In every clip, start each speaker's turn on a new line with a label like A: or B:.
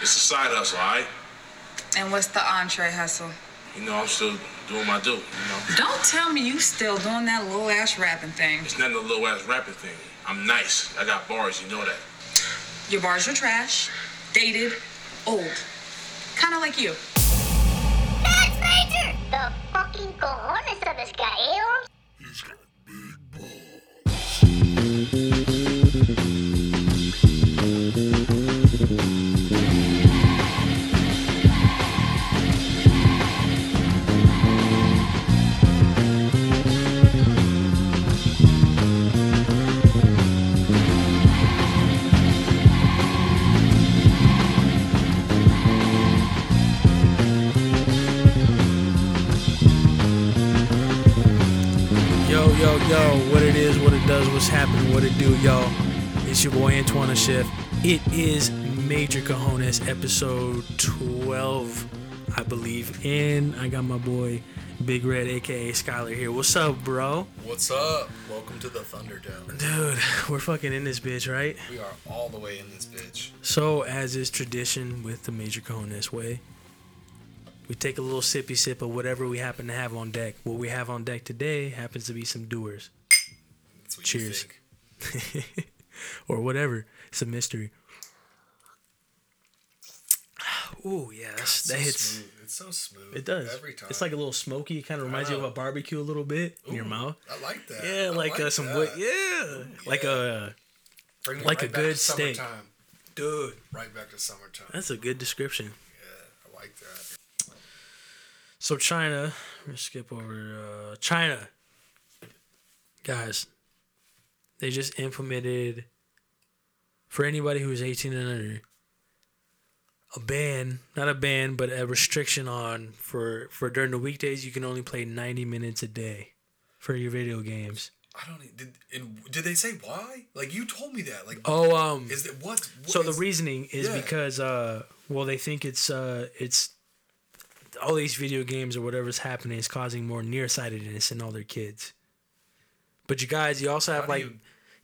A: It's a side hustle, all right?
B: And what's the entree hustle?
A: You know, I'm still doing my do, you know?
B: Don't tell me you still doing that little ass rapping thing.
A: It's nothing a little ass rapping thing. I'm nice. I got bars, you know that.
B: Your bars are trash, dated, old. Kinda like you.
C: That's Major! The fucking cojones of this guy, eh?
D: Yo, yo, yo, what it is, what it does, what's happening, what it do, y'all. It's your boy Antoine Schiff. It is Major Cajones, episode 12, I believe. And I got my boy Big Red, aka Skylar, here. What's up, bro?
E: What's up? Welcome to the Thunderdome.
D: Dude, we're fucking in this bitch, right?
E: We are all the way in this bitch.
D: So, as is tradition with the Major Cojones way, we take a little sippy sip of whatever we happen to have on deck. What we have on deck today happens to be some doers.
E: That's what
D: Cheers. or whatever. It's a mystery. Ooh, yeah, that's, that
E: so
D: hits.
E: Smooth. It's so smooth.
D: It does.
E: Every time.
D: It's like a little smoky. It kind of reminds you of
E: know.
D: a barbecue a little bit in your
E: Ooh,
D: mouth.
E: I like that.
D: Yeah,
E: I
D: like, uh, some wood.
E: that.
D: Yeah. like uh, a
E: Bring me
D: like a
E: back to
D: good steak.
E: summertime.
D: dude.
E: Right back to summertime.
D: That's a good description.
E: yeah, I like that.
D: So China, we're gonna skip over uh, China. Guys, they just implemented for anybody who's 18 and under a ban, not a ban, but a restriction on for for during the weekdays you can only play 90 minutes a day for your video games.
E: I don't. e- Did and did they say why? Like you told me that. Like
D: Oh, um
E: is it what? what
D: so the
E: is-
D: reasoning is
E: yeah.
D: because uh well they think it's uh it's all these video games or whatever's happening is causing more nearsightedness in all their kids but you guys you also have
E: How do
D: like you,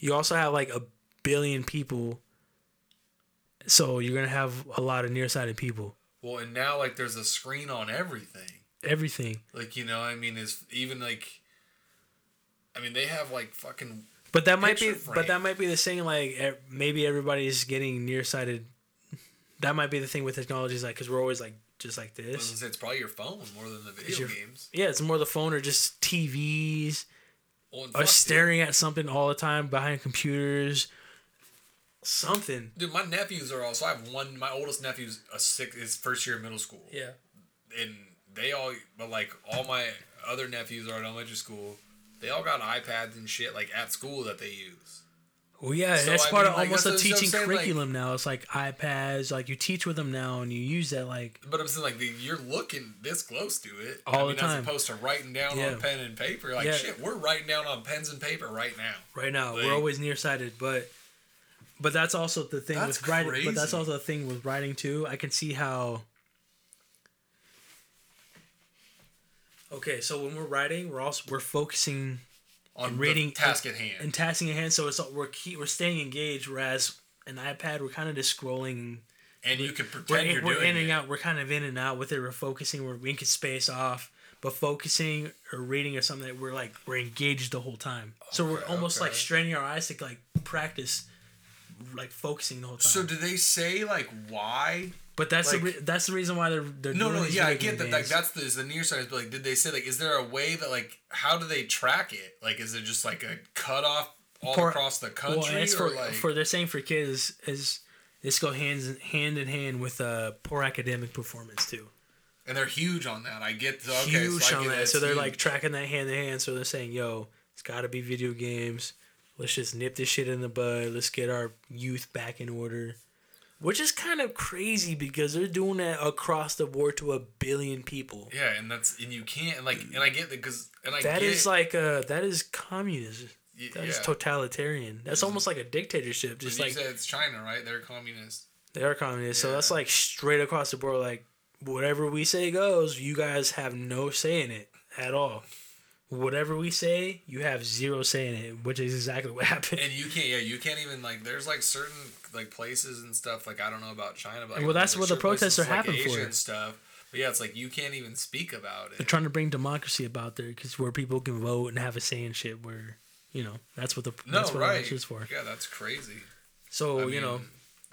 E: you-
D: also have like a billion people so you're gonna have a lot of nearsighted people
E: well, and now like there's a screen on everything.
D: everything
E: Like you know, I mean, is even like. I mean, they have like fucking.
D: but that might be
E: Picture
D: but that
E: frame.
D: might be the thing like e- maybe everybody's getting nearsighted that might be the thing with technologies like because we're always like just like
E: I was
D: this
E: gonna say, It's probably your phone more than the video
D: your-
E: games.
D: Yeah, it's more the phone or just TVs
E: Well, and
D: or
E: fuck, dude.
D: staring at something all the time behind computers. Something.
E: Dude, my nephews are also. I have one. My oldest nephew's a six. His first year of middle school.
D: Yeah.
E: And they all, but like all my other nephews are in elementary school. They all got iPads and shit like at school that they use.
D: Well, yeah,
E: So,
D: that's
E: I
D: part
E: mean,
D: of
E: like,
D: almost a
E: that's what I'm
D: teaching
E: saying, like-
D: curriculum now. It's like iPads, like you teach with them now and you use that like
E: But I'm saying like the, you're looking this close to it
D: All
E: I mean,
D: the time.
E: as opposed to writing down
D: Yeah.
E: on pen and paper. Like
D: Yeah.
E: shit, we're writing down on pens and paper right now.
D: right now.
E: Like-
D: We're always nearsighted, but but that's also the thing
E: That's
D: with writing. But that's
E: crazy.
D: also the thing with writing too. I can see how. Okay, so when we're writing, we're also we're focusing
E: On
D: And
E: reading
D: reading-
E: the task at hand.
D: and tasking at hand. So it's we're keep, we're staying engaged. Whereas an iPad, we're kind of just scrolling.
E: and you can
D: We're,
E: pretend
D: in,
E: you're
D: we're
E: doing
D: in and
E: it.
D: out. We're kind of in and out with it. We're focusing. We're winking space off. But focusing or reading or something, we're like we're engaged the whole time. So we're
E: Okay,
D: almost like
E: okay.
D: straining our eyes to like practice, like focusing the whole time.
E: So do they say like why
D: but that's the
E: like-
D: re- that's the reason why they're they're
E: No,
D: doing
E: no,
D: these
E: yeah, I
D: video
E: get that.
D: game
E: Like,
D: things.
E: that's the, is the nearsighted. But like, did they say like, is there a way that like, how do they track it? Like, is it just like a cutoff all
D: Part-
E: across the
D: Well,
E: country,
D: it's
E: or
D: for,
E: like,
D: for they're saying for kids is, is this go hands in- hand in hand with uh, poor academic performance too.
E: and they're huge on that. I get the, okay,
D: huge
E: so I
D: on
E: get
D: that.
E: it's
D: So they're
E: huge.
D: like tracking that hand to hand. So they're saying, "Yo, it's got to be video games. Let's just nip this shit in the bud. Let's get our youth back in order." Which is kind of crazy because they're doing that across the board to a billion people.
E: yeah, and that's and you can't and like, and I get that because and I
D: That
E: get,
D: is like uh that is communism.
E: y-
D: That is
E: yeah.
D: totalitarian. That's almost like a dictatorship.
E: But
D: Just
E: you
D: like
E: said it's China, right? They're communist.
D: they are communists. So that's
E: Yeah.
D: like straight across the board. Like whatever we say goes. You guys have no say in it at all. whatever we say, you have zero say in it, which is exactly what happened.
E: And you can't, yeah, you can't even like. There's like certain like places and stuff. Like I don't know about China, but like,
D: Well, that's
E: there's
D: what the
E: certain places,
D: protests are
E: like,
D: happening for.
E: Asian stuff. But yeah, it's like you can't even speak about
D: They're
E: it.
D: trying to bring democracy about there because where people can vote and have a say in shit. Where you know that's what the
E: No,
D: that's what
E: right?
D: election's for.
E: Yeah, that's crazy.
D: So
E: I
D: you
E: mean,
D: know,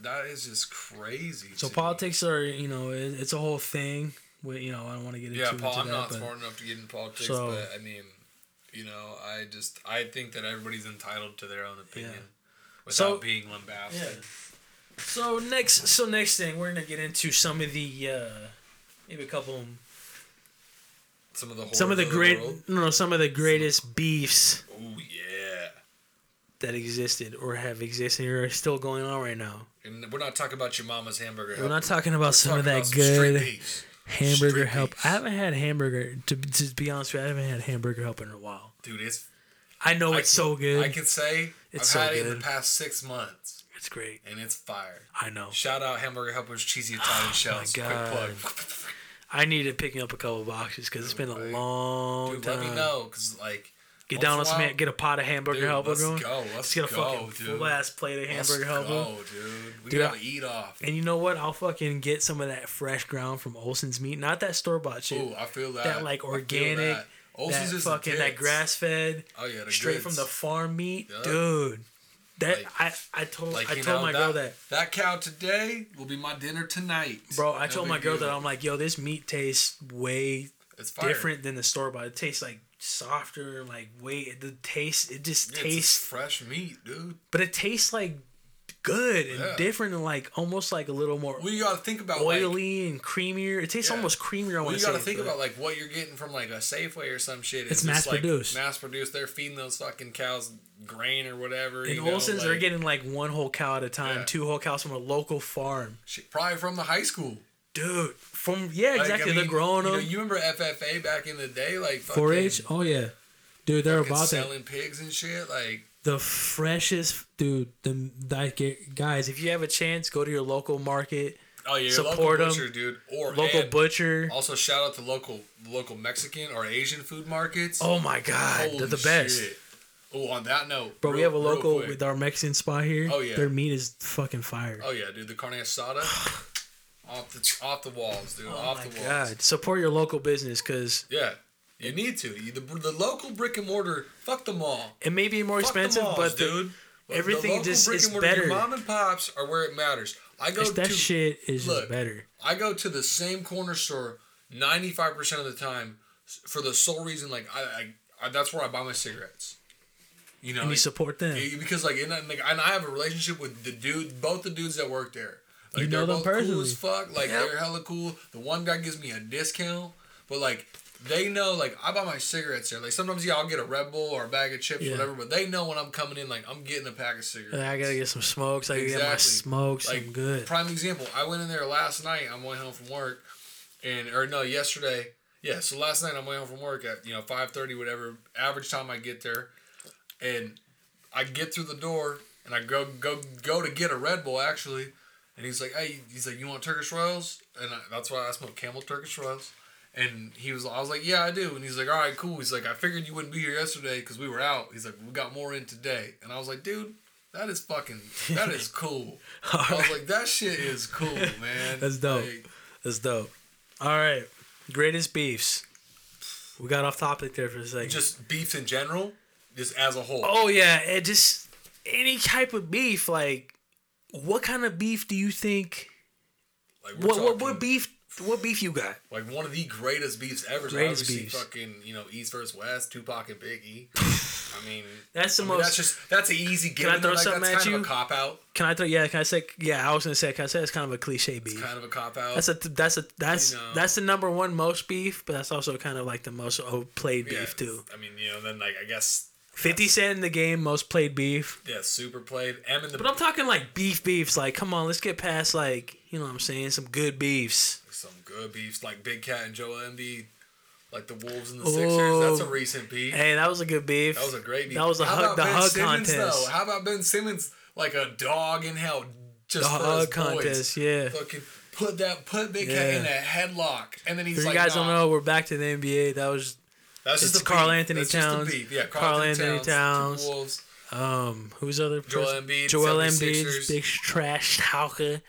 E: that is just crazy.
D: so
E: to me.
D: politics are you know it, it's a whole thing. With you know, I don't want to get
E: Yeah,
D: into,
E: Paul,
D: into
E: I'm
D: that.
E: not
D: but
E: smart enough to get in politics,
D: So-
E: but I mean, you know, I just I think that everybody's entitled to their own opinion without
D: So-
E: being lambasted.
D: Yeah. So next, so next thing we're gonna get into some of the uh, maybe a couple,
E: Some of the
D: some of the great,
E: world.
D: no, no, some of the greatest beefs
E: Oh yeah,
D: that existed or have existed or are still going on right now.
E: and we're not talking about your mama's hamburger.
D: We're not talking about some of that good hamburger help. I haven't had hamburger to, to be honest with you. I haven't had hamburger help in a while.
E: dude. It's
D: I know
E: I
D: Oh, it's
E: can-
D: so good.
E: I can say
D: It's so
E: I've had it in
D: good.
E: the past six months,
D: it's great.
E: and it's fire.
D: I know.
E: Shout out hamburger helpers, cheesy Italian shells.
D: Oh God.
E: Quick plug.
D: I need to pick me up a couple boxes because it's been a
E: Dude,
D: long
E: Dude,
D: time.
E: let me know, cause like
D: Get
E: once
D: down
E: in a
D: on some
E: while-
D: ham- get a pot of hamburger
E: Dude,
D: helper
E: let's
D: going.
E: go, let's
D: get a
E: go,
D: fucking
E: dude.
D: full ass plate of
E: Let's
D: hamburger helper.
E: go, dude. We
D: Dude,
E: gotta
D: I-
E: eat off.
D: And you know what? I'll fucking get some of that fresh ground from Olson's meat, not that store bought shit.
E: Ooh, I feel that.
D: that like
E: I feel
D: organic,
E: that.
D: that
E: Olsen's is the
D: fucking that
E: goods.
D: grass fed,
E: Oh yeah, the
D: straight from
E: goods.
D: the farm meat,
E: Yeah.
D: dude. That
E: Like-
D: I I told
E: Like,
D: I
E: you
D: told
E: know,
D: my
E: that,
D: girl that,
E: that cow today will be my dinner tonight,
D: bro. I
E: No
D: told
E: big
D: my girl
E: deal.
D: that I'm like, yo, this meat tastes way
E: it's fire.
D: different than the store bought. It tastes like softer, like way the taste. It just
E: It's
D: tastes,
E: fresh meat, dude.
D: but it tastes like good and
E: Yeah.
D: different and like almost like a little more
E: Well, you gotta think about Like,
D: oily and creamier. It tastes
E: Yeah.
D: almost creamier. I
E: well,
D: want
E: you
D: to say.
E: gotta think
D: but-
E: about like what you're getting from like a Safeway or some shit.
D: It's
E: just,
D: mass-produced.
E: Like, mass produced. They're feeding those fucking cows grain or whatever.
D: And
E: you know,
D: Olson's are
E: like,
D: getting like one whole cow at a time,
E: Yeah.
D: two whole cows from a local farm.
E: shit, probably from the high school.
D: Dude, from yeah,
E: Like, I
D: exactly. They're
E: mean,
D: growing
E: you know,
D: them.
E: you remember FFA back in the day, like
D: 4-H. Oh yeah, dude, they're
E: fucking
D: about that.
E: selling pigs and shit. Like
D: The freshest, dude. The like, guys, if you have a chance, go to your local market,
E: Oh yeah, your
D: Support 'em.
E: local butcher, dude, or
D: local
E: and
D: butcher.
E: Also, shout out to local local Mexican or Asian food markets.
D: Oh my god,
E: Holy
D: they're the best.
E: shit. Oh, on that note,
D: Bro, we
E: real-
D: have a
E: real
D: local
E: quick.
D: with our Mexican spot here.
E: Oh, yeah.
D: their meat is fucking fire.
E: oh yeah, dude, the carne asada off the off the walls, dude,
D: Oh
E: off
D: my
E: the walls.
D: god, support your local business because
E: Yeah, you need to. You, the, the local brick and mortar, fuck them all.
D: it may be more
E: Fuck
D: expensive,
E: the malls,
D: but the,
E: dude. But
D: everything
E: local
D: just
E: brick
D: is
E: and mortar, your
D: better.
E: Mom and pops are where it matters. I go
D: it's, that
E: to
D: shit is
E: look.
D: just better.
E: I go to the same corner store 95% of the time s- for the sole reason, like, I, I, I that's where I buy my cigarettes. You know,
D: And you
E: like,
D: support them.
E: eh, because, like and, I- like, and I have a relationship with the dude, both the dudes that work there. Like,
D: You know
E: they're
D: them
E: both cool
D: personally.
E: as fuck. Like, they're hella cool. The one guy gives me a discount, but, like, they know, like, I buy my cigarettes there. Like, sometimes, yeah, I'll get a Red Bull or a bag of chips,
D: Yeah.
E: whatever, but they know when I'm coming in, like, I'm getting a pack of cigarettes.
D: I gotta get some smokes. I gotta get my smokes. I'm good.
E: Prime example. I went in there last night. I'm going home from work, and or no, yesterday. Yeah, so last night I'm going home from work at you know five thirty, whatever average time I get there, and I get through the door and I go go go to get a Red Bull actually, and he's like, hey, he's like, you want Turkish Royals? And I, that's why I smoke Camel Turkish Royals. And he was, I was like, yeah, I do. And he's like, all right, cool. He's like, I figured you wouldn't be here yesterday because we were out. He's like, we got more in today. And I was like, dude, that is fucking, that is cool. I was like, that shit is cool, man.
D: That's dope.
E: Like,
D: That's dope. All right, greatest beefs. We got off topic there for a second.
E: just beefs in general, just as a whole.
D: oh yeah, it just any type of beef. Like, what kind of beef do you think?
E: like, we're
D: What what,
E: talking-
D: what beef? What beef you got?
E: Like one of the greatest beefs ever. So
D: Greatest
E: obviously
D: beefs.
E: Fucking you know East versus West, Tupac and Big E. I mean,
D: That's the
E: I mean,
D: most.
E: that's just that's an easy given.
D: throw
E: like,
D: something
E: that's
D: at
E: kind
D: you?
E: Of a cop out.
D: can I throw? Yeah, can I say? Yeah, I was gonna say. Can I say it's kind of a cliche beef?
E: Kind of a cop out.
D: that's a that's a that's
E: know.
D: that's the number one most beef, but that's also kind of like the most oh, played
E: Yeah,
D: beef too.
E: I mean, you know, then like I guess
D: Fifty Cent in the game most played beef.
E: yeah, super played M and the
D: But I'm talking like beef beefs. Like, come on, let's get past like you know what I'm saying some good beefs.
E: some good beefs like Big Cat and Joel Embiid, like the Wolves and the Sixers. That's a
D: Oh.
E: recent beef.
D: Hey, that was a good beef.
E: That was a great beef.
D: That was a
E: How
D: hug,
E: about
D: the
E: Ben
D: hug
E: Simmons,
D: contest.
E: Though? How about Ben Simmons like a dog in hell just
D: The
E: for
D: hug
E: his
D: contest,
E: boys?
D: yeah.
E: Fucking put that put Big Cat in a
D: Yeah.
E: headlock, and then he's
D: For you
E: like,
D: guys
E: nah.
D: don't know, we're back to the NBA. That was
E: That's
D: It's
E: just the
D: Karl
E: beef.
D: Anthony
E: That's just the
D: Towns.
E: beef. Yeah,
D: Karl
E: Carl Anthony,
D: Anthony
E: Towns.
D: Towns.
E: the Wolves.
D: Um, who's the other?
E: Joel
D: person?
E: Embiid,
D: Joel
E: 76ers.
D: Embiid's big trash talker.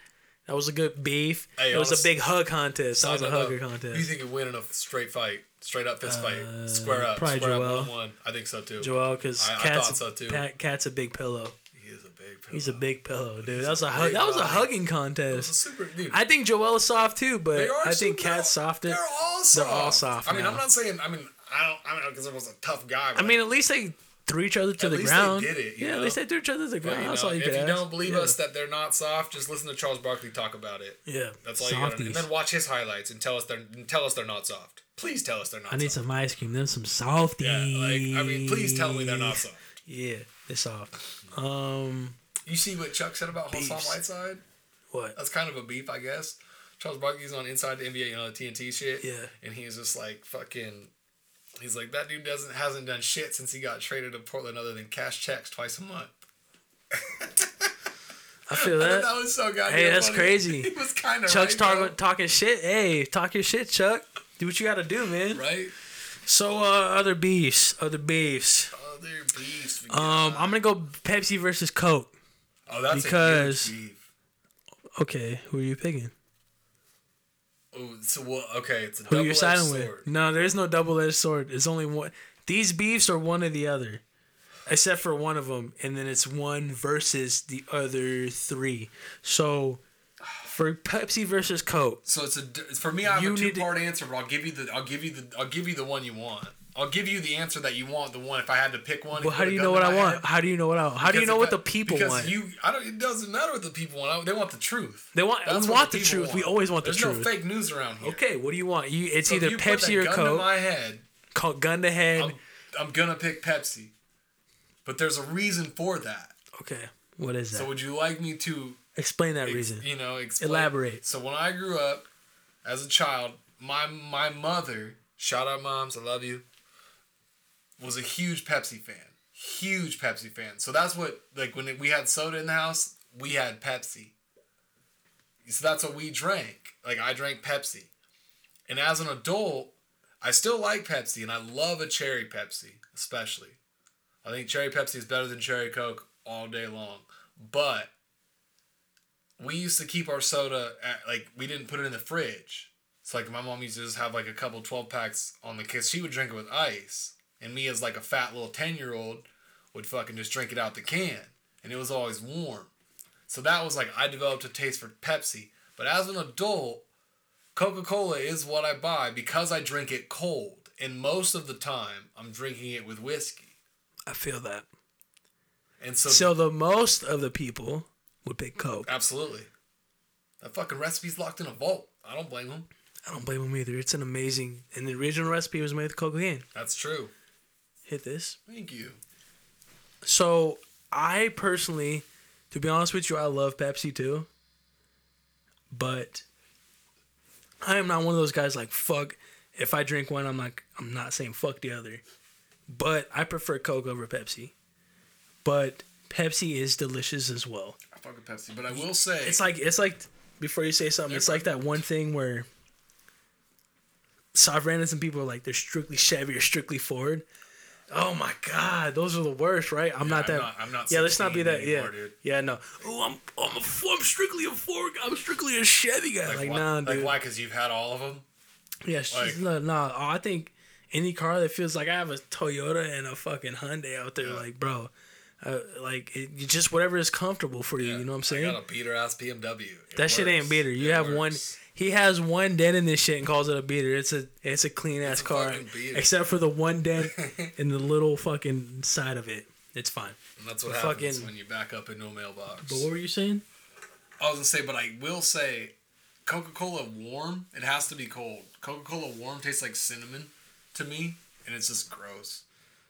D: That was a good beef.
E: Hey,
D: it was
E: honest-
D: a big hug contest. That was a
E: Side note,
D: hugger
E: though,
D: contest.
E: uh,
D: Uh,
E: You think you win in a straight fight, straight up fist fight, square up,
D: probably
E: square
D: Joel.
E: up one one? I think so too.
D: Joel, because
E: I- I
D: cat's,
E: thought so, too.
D: Pat- cat's a big pillow.
E: He is a big. Pillow.
D: He's a big pillow, dude. That was a hug,
E: big
D: that was a
E: guy.
D: hugging
E: He's a
D: contest.
E: super dude.
D: I think Joel is soft too, but
E: They are
D: I think
E: super-
D: Cat's softer.
E: They're all soft.
D: They're all soft
E: I mean, I'm
D: now.
E: not saying. I mean, I don't. I don't because I was a tough guy.
D: I mean, at least they threw each other to
E: At
D: the
E: least they
D: ground.
E: did it, you
D: yeah,
E: know?
D: at least they threw each other to the ground. That's all you
E: if
D: could
E: you
D: ask.
E: don't believe
D: yeah.
E: us that they're not soft, just listen to Charles Barkley talk about it.
D: yeah,
E: That's all you got. And
D: Softies.
E: then watch his highlights and tell us they're and tell us they're not soft. Please tell us they're not.
D: I need
E: soft.
D: some ice cream, then some softies.
E: Yeah, like I mean, please tell me they're not soft.
D: Yeah, they're soft. Um,
E: You see what Chuck said about Hassan
D: Beefs.
E: Whiteside?
D: what?
E: That's kind of a beef, I guess. Charles Barkley's on Inside the NBA, you know, the TNT shit.
D: Yeah.
E: And he's just like fucking. He's like that dude doesn't hasn't done shit since he got traded to Portland other than cash checks twice a month.
D: I feel
E: That,
D: that.
E: was so goddamn.
D: Hey, that's
E: funny.
D: crazy.
E: He was kind of
D: Chuck's
E: right, bro.
D: talking talking shit. Hey, talk your shit, Chuck. Do what you gotta do, man.
E: right?
D: So, uh, other beefs, other beefs.
E: Other beefs. we
D: Um,
E: got.
D: I'm gonna go Pepsi versus Coke.
E: oh, that's
D: because-
E: a huge beef.
D: Okay, who are you picking?
E: Oh, so well, okay, it's a
D: Who
E: double
D: you're
E: edged
D: siding
E: sword.
D: with? No, there's no double-edged sword. It's only one. These beefs are one or the other, except for one of them, and then it's one versus the other three. So, for Pepsi versus Coke,
E: So it's a d- for me. I have
D: You
E: a
D: need to-
E: two part answer, but I'll give you the I'll give you the I'll give you the one you want. I'll give you the answer that you want. The one if I had to pick one.
D: well,
E: if
D: how
E: you
D: do you
E: put a
D: know
E: gun
D: what
E: to
D: I
E: my
D: want?
E: head.
D: How do you know what I? How do you
E: Because
D: know
E: if
D: what
E: I-
D: the people
E: because
D: want?
E: you, I don't. It doesn't matter what the people want. They want the truth.
D: They want- we
E: what
D: want the
E: people
D: truth. We always want the
E: There's
D: truth.
E: no fake news around here.
D: Okay, what do you want? You it's
E: So if
D: either
E: you put
D: Pepsi
E: that
D: or
E: gun To
D: Coke.
E: my head.
D: Call gun to head.
E: I'm, I'm gonna pick Pepsi, but there's a reason for that.
D: okay, what is that?
E: So would you like me to
D: Explain that
E: ex-
D: reason.
E: You know, explain.
D: Elaborate.
E: So when I grew up as a child, my my mother, shout out moms, I love you, was a huge Pepsi fan. Huge Pepsi fan. So that's what like when we had soda in the house, we had Pepsi. So that's what we drank. Like I drank Pepsi. And as an adult, I still like Pepsi and I love a cherry Pepsi, especially. I think cherry Pepsi is better than cherry Coke all day long. But we used to keep our soda at, like we didn't put it in the fridge. It's like my mom used to just have like a couple 12 packs on the case. She would drink it with ice. And me as like a fat little 10 year old would fucking just drink it out the can. And it was always warm. So that was like I developed a taste for Pepsi. But as an adult, Coca Cola is what I buy because I drink it cold. And most of the time, I'm drinking it with whiskey.
D: I feel that.
E: And so, Uh,
D: So the most of the people would pick Coke.
E: absolutely. That fucking recipe's locked in a vault. I don't blame them.
D: I don't blame them either. It's an amazing and the original recipe was made with cocaine.
E: That's true.
D: Hit this.
E: Thank you.
D: So I personally, to be honest with you, I love Pepsi too. But I am not one of those guys like fuck. If I drink one, I'm like I'm not saying fuck the other. But I prefer Coke over Pepsi. But Pepsi is delicious as well.
E: I fuck with Pepsi, but I will say
D: It's like it's like before you say something, it's like that one thing where so I've ran into some people who are like they're strictly Chevy or strictly Ford. Oh my god, those are the worst, right? I'm not
E: I'm
D: that.
E: not- I'm not
D: yeah, let's not be
E: 16
D: that. Yeah,
E: anymore, dude.
D: yeah, no. Oh, I'm I'm a F- I'm strictly a Ford. guy. I'm strictly a Chevy guy. Like,
E: why,
D: nah,
E: like
D: dude.
E: why? Because you've had all of them.
D: yeah, it's just-
E: like-
D: no, no. Oh, I think any car that feels like I have a Toyota and a fucking Hyundai out there, like, bro, uh, like it, you just whatever is comfortable for you. You know what I'm saying?
E: I got a beater ass BMW. It
D: That shit ain't
E: works.
D: beater. You
E: It
D: have one.
E: works.
D: He has one dent in this shit and calls it a beater. It's a it's a clean ass
E: a
D: car,
E: fucking beater.
D: except for the one dent in the little fucking side of it. It's fine.
E: And that's what
D: the
E: happens
D: fucking-
E: when you back up into a mailbox.
D: But what were you saying?
E: I was gonna say, but I will say, Coca Cola warm. It has to be cold. Coca Cola warm tastes like cinnamon to me, and it's just gross.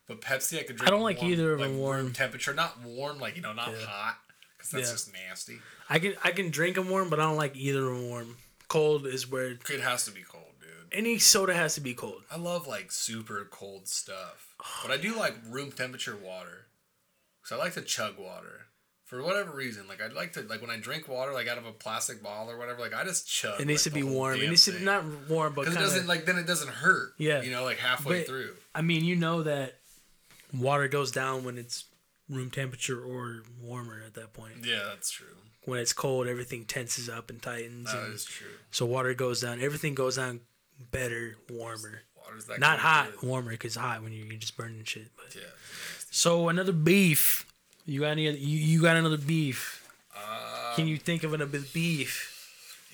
E: But Pepsi, I could drink.
D: don't like
E: warm,
D: either of them
E: room
D: warm.
E: temperature, not warm, like you know, not hot, because that's
D: Yeah.
E: just nasty.
D: I can I can drink them warm, but I don't like either of 'em warm. Cold is where
E: It has to be cold, dude.
D: any soda has to be cold.
E: I love like super cold stuff, but I do like room temperature water. Cause I like to chug water. for whatever reason, like I'd like to like when I drink water like out of a plastic bottle or whatever, like I just chug.
D: It needs to
E: like,
D: be
E: the whole
D: warm. It
E: damn
D: needs to be
E: thing.
D: not warm, but
E: 'Cause it
D: kind
E: doesn't
D: of.
E: like then it doesn't hurt.
D: Yeah.
E: you know, like halfway
D: But-
E: through.
D: I mean, you know that water goes down when it's room temperature or warmer at that point.
E: Yeah, that's true.
D: When it's cold, everything tenses up and tightens.
E: That
D: and
E: is true.
D: so water goes down. Everything goes down better, warmer.
E: Water's that
D: Not
E: good.
D: hot, warmer, because hot when you're, you're just burning shit. But.
E: Yeah.
D: So another beef. You got any? You, you got another beef? Can you think of another beef?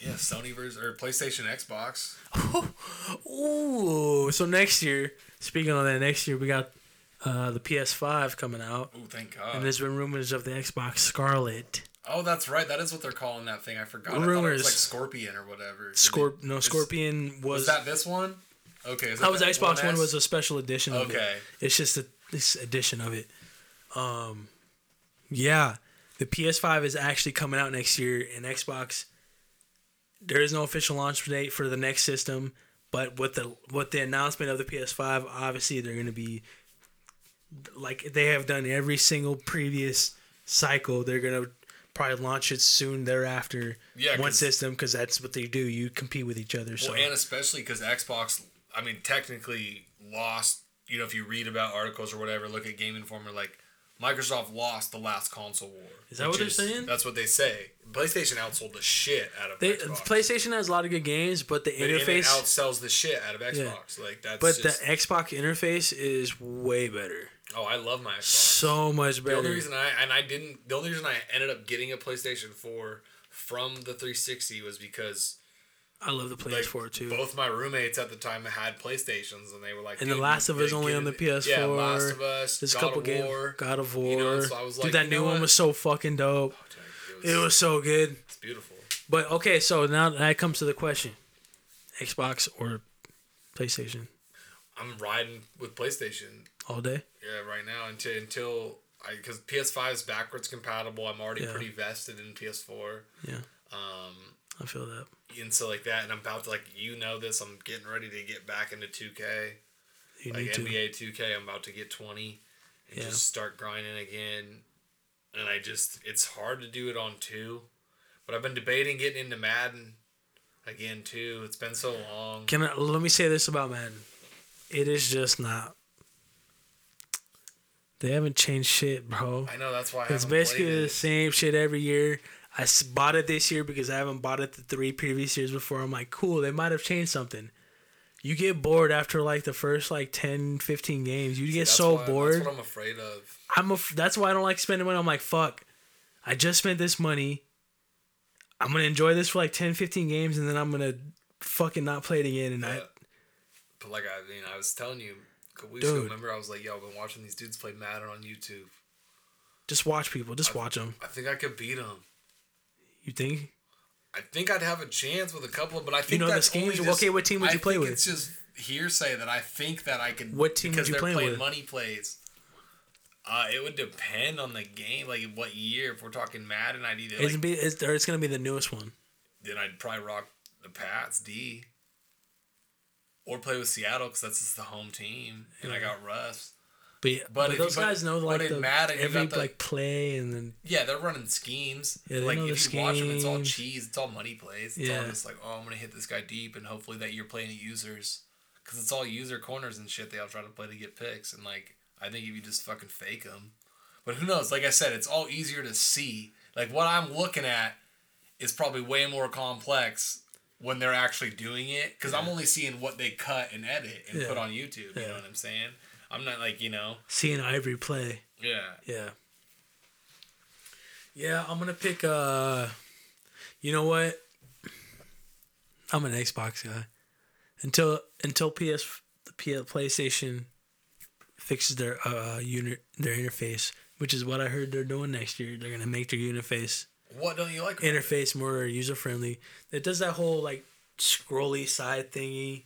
E: Yeah, Sony versus or PlayStation Xbox.
D: Ooh. So next year, speaking on that, next year we got uh, the PS5 coming out,
E: Oh, thank God.
D: and there's been rumors of the Xbox Scarlet.
E: oh, that's right. That is what they're calling that thing. I forgot. I thought it
D: Rumors.
E: was like Scorpion or whatever.
D: Scorp. No,
E: Is-
D: Scorpion was.
E: Was that this one? Okay. Is
D: that was Xbox One
E: S?
D: was a special edition. Of
E: Okay.
D: It. It's just a this edition of it. Um, yeah, the PS5 is actually coming out next year, and Xbox. There is no official launch date for the next system, but with the with the announcement of the PS5, obviously they're going to be like they have done every single previous cycle. They're going to probably launch it soon thereafter.
E: Yeah,
D: one
E: 'cause-
D: system because that's what they do. You compete with each other. So
E: Well, and especially because Xbox, I mean, technically lost. You know, if you read about articles or whatever, look at Game Informer, like Microsoft lost the last console war.
D: Is that what
E: which
D: they're saying?
E: That's what they say. PlayStation outsold the shit out of
D: They,
E: Xbox.
D: PlayStation has a lot of good games, but the
E: And it
D: interface,
E: outsells the shit out of Xbox. Like that's
D: but
E: just,
D: the Xbox interface is way better.
E: oh, I love my Xbox.
D: So much
E: The
D: better.
E: only reason I and I didn't the only reason I ended up getting a PlayStation 4 from the 360 was because
D: I love the
E: like
D: PS4 too.
E: both my roommates at the time had PlayStations and they were like
D: And The
E: "Dude,
D: Last
E: you
D: of Us
E: gotta
D: only
E: get
D: on the
E: it." Yeah,
D: PS4.
E: Last of Us,
D: There's a
E: God
D: couple
E: of
D: games.
E: War.
D: God of War.
E: You know, so I was like,
D: Dude, that
E: you
D: new
E: know
D: one
E: what?
D: was so fucking dope.
E: It was,
D: It was so good.
E: it's beautiful.
D: But okay, so now that comes to the question: Xbox or PlayStation
E: I'm riding with PlayStation
D: all day?
E: yeah right now until until I because PS5 is backwards compatible. I'm already
D: Yeah.
E: pretty vested in PS4.
D: Yeah,
E: Um,
D: I feel that.
E: and so like that, and I'm about to like you know this. I'm getting ready to get back into 2K.
D: You
E: like
D: need to.
E: NBA 2K, I'm about to get 20 and
D: Yeah.
E: just start grinding again. And I just, it's hard to do it on two, but I've been debating getting into Madden again too. It's been so long.
D: Can I, let me say this about Madden? It is just not. They haven't changed shit, bro.
E: I know that's why I
D: It's
E: haven't
D: basically
E: played
D: the
E: it.
D: same shit every year. I s- bought it this year because I haven't bought it the three previous years before. I'm like, cool, they might have changed something. You get bored after like the first like 10, 15 games. You get
E: That's
D: so
E: why-
D: bored.
E: That's what I'm afraid of.
D: I'm a, that's why I don't like spending money. I'm like, fuck, I just spent this money. I'm going to enjoy this for like 10, 15 games and then I'm going to fucking not play it again. And I,
E: Yeah. But like I mean, I was telling you a couple weeks ago.
D: Dude.
E: Remember, I was like, "Yo, I've been watching these dudes play Madden on YouTube.
D: Just watch people. Just watch them.
E: I think I could beat them.
D: You think?
E: I think I'd have a chance with a couple of, but I think
D: know the
E: that's
D: schemes?
E: only just-
D: Okay, what team would
E: I
D: you play
E: think
D: with?
E: It's just hearsay that I think that I could.
D: What team would
E: because
D: you
E: they're
D: play
E: playing
D: with?
E: Money plays. Uh, it would depend on the game, like what year. If we're talking Madden, I'd either
D: It's
E: like,
D: be it's, or it's gonna be the newest one.
E: then I'd probably rock the Pats D, or play with Seattle because that's just the home team, and I got Russ.
D: But yeah,
E: But
D: but,
E: if-
D: those
E: but-
D: guys know
E: but
D: like
E: it
D: the,
E: matter, you
D: every
E: got the-
D: like play and then
E: Yeah, they're running schemes.
D: Yeah, they
E: like
D: know
E: if you
D: the
E: watch them, it's all
D: schemes.
E: cheese. It's all money plays. It's all
D: Yeah.
E: just like, oh, I'm gonna hit this guy deep, and hopefully that you're playing users, because it's all user corners and shit. They all try to play to get picks, and like I think if you just fucking fake them, but who knows? Like I said, it's all easier to see. Like what I'm looking at is probably way more complex when they're actually doing it, because I'm only seeing what they cut and edit and
D: Yeah.
E: put on YouTube. You
D: Yeah.
E: know what I'm saying? I'm not like you know.
D: seeing Ivory play.
E: Yeah.
D: Yeah. Yeah, I'm gonna pick. Uh, you know what? I'm an Xbox guy. Until until PS the PS PlayStation fixes their uh unit their interface, which is what I heard they're doing next year. They're gonna make their interface
E: What don't you like? about it?
D: interface more user friendly. It does that whole like scrolly side thingy.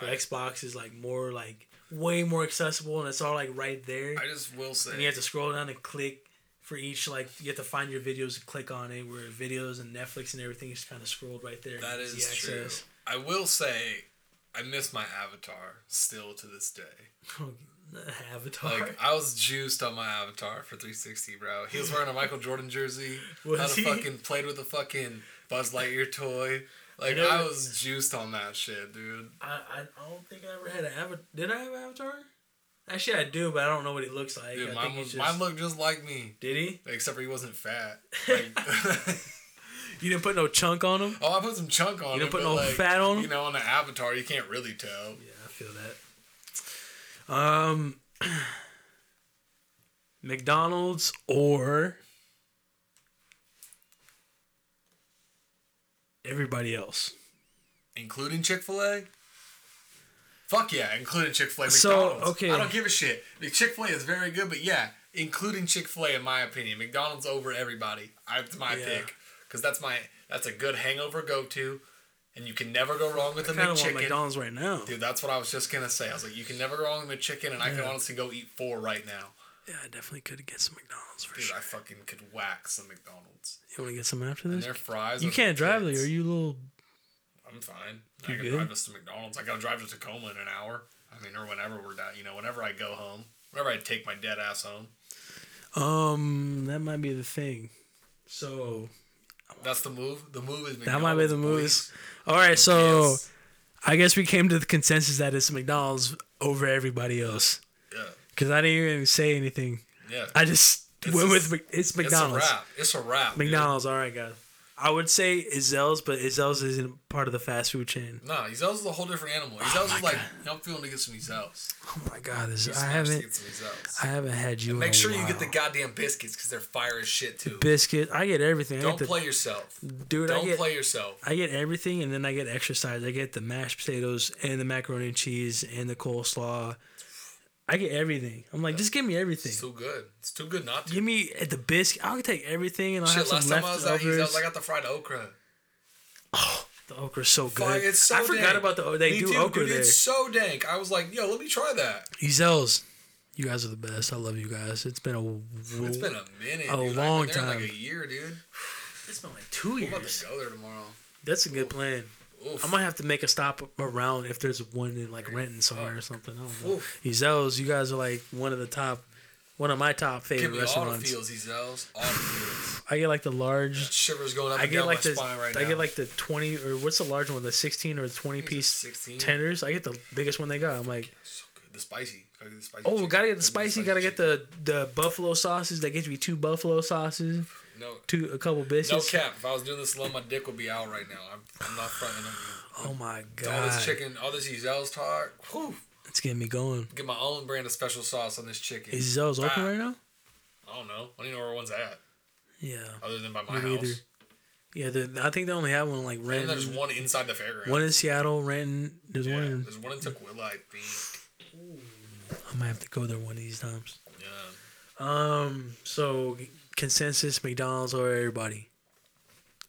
D: For Xbox is like more like way more accessible and it's all like right there.
E: I just will say.
D: and you have to scroll down and click for each like you have to find your videos and click on it. Where videos and Netflix and everything is kind of scrolled right there.
E: That
D: Easy
E: is true. I will say, I miss my avatar still to this day.
D: Oh, Avatar.
E: Like I was juiced on my avatar for 360, bro. He was wearing a Michael Jordan jersey.
D: Was
E: had a
D: he?
E: fucking played with a fucking Buzz Lightyear toy. Like
D: know-
E: I was juiced on that shit, dude.
D: I, I don't think I ever had an avatar. Did I have an avatar? Actually, I do, but I don't know what he looks like.
E: Dude,
D: I think
E: mine,
D: he's
E: was,
D: just.
E: mine looked just like me,
D: did he?
E: except for he wasn't fat. Like,
D: You didn't put no chunk on him.
E: oh, I put some chunk on.
D: You didn't
E: him,
D: put
E: but,
D: no
E: like,
D: fat on him?
E: You know, on the avatar, you can't really tell.
D: Yeah, I feel that. Um, McDonald's or everybody else.
E: including Chick Fil A. Fuck yeah, including Chick Fil A.
D: So,
E: McDonald's.
D: okay.
E: I don't give a shit. Chick Fil A is very good, but yeah, including Chick Fil A in my opinion, McDonald's over everybody. I, it's my
D: Yeah.
E: pick because that's my that's a good hangover go to, and you can never go wrong with a
D: I kind of want
E: McChicken.
D: McDonald's right now.
E: Dude, that's what I was just gonna say. I was like, you can never go wrong with a McChicken, and I can
D: Yeah.
E: honestly go eat four right now.
D: Yeah, I definitely could get some McDonald's for
E: Dude,
D: sure.
E: I fucking could whack some McDonald's.
D: You want to get some after
E: And
D: this?
E: their fries.
D: You
E: are the
D: can't drive
E: tits.
D: there. You little.
E: I'm fine.
D: You
E: I can
D: good?
E: drive us to McDonald's. I gotta drive to Tacoma in an hour. I mean, or whenever we're down. You know, whenever I go home, whenever I take my dead ass home.
D: Um, that might be the thing. So
E: That's the move. The move is McDonald's.
D: that might be the movies.
E: movies.
D: All right, so I guess we came to the consensus that it's McDonald's over everybody else
E: Yeah,
D: because I didn't even say anything.
E: yeah.
D: I just
E: It's
D: went
E: a-
D: with Mc- it's McDonald's.
E: It's a wrap. It's a wrap. dude.
D: McDonald's. All right, guys. I would say Izzel's, but Izzel's isn't part of the fast food chain.
E: Nah, Ezell's is a whole different animal. Ezell's
D: Oh my
E: is like,
D: God.
E: I'm feeling to get some Ezell's.
D: Oh my god, this
E: Get
D: I
E: smashed to
D: haven't
E: Get some Ezell's.
D: I haven't had you. in
E: Make
D: a
E: sure you get the
D: while.
E: goddamn biscuits because they're fire as shit too.
D: biscuit. I get everything. I
E: Don't
D: get the,
E: play yourself.
D: dude. I
E: Don't
D: get
E: play yourself.
D: I get everything, and then I get exercise. I get the mashed potatoes and the macaroni and cheese and the coleslaw. I get everything. I'm like, just give me everything.
E: It's too good. It's too good not to.
D: Give me the biscuit. I'll take everything, and I'll
E: Shit,
D: have
E: last
D: some
E: time I was at
D: leftovers.
E: Ezell's, I got the fried okra.
D: the okra's so good.
E: Fuck, it's so
D: I forgot
E: dank.
D: about the. oh, They
E: Me
D: do
E: too,
D: okra
E: dude,
D: there.
E: It's so dank. I was like, yo, let me try that.
D: Ezell's, you guys are the best. I love you guys. It's been a.
E: It's been a minute.
D: A
E: dude. I've been
D: long
E: there in
D: time.
E: Like a year, dude.
D: it's been like two
E: I'm about
D: years.
E: to go there tomorrow.
D: That's a good plan.
E: Oof.
D: I might have to make a stop around if there's one in like Renton somewhere or something. I don't know.
E: Oof.
D: Ezell's, you guys are like one of the top, one of my top
E: Give
D: favorite
E: me all the
D: restaurants.
E: feels, he sells. All the feels.
D: I get like the large.
E: Shivers going up
D: I
E: and
D: get
E: down
D: like
E: my
D: the
E: spine right
D: I
E: now.
D: get like the twenty or what's the large one? The sixteen or the twenty
E: think it's
D: piece
E: 16.
D: tenders. I get the biggest one they got. I'm like,
E: So good. the spicy. Gotta get the spicy.
D: oh,
E: chicken.
D: gotta get the spicy. Gotta get
E: chicken.
D: the the buffalo sauces. They get you two buffalo sauces,
E: No,
D: two a couple
E: no
D: biscuits.
E: cap. If I was doing this alone, my dick would be out right now. I'm, I'm not fronting on you.
D: Oh my
E: All
D: god,
E: this chicken, all this Ezell's talk. Whew.
D: it's getting me going.
E: Get my own brand of special sauce on this chicken.
D: Is Zell's open
E: Ah,
D: right now?
E: I don't know. I don't even know where one's at,
D: Yeah,
E: other than by my
D: me
E: house.
D: neither. yeah. The, I think they only have one like
E: And there's
D: Renton.
E: one inside the fairground.
D: One in Seattle, Renton. There's
E: Yeah,
D: one. In,
E: there's one in Tequila, I think.
D: I might have to go there one of these times.
E: Yeah.
D: Um. So consensus: McDonald's or everybody.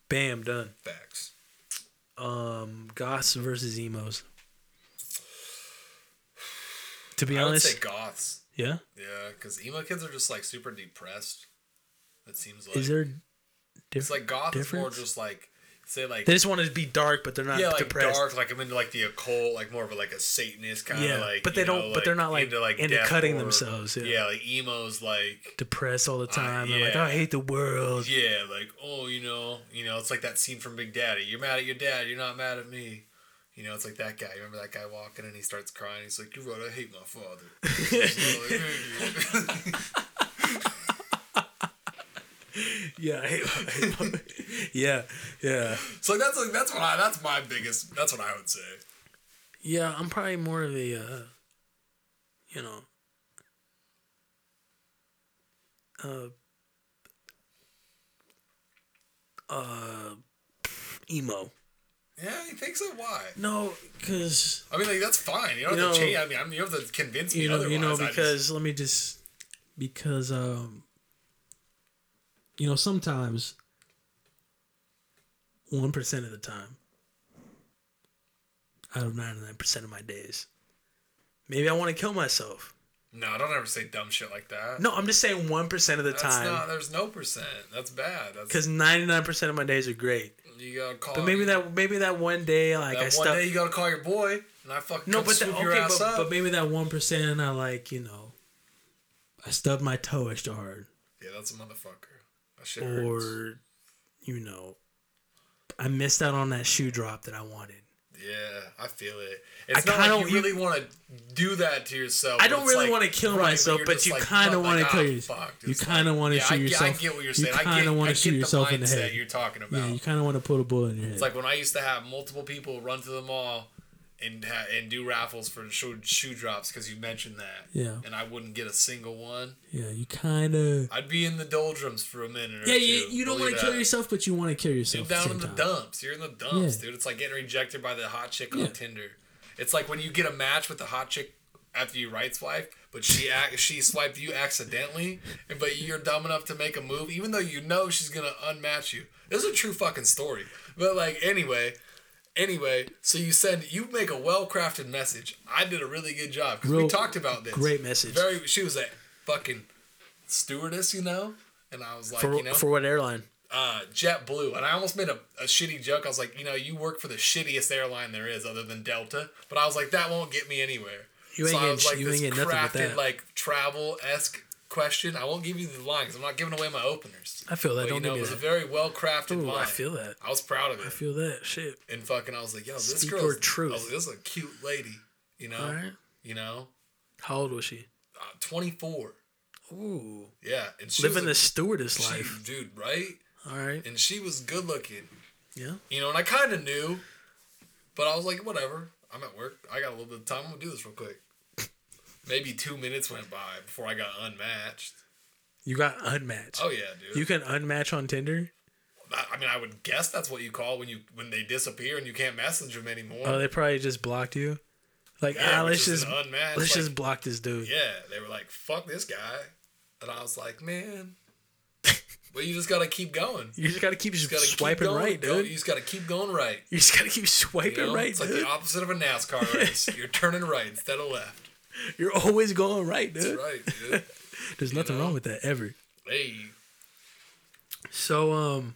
D: Bam, done.
E: Facts.
D: Um, Goths versus emos. To be
E: I would say
D: honest,
E: goths.
D: yeah.
E: Yeah, because emo kids are just like super depressed. It seems like
D: Is there?
E: it's like goth is more
D: difference?
E: just like say like
D: They just want to be dark, but they're not
E: yeah like
D: depressed.
E: dark like I'm into like the occult like more of a, like a Satanist kind of
D: Yeah,
E: like
D: but they
E: you know,
D: don't- but they're not, like, into
E: death
D: cutting
E: or-
D: themselves, yeah.
E: yeah like emo's like
D: Depressed all the time. They're like,
E: Uh, yeah.
D: I hate the world.
E: Yeah, like oh, you know, you know, it's like that scene from Big Daddy. You're mad at your dad. You're not mad at me. You know, it's like that guy. You remember that guy walking and he starts crying. He's like, "You're right. I hate my father." It's like,
D: Yeah, I hate, I hate- yeah, yeah,
E: so that's like that's what I that's my biggest that's what I would say.
D: yeah. I'm probably more of a, uh, you know, uh, uh, emo.
E: Yeah, he thinks so. Why?
D: No, because.
E: I mean, like that's fine. You don't
D: You
E: have to
D: know-
E: change. I mean, I mean, you don't have to convince me
D: you know,
E: otherwise.
D: you know,
E: I just-
D: because let me just because um, you know, sometimes one percent of the time, out of ninety nine percent of my days, maybe I want to kill myself.
E: no, don't ever say dumb shit like that.
D: No, I'm just saying one percent of the
E: that's
D: time
E: not. There's no percent. That's bad. That's
D: because ninety nine percent of my days are great.
E: You gotta call.
D: But maybe that maybe that one day like
E: that
D: I
E: one
D: stop.
E: day you gotta call your boy, and I fucking
D: no, but that,
E: swoop your
D: okay,
E: ass
D: but,
E: up.
D: but maybe that one percent I like you know. I stubbed my toe extra hard,
E: yeah, that's a motherfucker. That shit hurts.
D: or you know, I missed out on that shoe drop that I wanted.
E: Yeah, I feel it. It's
D: I
E: not
D: kinda-
E: like you
D: you-
E: really want to do that to yourself.
D: I
E: but
D: don't
E: it's
D: really
E: like-
D: want to kill
E: right,
D: myself,
E: you're
D: but
E: just
D: you
E: like,
D: kind of
E: fuck,
D: want to
E: like,
D: kill
E: ah,
D: yourself.
E: fuck.
D: You
E: It's
D: kind of
E: like-
D: want to
E: yeah, I
D: shoot
E: get-
D: yourself.
E: I get what you're
D: you
E: saying. I
D: kind
E: get-
D: of want
E: I
D: to shoot
E: get the
D: yourself in the
E: mindset
D: head.
E: You're talking about.
D: yeah, you kind of want to put a bullet in your head.
E: It's like when I used to have multiple people run to the mall and ha- and do raffles for shoe, shoe drops because you mentioned that.
D: Yeah.
E: And I wouldn't get a single one.
D: yeah, you kind of.
E: I'd be in the doldrums for a minute. Or
D: Yeah, you,
E: two,
D: you don't
E: believe
D: want to kill
E: that.
D: yourself, but you want to kill
E: You're
D: yourself. at the
E: down
D: same
E: in the
D: time.
E: dumps. You're in the dumps,
D: Yeah.
E: dude. It's like getting rejected by the hot chick
D: Yeah.
E: on Tinder. It's like when you get a match with the hot chick after you right swipe, but she ac- she swiped you accidentally, and but you're dumb enough to make a move, even though you know she's gonna unmatch you. This is a true fucking story. But like anyway. Anyway, so you send you make a well crafted message. I did a really good job because we
D: Real
E: talked about this.
D: great message.
E: Very. She was a fucking stewardess, you know, and I was like,
D: For,
E: you know,
D: for what airline?
E: uh, JetBlue, and I almost made a, a shitty joke. I was like, you know, you work for the shittiest airline there is, other than Delta. But I was like, that won't get me anywhere.
D: You ain't
E: so I
D: getting
E: was
D: sh-
E: like
D: you
E: this
D: ain't getting nothing
E: crafted
D: with that.
E: like travel esque question. I won't give you the line 'cause I'm not giving away my openers.
D: I feel that.
E: But
D: Don't
E: you know,
D: give
E: it
D: me
E: was
D: that.
E: a very well crafted
D: Ooh, I
E: line.
D: feel that.
E: I was proud of it.
D: I feel that shit.
E: and fucking, I was like, yo, this
D: Speak
E: girl.
D: your truth.
E: I was like, this is a cute lady. You know.
D: All right.
E: You know,
D: How old was she?
E: uh, 24.
D: Ooh,
E: Yeah, and she
D: living the
E: was
D: stewardess
E: a,
D: life.
E: she, dude, right?
D: All right.
E: And she was good looking.
D: Yeah.
E: You know, and I kind of knew, but I was like, whatever. I'm at work. I got a little bit of time. I'm gonna do this real quick. Maybe two minutes went by before I got unmatched.
D: You got unmatched.
E: Oh yeah, dude.
D: You can unmatch on Tinder.
E: I, I mean, I would guess that's what you call when you when they disappear and you can't message them anymore.
D: Oh, they probably just blocked you. Like,
E: Yeah,
D: ah,
E: which
D: let's
E: is
D: just
E: an unmatch,
D: let's
E: like-
D: just block this dude.
E: yeah, they were like, "Fuck this guy," and I was like, "Man." but you just gotta keep going. You
D: You just gotta keep
E: just gotta keep
D: swiping
E: going,
D: right,
E: go-
D: dude.
E: You just gotta keep going right.
D: You just gotta keep
E: You
D: swiping
E: know?
D: right,
E: it's like
D: dude.
E: the opposite of a NASCAR race. You're turning right instead of left.
D: You're always going right, dude.
E: That's right, dude.
D: There's nothing
E: know?
D: wrong with that ever.
E: Hey.
D: So, um,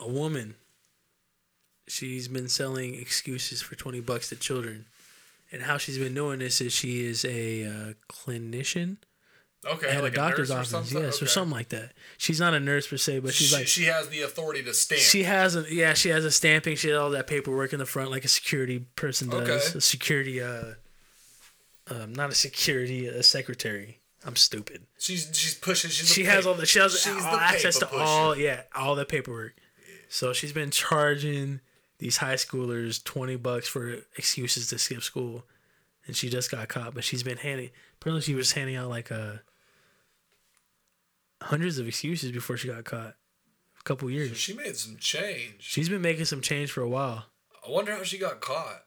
D: a woman, she's been selling excuses for twenty bucks to children, and how she's been doing this is she is a uh, clinician
E: Okay,
D: at
E: like
D: a doctor's
E: nurse
D: office,
E: or something?
D: yes, or
E: Okay.
D: something like that. She's not a nurse per se, but she's
E: she,
D: like
E: she has the authority to stamp.
D: She has a yeah, she has a stamping. She has all that paperwork in the front, like a security person does.
E: Okay.
D: A security, uh, um, not a security, a secretary. I'm stupid.
E: she's she's pushing. She's
D: she
E: a
D: has
E: pig.
D: all the she has
E: She's
D: all
E: the
D: access to
E: paper
D: all
E: pusher.
D: yeah all the paperwork. So she's been charging these high schoolers twenty bucks for excuses to skip school, and she just got caught. But she's been handing apparently she was handing out like uh hundreds of excuses before she got caught. A couple years.
E: She made some change.
D: She's been making some change for a while.
E: I wonder how she got caught.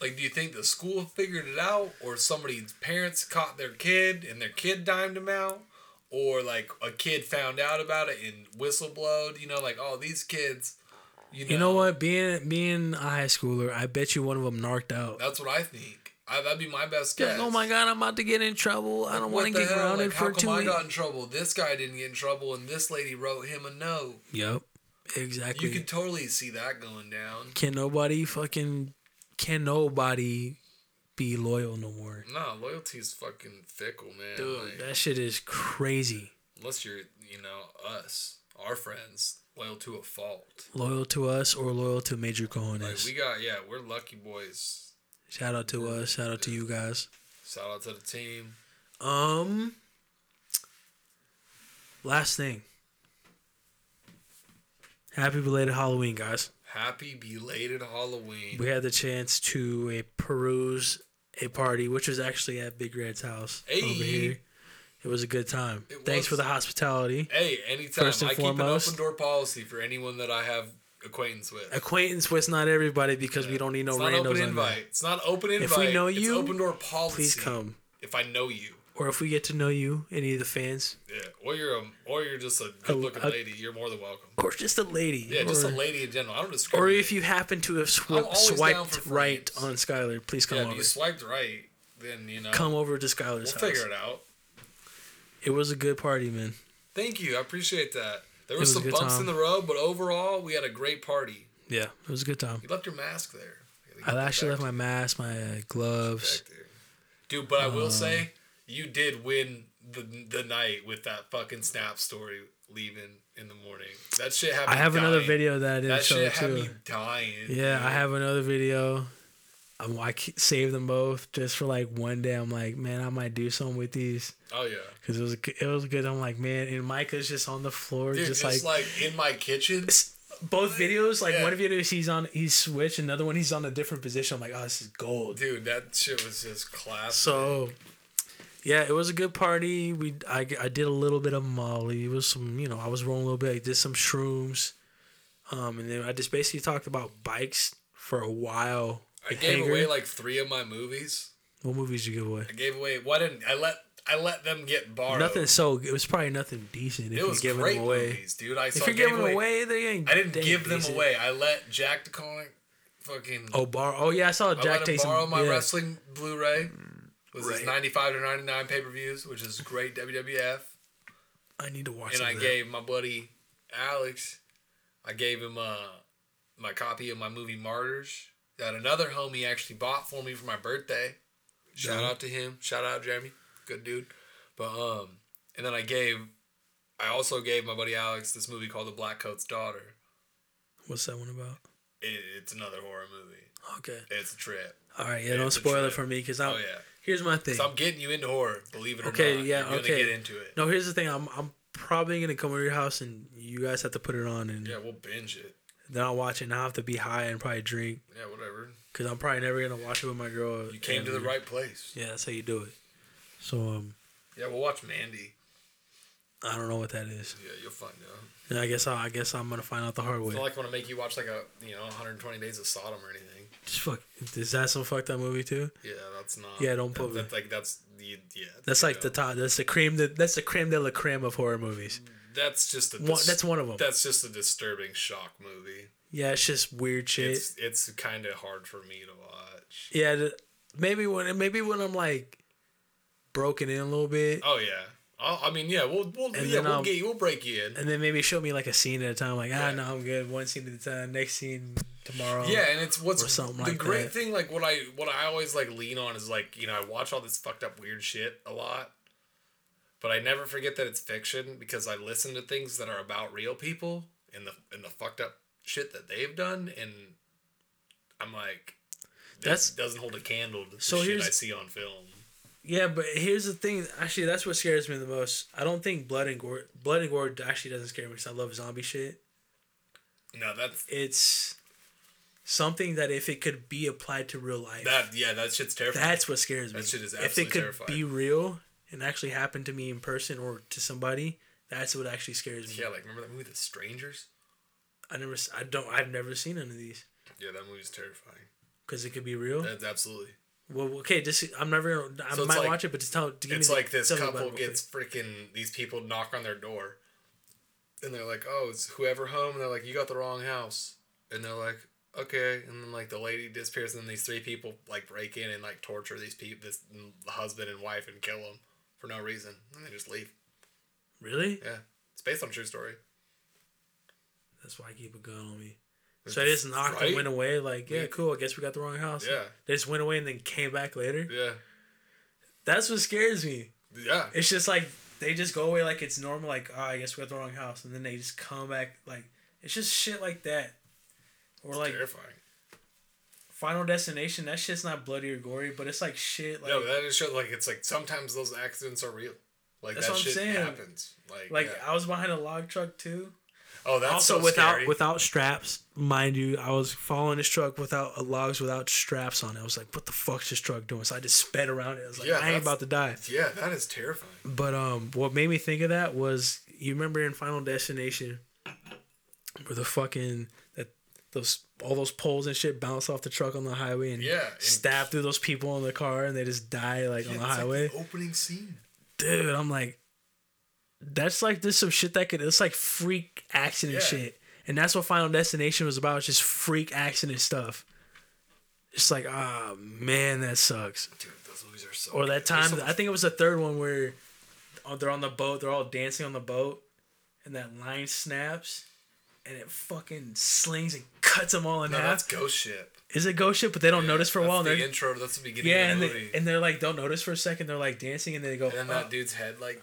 E: Like, do you think the school figured it out, or somebody's parents caught their kid and their kid dimed them out, or like a kid found out about it and whistleblowed? You know, like oh these kids. You know,
D: You know what? Being being a high schooler, I bet you one of them narked out.
E: That's what I think. I, that'd be my best
D: Like,
E: guess.
D: oh my god, I'm about to get in trouble. I don't
E: What
D: want to
E: the
D: get
E: hell?
D: grounded
E: Like, how
D: for
E: come
D: two
E: I
D: weeks.
E: got in trouble? This guy didn't get in trouble, and this lady wrote him a note.
D: Yep, exactly.
E: You can totally see that going down.
D: can nobody fucking can nobody be loyal no more?
E: Nah, loyalty's fucking fickle, man.
D: Dude,
E: Like,
D: that shit is crazy.
E: unless you're, you know, us, our friends, loyal to a fault.
D: Loyal to us or loyal to Major Cohen
E: Like
D: is.
E: we got, yeah, we're lucky boys.
D: shout out to us. Shout out to you guys.
E: Shout out to the team.
D: Um. Last thing. Happy belated Halloween, guys.
E: Happy belated Halloween.
D: We had the chance to uh, peruse a party, which was actually at Big Red's house
E: Hey.
D: over here. It was a good time.
E: It
D: Thanks
E: was.
D: for the hospitality.
E: Hey, anytime.
D: First and
E: I
D: foremost-
E: keep an open door policy for anyone that I have acquaintance with.
D: Acquaintance with not everybody because we don't need no
E: it's not
D: randos
E: open
D: on
E: invite.
D: there.
E: It's not open invite.
D: If we know you,
E: it's open door policy.
D: Please come,
E: If I know you,
D: or if we get to know you, any of the fans,
E: yeah, or you're a, or you're just a good looking
D: a-
E: lady. You're more than welcome.
D: or just a lady,
E: Yeah, just a
D: or-
E: lady in general. I don't discriminate.
D: Or if you happen to have
E: I'm
D: sw-
E: always down
D: swiped
E: for
D: right
E: friends.
D: on Skylar, please come
E: yeah,
D: over.
E: if you swiped right, then you know
D: come over to Skylar's
E: we'll
D: house.
E: figure it out.
D: It was a good party, man.
E: Thank you, I appreciate that. There
D: It
E: were
D: was a
E: some
D: good
E: bumps
D: time.
E: in the road, but overall, we had a great party.
D: Yeah, it was a good time.
E: You left your mask there.
D: I
E: You gotta get that
D: actually
E: back
D: left my mask, my Um, uh, gloves.
E: back there. Dude, but I will say, you did win the the night with that fucking snap story leaving in the morning. That shit had me
D: I have another
E: dying.
D: video that I didn't
E: That
D: show
E: shit had
D: too.
E: me dying.
D: Yeah, I
E: dude.
D: have another video. I'm, I ke- saved them both just for like one day. I'm like, man, I might do something with these
E: Oh yeah.
D: because it was g- it was good. I'm like, man, and Micah's just on the floor,
E: Dude,
D: just like,
E: in my kitchen.
D: s- both videos. Like
E: Yeah.
D: one video is he's on he's switch, another one he's on a different position. I'm like, oh, this is gold.
E: Dude, that shit was just classic.
D: So, yeah, it was a good party. We I, I did a little bit of Molly. It was some you know I was rolling a little bit. I did some shrooms, um, and then I just basically talked about bikes for a while.
E: I
D: with
E: gave
D: Hager.
E: away like three of my movies.
D: what movies you give away?
E: I gave away. Why didn't I let I let them get borrowed?
D: Nothing. So it was probably nothing decent if
E: It
D: you
E: was
D: give
E: great
D: them away.
E: movies, dude. I
D: If
E: saw
D: you're
E: gave
D: giving them away, they ain't.
E: I didn't
D: they ain't
E: give them
D: decent.
E: away. I let Jack DeConnick fucking.
D: Oh, bar. Oh yeah, I saw
E: I
D: Jack
E: let him
D: take some.
E: borrow my
D: yeah.
E: wrestling Blu-ray. Was
D: Right.
E: his ninety-five to ninety-nine pay-per-views, which is great WWF.
D: I need to watch.
E: and
D: some
E: I
D: of that.
E: gave my buddy Alex, I gave him uh, my copy of my movie Martyrs that another homie actually bought for me for my birthday. Shout out to him. Shout out Jeremy, good dude. But um, and then I gave, I also gave my buddy Alex this movie called The Black Coat's Daughter.
D: What's that one about?
E: It, it's another horror movie.
D: Okay.
E: It's a trip.
D: All right. Yeah. Don't
E: it's a
D: spoil it
E: trip.
D: for me because I'm.
E: Oh yeah.
D: Here's my thing.
E: So I'm getting you into horror, believe it or
D: Okay,
E: not.
D: yeah,
E: uh, You're gonna
D: okay.
E: get into it.
D: No, here's the thing. I'm I'm probably gonna come over to your house and you guys have to put it on and
E: Yeah, we'll binge it.
D: then I'll watch it and I'll have to be high and probably drink
E: Yeah, whatever.
D: because I'm probably never gonna watch it with my girl.
E: You came to the
D: And-
E: right place.
D: Yeah, that's how you do it. So um,
E: Yeah, we'll watch Mandy.
D: I don't know what that is.
E: Yeah, you'll find out.
D: And I guess I, I guess I'm gonna find out the hard way.
E: It's not like I want to make you watch like a you know 120 Days of Sodom or anything.
D: Just fuck. Is that some fucked up movie too?
E: Yeah, that's not.
D: Yeah, don't
E: that-
D: put me.
E: That's like that's the yeah.
D: That's
E: you
D: like the
E: know.
D: top. That's the cream. That that's the creme de la creme of horror movies.
E: That's just a.
D: One, that's one of them.
E: That's just a disturbing shock movie.
D: yeah, it's just weird shit.
E: It's it's kind of hard for me to watch.
D: yeah, th- maybe when maybe when I'm like broken in a little bit.
E: Oh yeah. I'll, I mean yeah we'll we'll
D: And
E: yeah
D: then um,
E: we'll
D: I'll-
E: get you we'll break you in.
D: and then maybe show me like a scene at a time. Like, ah,
E: Yeah.
D: no, I'm good. One scene at a time. Next scene tomorrow.
E: Yeah, and it's what's
D: um, or something
E: the
D: like
E: great
D: that.
E: thing. Like what I what I always like lean on is like you know I watch all this fucked up weird shit a lot, but I never forget that it's fiction because I listen to things that are about real people and the and the fucked up shit that they've done, and I'm like,
D: That's-
E: this doesn't hold a candle to the
D: So
E: shit
D: here's-
E: I see on film.
D: Yeah, but here's the thing. Actually, that's what scares me the most. I don't think blood and gore. Blood and gore actually doesn't scare me because I love zombie shit.
E: No, that's
D: It's something that if it could be applied to real life,
E: that. Yeah, that shit's terrifying.
D: that's what scares me.
E: That shit is
D: if it
E: absolutely
D: could
E: terrifying.
D: be real and actually happen to me in person or to somebody, that's what actually scares me.
E: yeah, like remember that movie The Strangers?
D: I never. s- I don't. I've never seen none of these
E: Yeah, that movie's terrifying.
D: because it could be real.
E: That's absolutely.
D: Well, okay, just I'm never. gonna I
E: So it's
D: might
E: like-
D: watch it, but just tell. Give
E: it's
D: me the-
E: like this
D: tell me
E: couple
D: about it real
E: gets freaking these people knock on their door and they're like oh it's whoever home and they're like you got the wrong house and they're like okay and then like the lady disappears and then these three people like break in and like torture these people this husband and wife and kill them for no reason and they just leave
D: quick. Really?
E: yeah it's based on a true story
D: That's why I keep a gun on me. So they just knocked
E: Right?
D: and went away. Like, yeah,
E: Yeah.
D: cool. I guess we got the wrong house.
E: yeah
D: They just went away and then came back later.
E: yeah
D: That's what scares me.
E: yeah
D: It's just like they just go away like it's normal. Like, oh, I guess we got the wrong house, and then they just come back. Like, it's just shit like that. Or like
E: terrifying
D: Final Destination. That shit's not bloody or gory, but it's like shit. Like,
E: no that is shows like it's like sometimes those accidents are real like
D: That's
E: that
D: what I'm
E: shit
D: saying.
E: happens like,
D: like
E: yeah.
D: I was behind a log truck too.
E: oh that's
D: also
E: so
D: without
E: scary.
D: without straps, mind you, I was following this truck without uh, logs without straps on it. I was like, what the fuck's this truck doing? So I just sped around it. I was like,
E: Yeah,
D: I ain't
E: that's-
D: about to die.
E: yeah that is terrifying
D: But um, what made me think of that was you remember in Final Destination, where the fucking that those all those poles and shit bounce off the truck on the highway and
E: Yeah, and-
D: stab through those people in the car and they just die like on the
E: Yeah, it's like
D: highway.
E: opening scene.
D: Dude, I'm like, that's like this some shit that could it's like freak accident
E: Yeah.
D: shit, and that's what Final Destination was about, just freak accident stuff. It's like, ah, man, that sucks.
E: Dude, those movies are so.
D: Or that
E: good. There's
D: time,
E: so
D: I think it was the third one where oh, they're on the boat, they're all dancing on the boat, and that line snaps and it fucking slings and cuts them all in
E: No, that's
D: half.
E: Ghost Ship.
D: Is it ghost shit? But they don't notice for a
E: That's
D: while. and
E: the
D: they're-
E: intro. That's the beginning
D: yeah,
E: of
D: and,
E: the movie.
D: they, and they're like, don't notice for a second. They're like dancing and they go,
E: and then
D: "Oh."
E: that dude's head, like,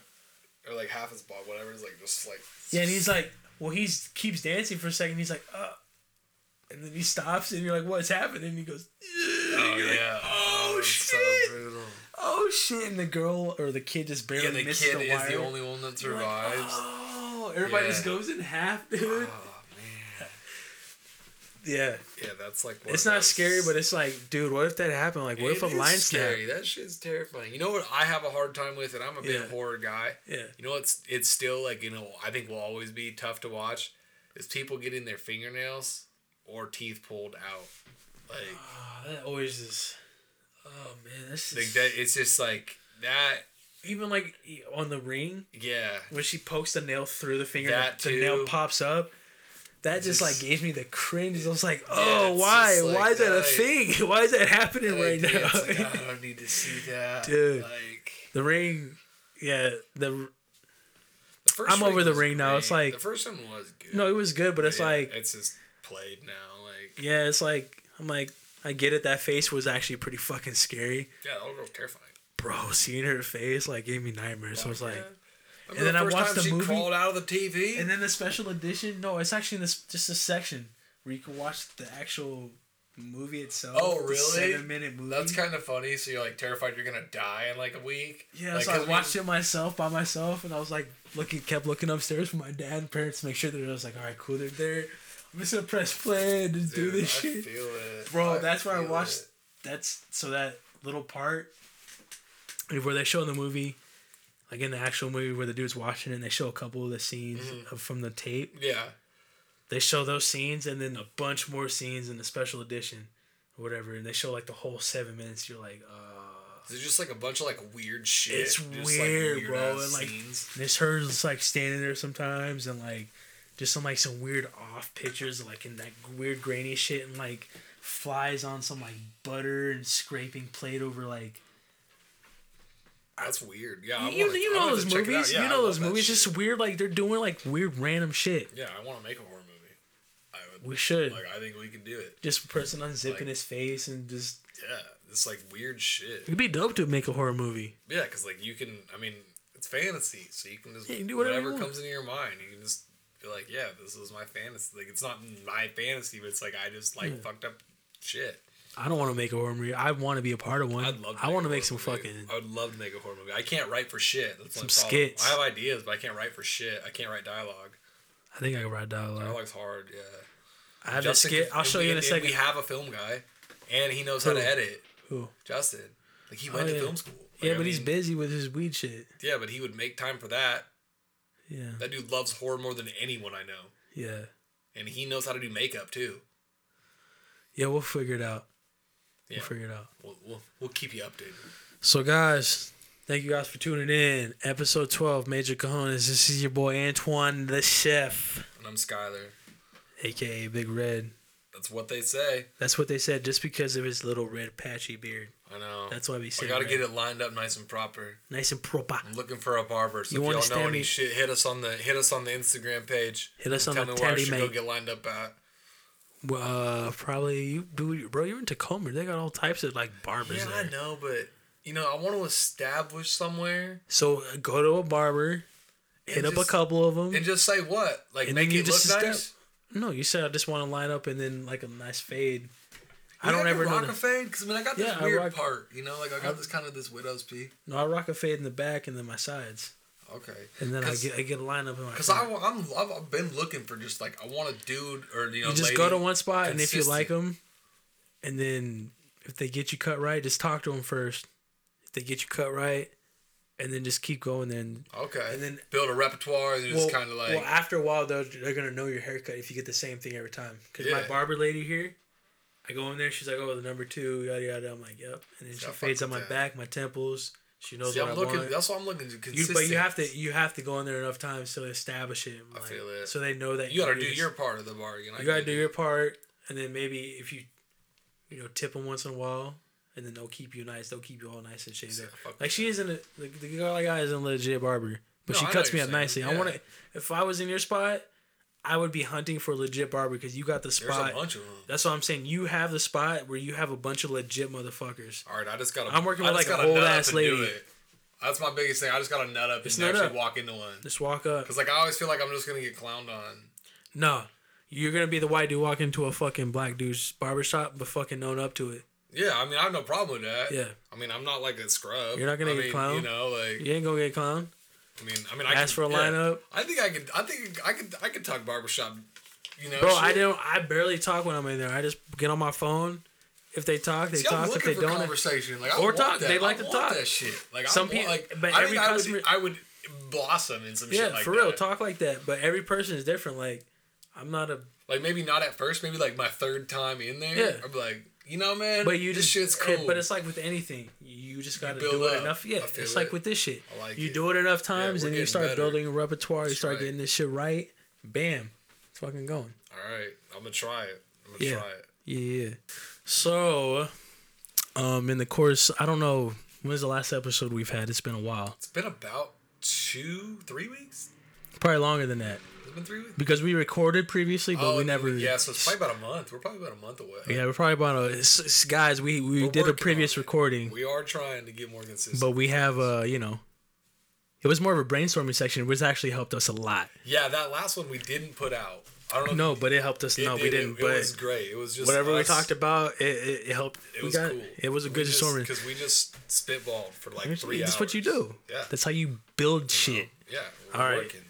E: or like half his body, whatever, is like just like.
D: yeah, and he's like, well, he's keeps dancing for a second. He's like, uh, and then he stops and you're like, what's happening? And he goes,
E: oh, yeah.
D: oh,
E: it's
D: shit.
E: So brutal.
D: oh shit, and the girl or the kid just barely
E: Yeah, the
D: missed
E: kid
D: the
E: is
D: wire.
E: the only one that survives.
D: Oh, everybody just
E: Yeah. Oh,
D: goes in half, dude. Yeah,
E: yeah, that's like. One
D: it's
E: of
D: not
E: those-
D: scary, but it's like, dude, what if that happened? Like, what if a
E: It is
D: line snap?
E: scary. That shit's terrifying. You know what? I have a hard time with, and I'm a big
D: Yeah.
E: horror guy.
D: Yeah.
E: You know what's? It's still like you know. I think will always be tough to watch. Is people getting their fingernails or teeth pulled out. Like
D: Oh, that always is. Oh man, this
E: like
D: is
E: that. It's just like that.
D: even like on the ring
E: Yeah.
D: when she pokes the nail through the finger,
E: That
D: the nail
E: too.
D: pops up. That just, like
E: Just-
D: gave me the cringe. I was like, oh,
E: it's
D: why?
E: just like
D: why is that a
E: that, like-
D: thing? Why is that happening right
E: Like,
D: now?
E: yeah, it's like, "Oh, I don't need to see that,
D: Dude.
E: Like
D: the ring, yeah, the
E: the first
D: I'm over the
E: was
D: ring now. It's
E: great.
D: like-
E: the first one was good.
D: no, it was good, but it's
E: Yeah,
D: like
E: it's just played now. Like
D: Yeah, it's like I'm like I get it. That face was actually pretty fucking scary,
E: yeah, that girl was terrifying.
D: bro. Seeing her face like gave me nightmares. So I was like,
E: Remember
D: And then I watched the
E: she
D: movie-
E: crawled out of the TV.
D: and then the special edition. No, it's actually in this just a section where you can watch the actual movie itself.
E: Oh,
D: the
E: really?
D: seven minute movie.
E: That's kind of funny. So you're like terrified you're gonna die in like a week.
D: yeah.
E: like,
D: so I
E: 'cause we-
D: watched it myself by myself, and I was like looking, kept looking upstairs for my dad and parents to make sure that I was like, all right, cool, they're there. I'm just gonna press play and just
E: Dude,
D: do this
E: I
D: shit,
E: Feel it.
D: bro. that's where I
E: feel
D: watched.
E: it.
D: That's so that little part where they show in the movie, like in the actual movie where the dude's watching and they show a couple of the scenes
E: Mm-hmm.
D: of, from the tape.
E: Yeah,
D: They show those scenes and then a bunch more scenes in the special edition or whatever. And they show like the whole seven minutes. You're like, uh,
E: it's just like a bunch of like weird shit.
D: it's
E: just, like,
D: weird, bro.
E: weird-ass
D: And like,
E: scenes.
D: this hers is like standing there sometimes and like just some like some weird off pictures, like in that weird grainy shit and like flies on some like butter and scraping plate over like
E: that's weird. Yeah, I
D: you,
E: wanna-
D: you
E: I
D: know
E: wanna
D: those
E: check it out.
D: movies.
E: Yeah,
D: you
E: I
D: know
E: love
D: those
E: that
D: movies.
E: shit.
D: Just weird, like they're doing like weird random shit.
E: yeah, I want to make a horror movie. I would.
D: We should
E: Like I think we can do it.
D: just person unzipping
E: like-
D: his face and just.
E: Yeah, it's like weird shit.
D: It'd be dope to make a horror movie.
E: Yeah, because like you can. I mean, it's fantasy, so you can just
D: Yeah, you can do whatever
E: whatever,
D: you want.
E: comes into your mind. You can just be like, yeah, this is my fantasy. Like it's not my fantasy, but it's like I just like fucked up shit.
D: I don't want to make a horror movie. I want to be a part of one.
E: I'd love.
D: I
E: a
D: want to
E: horror
D: make some
E: movie.
D: fucking.
E: I would love to make a horror movie. I can't write for shit. That's
D: Some
E: some problem.
D: skits.
E: I have ideas, but I can't write for shit. I can't write dialogue.
D: I think I can write dialogue.
E: Dialogue's hard. Yeah.
D: I have
E: Justin
D: a skit.
E: can-
D: I'll
E: and
D: show
E: we-
D: you in a
E: and
D: second.
E: We have a film guy, and he knows
D: Who?
E: how to edit.
D: Who?
E: Justin, like he
D: Oh,
E: went to
D: yeah.
E: film school. Like,
D: yeah,
E: I
D: but he's
E: mean,
D: busy with his weed shit.
E: Yeah, but he would make time for that.
D: Yeah.
E: That dude loves horror more than anyone I know.
D: Yeah.
E: and he knows how to do makeup too.
D: Yeah, we'll figure it out.
E: Yeah,
D: We'll figure it out.
E: we'll, we'll, we'll keep you updated.
D: So, guys, thank you guys for tuning in. Episode 12, Major Cajones. This is your boy Antoine the Chef.
E: And I'm Skyler.
D: aka Big Red.
E: That's what they say.
D: That's what they said, just because of his little red patchy beard.
E: I know.
D: That's why we say
E: I gotta
D: red.
E: get it lined up nice and proper.
D: Nice and proper.
E: I'm looking for a barber. So
D: You
E: if y'all
D: understand
E: know any
D: me?
E: shit, hit us on the hit us on the Instagram page.
D: Hit us on
E: Tell
D: the
E: me where I
D: telly,
E: should go
D: mate.
E: get lined up at.
D: Well, uh, probably you, dude, bro. You're in Tacoma. They got all types of like barbers
E: Yeah,
D: there.
E: I know, but you know, I want to establish somewhere
D: So uh, go to a barber, hit
E: And
D: up a
E: just-
D: couple of them.
E: and just say what, like
D: And then
E: make
D: you
E: it look
D: just
E: nice.
D: estab- no, you said I just want to line up and then like a nice fade. I don't
E: Yeah,
D: ever know.
E: rock
D: the-
E: a fade because I mean I got this
D: Yeah, I
E: weird
D: rock-
E: part, you know, like I got this kind of this widow's peak.
D: no, I rock a fade in the back and then my sides,
E: Okay.
D: and then I
E: 'Cause-
D: get I get a line up in my.
E: Cause
D: front.
E: I, wa- I'm I've, I've been looking for just like I want a dude or you know
D: You just
E: lady
D: go to one spot, and if you like
E: consistent.
D: them, and then if they get you cut right, just talk to them first. If they get you cut right, and then just keep going. Then
E: okay,
D: and
E: and
D: then-
E: then build a repertoire and
D: well,
E: just kind of like
D: well, after a while, they're, they're gonna know your haircut if you get the same thing every time. Cause my
E: Yeah.
D: barber lady here, I go in there, she's like, "Oh, the number two, yada yada." I'm like, "Yep," and then
E: See,
D: she
E: I fuck
D: fades on my
E: with that.
D: back, my temples. She knows
E: see,
D: what i
E: I'm looking.
D: want.
E: That's what I'm looking to
D: You,
E: consistent.
D: but you have to you have to go in there enough times to establish it. like,
E: feel it.
D: So they know that
E: You gotta do
D: this.
E: your part of the bargain. I
D: You gotta
E: get
D: do
E: it.
D: your part, and then maybe if you, you know, tip them once in a while, and then they'll keep you nice. They'll keep you all nice and shaved
E: Yeah,
D: up.
E: fuck
D: Like she isn't a, the the girl I got isn't a legit barber, But
E: No,
D: she
E: I know
D: cuts
E: what
D: me
E: you're
D: up
E: saying,
D: nicely. I
E: yeah.
D: want to. If I was in your spot, I would be hunting for legit barber because you got the
E: There's
D: spot.
E: a bunch of them.
D: That's what I'm saying. You have the spot where you have a bunch of legit motherfuckers.
E: All right, I just gotta.
D: I'm working
E: I
D: with,
E: just
D: like, a
E: gotta nut up
D: old-ass
E: and do
D: lady.
E: it. That's my biggest thing. I just gotta nut up
D: Just
E: and
D: nut
E: actually
D: up.
E: walk into one.
D: Just walk up.
E: Cause like I always feel like I'm just gonna get clowned on.
D: No, you're gonna be the white dude walking into a fucking black dude's barbershop, but fucking own up to it.
E: Yeah, I mean I have no problem with that.
D: Yeah.
E: I mean I'm not like a scrub.
D: You're not gonna
E: I
D: get
E: mean,
D: clowned?
E: You know, like
D: You ain't gonna get clowned.
E: I mean, I mean I
D: Ask for
E: can-
D: a
E: yeah.
D: lineup.
E: I think I could. I think I could. I could talk barbershop. You know,
D: Bro, I
E: shit.
D: don't. I barely talk when I'm in there. I just get on my phone. If they talk, they
E: See, I'm
D: talk. If
E: looking
D: they
E: for
D: don't,
E: conversation. Like, I
D: Or
E: want
D: talk.
E: That.
D: They like
E: I
D: to
E: want
D: talk.
E: That shit. Like
D: Some
E: some people.
D: people-
E: Like,
D: but
E: I
D: every
E: think I would.
D: customer-
E: I would blossom in some
D: yeah,
E: shit like
D: for real,
E: that.
D: talk like that. But every person is different. Like, I'm not a.
E: Like maybe not at first. Maybe like my third time in there.
D: Yeah.
E: I'd be like, you know, man.
D: But you
E: this
D: just.
E: shit's
D: it-
E: cool.
D: but it's like with anything, you just gotta
E: build
D: do it
E: up.
D: enough. Yeah,
E: I feel
D: it's like
E: it.
D: with this shit.
E: I like
D: you
E: it.
D: do it enough times,
E: we're
D: and you
E: getting
D: start
E: better.
D: building a repertoire. you
E: That's
D: start
E: right.
D: getting this shit right. Bam, it's fucking going.
E: all right. I'm gonna try it. I'm gonna
D: Yeah.
E: try it.
D: Yeah, yeah. So, um, in the course, I don't know when's the last episode we've had. It's been a while,
E: It's been about two, three weeks.
D: probably longer than that
E: It's been three weeks.
D: because we recorded previously, but
E: Oh,
D: we never.
E: Yeah, so it's probably about a month. We're probably about a month away.
D: Yeah, we're probably about a it's- it's- guys. We we
E: We're
D: did
E: working
D: a
E: on
D: previous
E: it.
D: recording,
E: We are trying to get more consistent.
D: but we have uh, you know, it was more of a brainstorming section, which actually helped us a lot.
E: yeah, that last one we didn't put out. I don't know.
D: No, but it helped us.
E: it
D: no, we
E: did. It-
D: didn't.
E: It,
D: but
E: was great. It was just
D: whatever we
E: us.
D: talked about, it, it, it helped.
E: It
D: we
E: was
D: got-
E: cool.
D: It was a good brainstorming.
E: because we just spitballed for like three hours.
D: That's what you do.
E: Yeah.
D: That's how you build shit.
E: yeah. We're
D: All right.
E: working.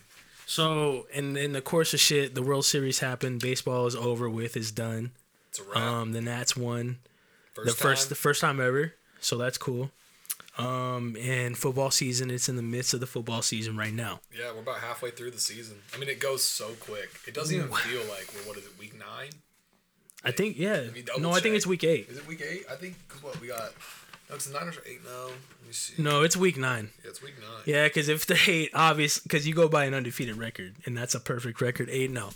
D: So, in in the course of shit, the World Series happened. Baseball is over with. It's done.
E: It's a wrap.
D: Um, the Nats won
E: first
D: the first
E: time.
D: the first time ever. So that's cool. Um, and football season. It's in the midst of the football season right now.
E: yeah, we're about halfway through the season. I mean, it goes so quick. It doesn't even feel like we're what is it, week nine?
D: I think yeah.
E: Let me double
D: No, I think
E: check.
D: it's week eight.
E: Is it week eight? I think 'cause what we got. No, it's nine or eight. No, let me see.
D: No, it's week nine.
E: Yeah, it's week nine.
D: Yeah, because if they eight, obvious, because you go by an undefeated record, and that's a perfect record. Eight no.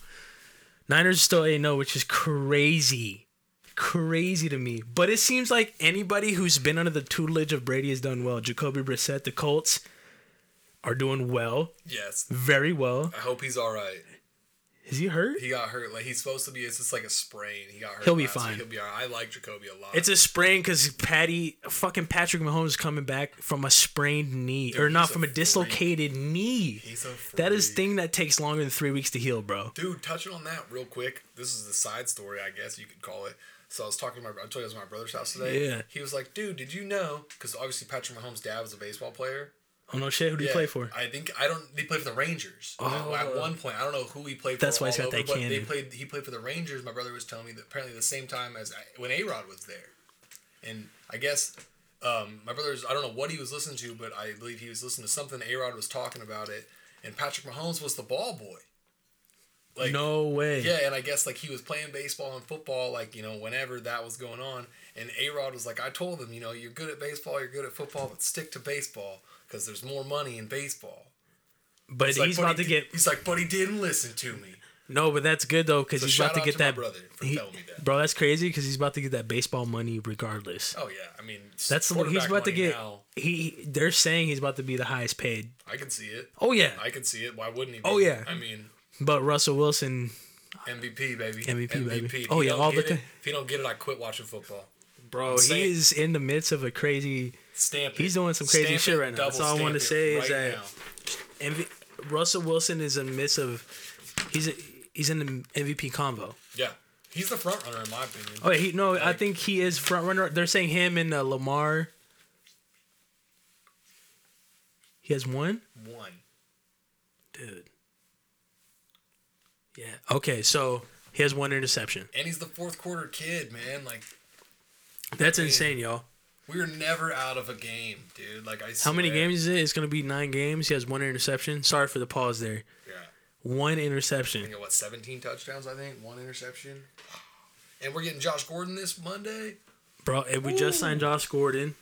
D: Niners are still eight no, which is crazy, crazy to me. But it seems like anybody who's been under the tutelage of Brady has done well. Jacoby Brissett, the Colts, are doing well,
E: Yes.
D: very well.
E: I hope he's all right.
D: Is he hurt?
E: He got hurt. Like he's supposed to be. It's just like a sprain. He got hurt.
D: He'll be
E: last week.
D: fine.
E: He'll be all right. I like Jacoby a lot.
D: It's a sprain because Patty, fucking Patrick Mahomes is coming back from a sprained knee, or not
E: he's a
D: from a
E: freak.
D: dislocated knee.
E: He's a
D: That is
E: freak.
D: thing that takes longer than three weeks to heal, bro.
E: Dude, touching on that real quick. This is the side story, I guess you could call it. So I was talking to my, I told you I was at my brother's house today.
D: Yeah.
E: He was like, dude, did you know? Because obviously Patrick Mahomes' dad was a baseball player.
D: Oh no shit, who do you
E: Yeah,
D: play for?
E: I think I don't. They played for the Rangers. Oh. At one point, I don't know who he played for.
D: That's why he's
E: all
D: got that
E: but They
D: cannon.
E: played. He played for the Rangers. My brother was telling me that apparently the same time as I, when A Rod was there, and I guess um, my brother's. I don't know what he was listening to, but I believe he was listening to something. A Rod was talking about it, and Patrick Mahomes was the ball boy. Like
D: no way.
E: yeah, and I guess like he was playing baseball and football, like you know, whenever that was going on. And A Rod was like, I told him, you know, you're good at baseball, you're good at football, but stick to baseball because there's more money in baseball.
D: But he's,
E: like, "But
D: about
E: he
D: to
E: di-
D: get
E: He's like, but he didn't listen to me.
D: no, but that's good though because
E: So
D: he's
E: shout
D: about to
E: out
D: get
E: to my
D: that.
E: brother for
D: he-
E: telling me that.
D: Bro, that's crazy because he's about to get that baseball money regardless.
E: Oh yeah, I mean, it's
D: that's the he's
E: quarterback
D: about to
E: money
D: get.
E: now.
D: He they're saying he's about to be the highest paid.
E: I can see it.
D: Oh yeah,
E: I can see it. Why wouldn't he? Be?
D: Oh, yeah.
E: I mean,
D: but Russell Wilson,
E: MVP baby.
D: MVP, baby.
E: If
D: Oh,
E: he
D: yeah,
E: don't
D: all
E: get
D: the
E: it-
D: thi-
E: if you don't get it, I quit watching football.
D: bro,
E: Insane.
D: he is in the midst of a crazy.
E: Stamp.
D: He's
E: it.
D: doing some crazy
E: Stamp
D: shit
E: it,
D: right now.
E: double
D: That's all I wanna
E: stamp it
D: say is
E: right
D: that-
E: now.
D: MV, Russell Wilson is in the midst of. He's he's in the MVP convo.
E: yeah, he's the front runner in my opinion.
D: Oh, he no, I
E: Like-
D: think he is front runner. They're saying him and uh, Lamar. He has one.
E: One.
D: Dude. Yeah. Okay, so he has one interception.
E: And he's the fourth quarter kid, man. Like
D: That's insane, y'all.
E: we're never out of a game, dude. Like I.
D: How many
E: swear.
D: games is it? It's gonna be nine games. He has one interception. Sorry for the pause there.
E: Yeah.
D: One
E: We
D: interception.
E: got what seventeen touchdowns, I think, one interception. And we're getting Josh Gordon this Monday.
D: Bro, and we just signed Josh Gordon.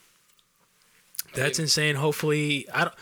D: That's
E: mean-
D: insane. Hopefully, I don't.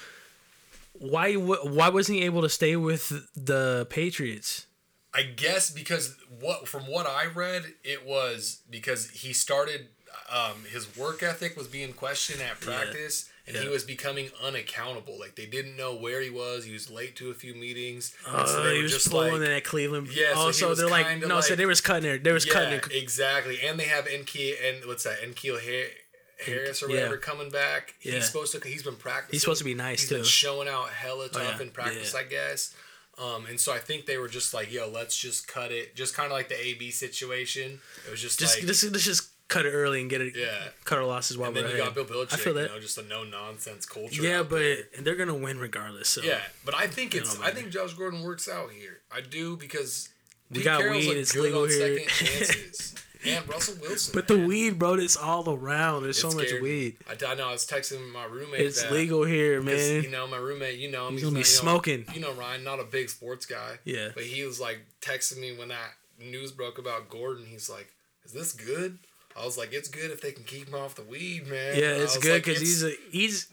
D: Why? wa- Why wasn't he able to stay with the Patriots?
E: I guess because what from what I read, it was because he started. um, his work ethic was being questioned at practice, and he
D: Yeah.
E: was becoming unaccountable. Like they didn't know where he was. He was late to a few meetings. and so
D: Uh,
E: they were
D: he was
E: just
D: pulling
E: like-
D: in at Cleveland.
E: Yeah, so
D: Oh,
E: he
D: so
E: was
D: they're like,
E: kinda
D: no, so
E: like-
D: they was cutting it. They was cutting
E: Yeah,
D: it.
E: exactly. And they have NK and what's that? NKO Har- Harris or whatever
D: yeah.
E: coming back.
D: Yeah.
E: He's supposed to. He's been practicing.
D: He's supposed to be nice,
E: He's
D: too. Oh,
E: Been showing out hella tough
D: yeah.
E: in practice,
D: Yeah.
E: I guess. Um, and so I think they were just like, "Yo, let's just cut it." Just kind of like the AB situation. It was just,
D: Just,
E: like,
D: just, let's just cut it early and get it.
E: Yeah.
D: Cut our losses while
E: and
D: we're
E: then you got
D: ahead.
E: Bill Belichick.
D: I feel that.
E: You know, just a no nonsense culture.
D: yeah,
E: out
D: but
E: there.
D: they're gonna win regardless. So
E: yeah, but I think it's.
D: know,
E: I
D: man.
E: think Josh Gordon works out here. I do because
D: We got weed,
E: looked
D: it's
E: good
D: legal
E: on
D: here.
E: second chances. and Russell Wilson.
D: But the
E: man.
D: weed, bro, it's all around. There's so
E: It
D: much
E: scared me.
D: weed.
E: I, I know. I was texting my roommate.
D: It's
E: that,
D: legal here,
E: 'cause,
D: man.
E: You know, my roommate. You know, him,
D: He's gonna be
E: not- you know-
D: smoking.
E: You know, Ryan, not a big sports guy.
D: Yeah.
E: But he was like texting me when that news broke about Gordon. He's like, "Is this good?" I was like, "It's good if they can keep him off the weed, man."
D: yeah,
E: I
D: it's
E: was
D: good
E: like,
D: because
E: it's-
D: he's a he's.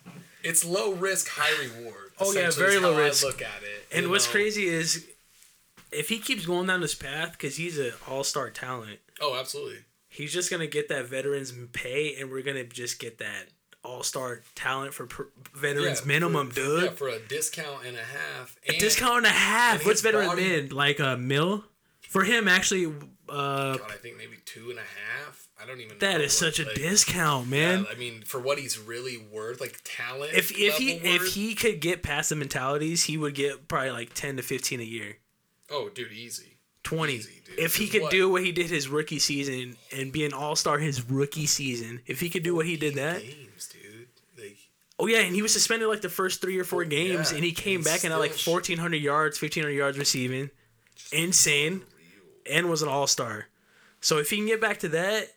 E: it's low risk, high reward.
D: Oh, yeah,
E: essentially,
D: very
E: is
D: low
E: how I
D: risk.
E: look at it.
D: And
E: you
D: what's
E: know?
D: crazy is, if he keeps going down this path, because he's an all-star talent,
E: Oh, absolutely.
D: he's just gonna get that veterans pay, and we're gonna just get that all-star talent for per, veterans
E: Yeah,
D: minimum,
E: for,
D: dude.
E: Yeah, for a discount and a half. And
D: Discount and a half.
E: and
D: What's
E: his
D: veteran
E: body-
D: min? Like a mil for him? Actually, uh,
E: God, I think maybe two and a half. I don't even.
D: that
E: know
D: is
E: what,
D: such a
E: like,
D: discount, man.
E: Yeah, I mean, for what he's really worth, like talent.
D: if if he
E: level
D: if
E: worth-
D: he could get past the mentalities, he would get probably like ten to fifteen a year,
E: oh, dude, easy.
D: twenty.
E: Easy, dude.
D: if he
E: Just
D: could
E: what?
D: do what he did his rookie season and be an all star his rookie season, if he could do what he did that,
E: games, dude. Like,
D: oh yeah, and he was suspended like the first three or four games,
E: Oh, yeah,
D: and he came
E: and
D: back and had like
E: still sh-
D: fourteen hundred yards, fifteen hundred yards receiving, insane, and was an all star. So if he can get back to that.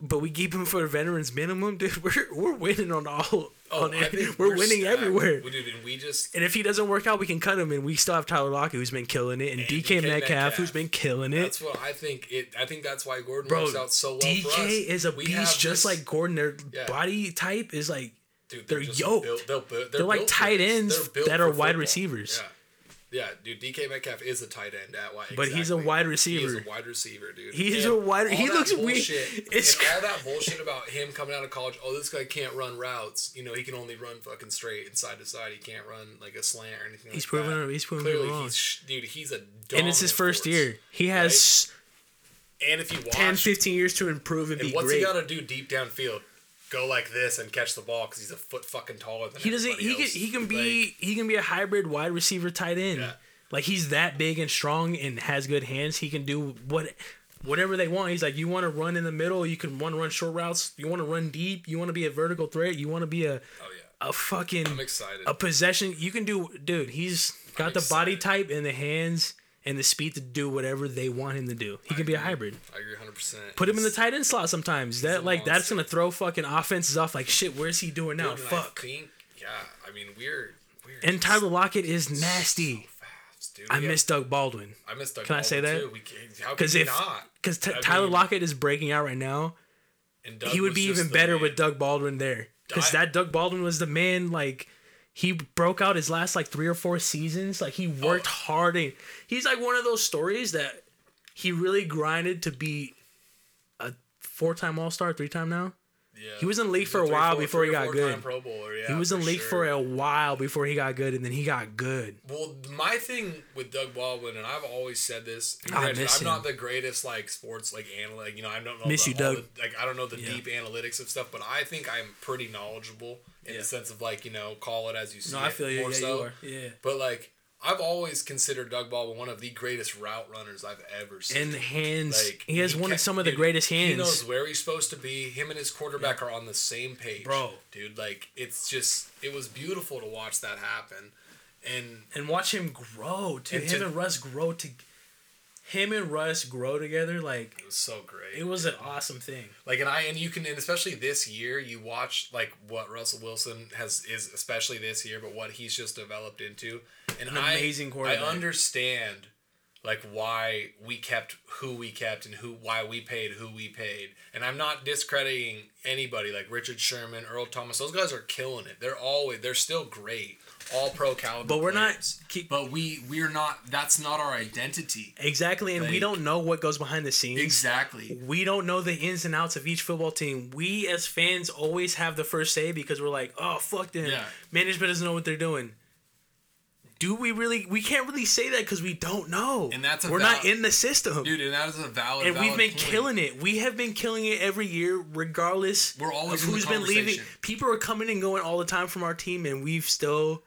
D: But we keep him for the veterans minimum, dude. We're, we're winning on all.
E: oh,
D: on,
E: I think
D: we're, winning
E: stacked.
D: everywhere.
E: We- dude, and we just
D: And if he doesn't work out, we can cut him, and we still have Tyler Lockett, who's been killing it, and, DK,
E: DK
D: Metcalf,
E: Metcalf.
D: who's been killing it.
E: that's what I think. It I think that's why Gordon
D: Bro,
E: works out so well
D: DK
E: for us.
D: is a
E: We have
D: beast, just
E: this-
D: like Gordon. Their
E: Yeah.
D: body type is like
E: dude,
D: they're
E: just
D: yoked.
E: built- they're, built-
D: They're like
E: built for
D: tight
E: this.
D: ends
E: They're built
D: that
E: for
D: are wide
E: football.
D: receivers.
E: Yeah. Yeah, dude, DK Metcalf is a tight end at wide,
D: But he's a wide receiver.
E: He's a wide receiver, dude.
D: He's
E: And
D: a wide-
E: all
D: he
E: that
D: looks weird.
E: bullshit,
D: It's
E: and all that bullshit about him coming out of college. Oh, this guy can't run routes. You know, he can only run fucking straight and side to side. He can't run like a slant or anything.
D: He's
E: like
D: proven
E: That.
D: it- he's proven me
E: Clearly,
D: wrong.
E: he's sh- dude. He's a
D: and it's his
E: dominant
D: first
E: force.
D: year. He has
E: And if you watch,
D: 10, 15 years to improve and,
E: and
D: be
E: what's
D: great.
E: he
D: He,
E: gotta do deep downfield? Go like this and catch the ball because he's a foot fucking taller than
D: doesn't.
E: everybody
D: He can.
E: else.
D: He can
E: Like,
D: be. he can be a hybrid wide receiver, tight end.
E: Yeah.
D: Like he's that big and strong and has good hands. He can do what. Whatever they want, he's like, you want to run in the middle, you can want to run short routes, you want to run deep, you want to be a vertical threat, you want to be a
E: oh yeah.
D: a fucking
E: I'm excited.
D: a possession. You can do, dude. He's got the body
E: excited.
D: type and the hands and the speed to do whatever they want him to do. He can be a hybrid.
E: I agree 100%.
D: Put him in the tight end slot sometimes.
E: a
D: That like that's
E: monster.
D: gonna throw fucking offenses off. Like shit, where's he doing now?
E: Dude, and I
D: Fuck.
E: think, yeah, I mean, we're. we're
D: And
E: just
D: Tyler Lockett is nasty.
E: fast, dude.
D: I
E: We
D: miss
E: have-
D: Doug Baldwin
E: I missed Doug
D: can I say
E: Baldwin,
D: that?
E: Too. We can't- how could
D: because
E: we
D: if
E: not?
D: because
E: I
D: Tyler
E: mean,
D: Lockett is breaking out right now,
E: and Doug
D: he would
E: was
D: be
E: just
D: even
E: the
D: better
E: man.
D: with Doug Baldwin there because
E: I-
D: that Doug Baldwin was the man. Like he broke out his last like three or four seasons. Like
E: Oh.
D: he worked hard and he's like one of those stories that he really grinded to be a four-time All Star, three-time now.
E: Yeah.
D: he was in the league
E: He's
D: for a
E: three,
D: while
E: four-
D: before he
E: three or
D: got
E: four-time
D: good.
E: Pro Bowler, yeah,
D: He was in the league
E: sure.
D: for a while before he got good, and then he got good.
E: Well, my thing with Doug Baldwin, and I've always said this. and
D: I
E: granted,
D: miss
E: I'm not
D: him.
E: the greatest like sports like analytic. You know, I don't know.
D: Miss
E: the,
D: you,
E: all
D: Doug.
E: The, like I don't know the
D: Yeah.
E: deep analytics of stuff, but I think I'm pretty knowledgeable in
D: Yeah.
E: the sense of like you know call it as you see.
D: No, I
E: it,
D: feel you.
E: more
D: Yeah,
E: so.
D: you are. Yeah.
E: But like I've always considered Doug Baldwin one of the greatest route runners I've ever seen.
D: And hands,
E: Like
D: he has one
E: ca-
D: of some of the
E: dude,
D: greatest
E: He knows
D: hands.
E: where he's supposed to be. Him and his quarterback are on the same page,
D: Bro.
E: Dude, like it's just it was beautiful to watch that happen, and
D: And watch him grow. To
E: And
D: him
E: to-
D: and Russ grow to him and Russ grow together. Like
E: it was so great.
D: it was an awesome thing.
E: like and I and you can and especially this year you watch like what Russell Wilson has is especially this year, but what he's just developed into. And
D: An
E: I-
D: amazing quarterback.
E: I understand like why we kept who we kept and who why we paid who we paid. And I'm not discrediting anybody like Richard Sherman, Earl Thomas. Those guys are killing it. They're always they're still great, all pro caliber.
D: But we're not
E: players.
D: keep-
E: but we we're not. That's not our identity.
D: Exactly, and we
E: Like-
D: don't know what goes behind the scenes.
E: Exactly.
D: We don't know the ins and outs of each football team. We as fans always have the first say because we're like, "Oh fuck them."
E: Yeah.
D: Management doesn't know what they're doing. Do we really? We can't really say that because we don't know.
E: And that's a
D: we're not
E: val-
D: in the system,
E: Dude, and that is a valid.
D: and we've
E: valid
D: been
E: point.
D: killing it. We have been killing it every year, regardless.
E: We're always
D: of
E: in the
D: who's been leaving.
E: conversation.
D: People are coming and going all the time from our team, and we've still.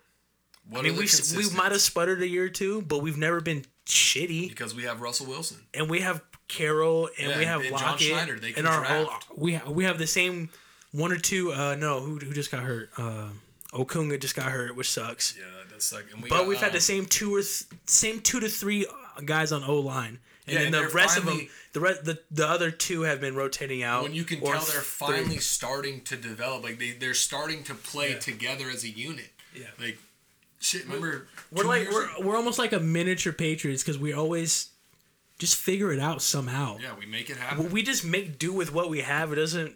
E: What
D: I mean, we
E: are the
D: we might have
E: consistencies?
D: sputtered a year or two, but we've never been shitty
E: because we have Russell Wilson.
D: and we have Carroll and
E: Yeah,
D: we have
E: and John
D: Lockett
E: Schneider, they can
D: and our
E: draft.
D: whole we ha- we have the same one or two. Uh, no, who, who just got hurt? Uh, Okunga just got hurt, which sucks.
E: Yeah, that does suck. And we
D: but
E: got,
D: we've had the
E: um,
D: same two or th- same two to three uh, guys on O line, and
E: Yeah,
D: then
E: and
D: the
E: they're
D: rest of them,
E: finally-
D: the re- the the other two have been rotating out.
E: when you can
D: or
E: tell they're
D: th-
E: finally
D: three.
E: starting to develop like they, they're starting to play
D: Yeah.
E: together as a unit
D: Yeah.
E: like shit remember
D: we're
E: two
D: like
E: years
D: we're,
E: ago-
D: we're almost like a miniature Patriots because we always just figure it out somehow.
E: yeah we make it
D: Well,
E: happen
D: we just make do with what we have. It doesn't.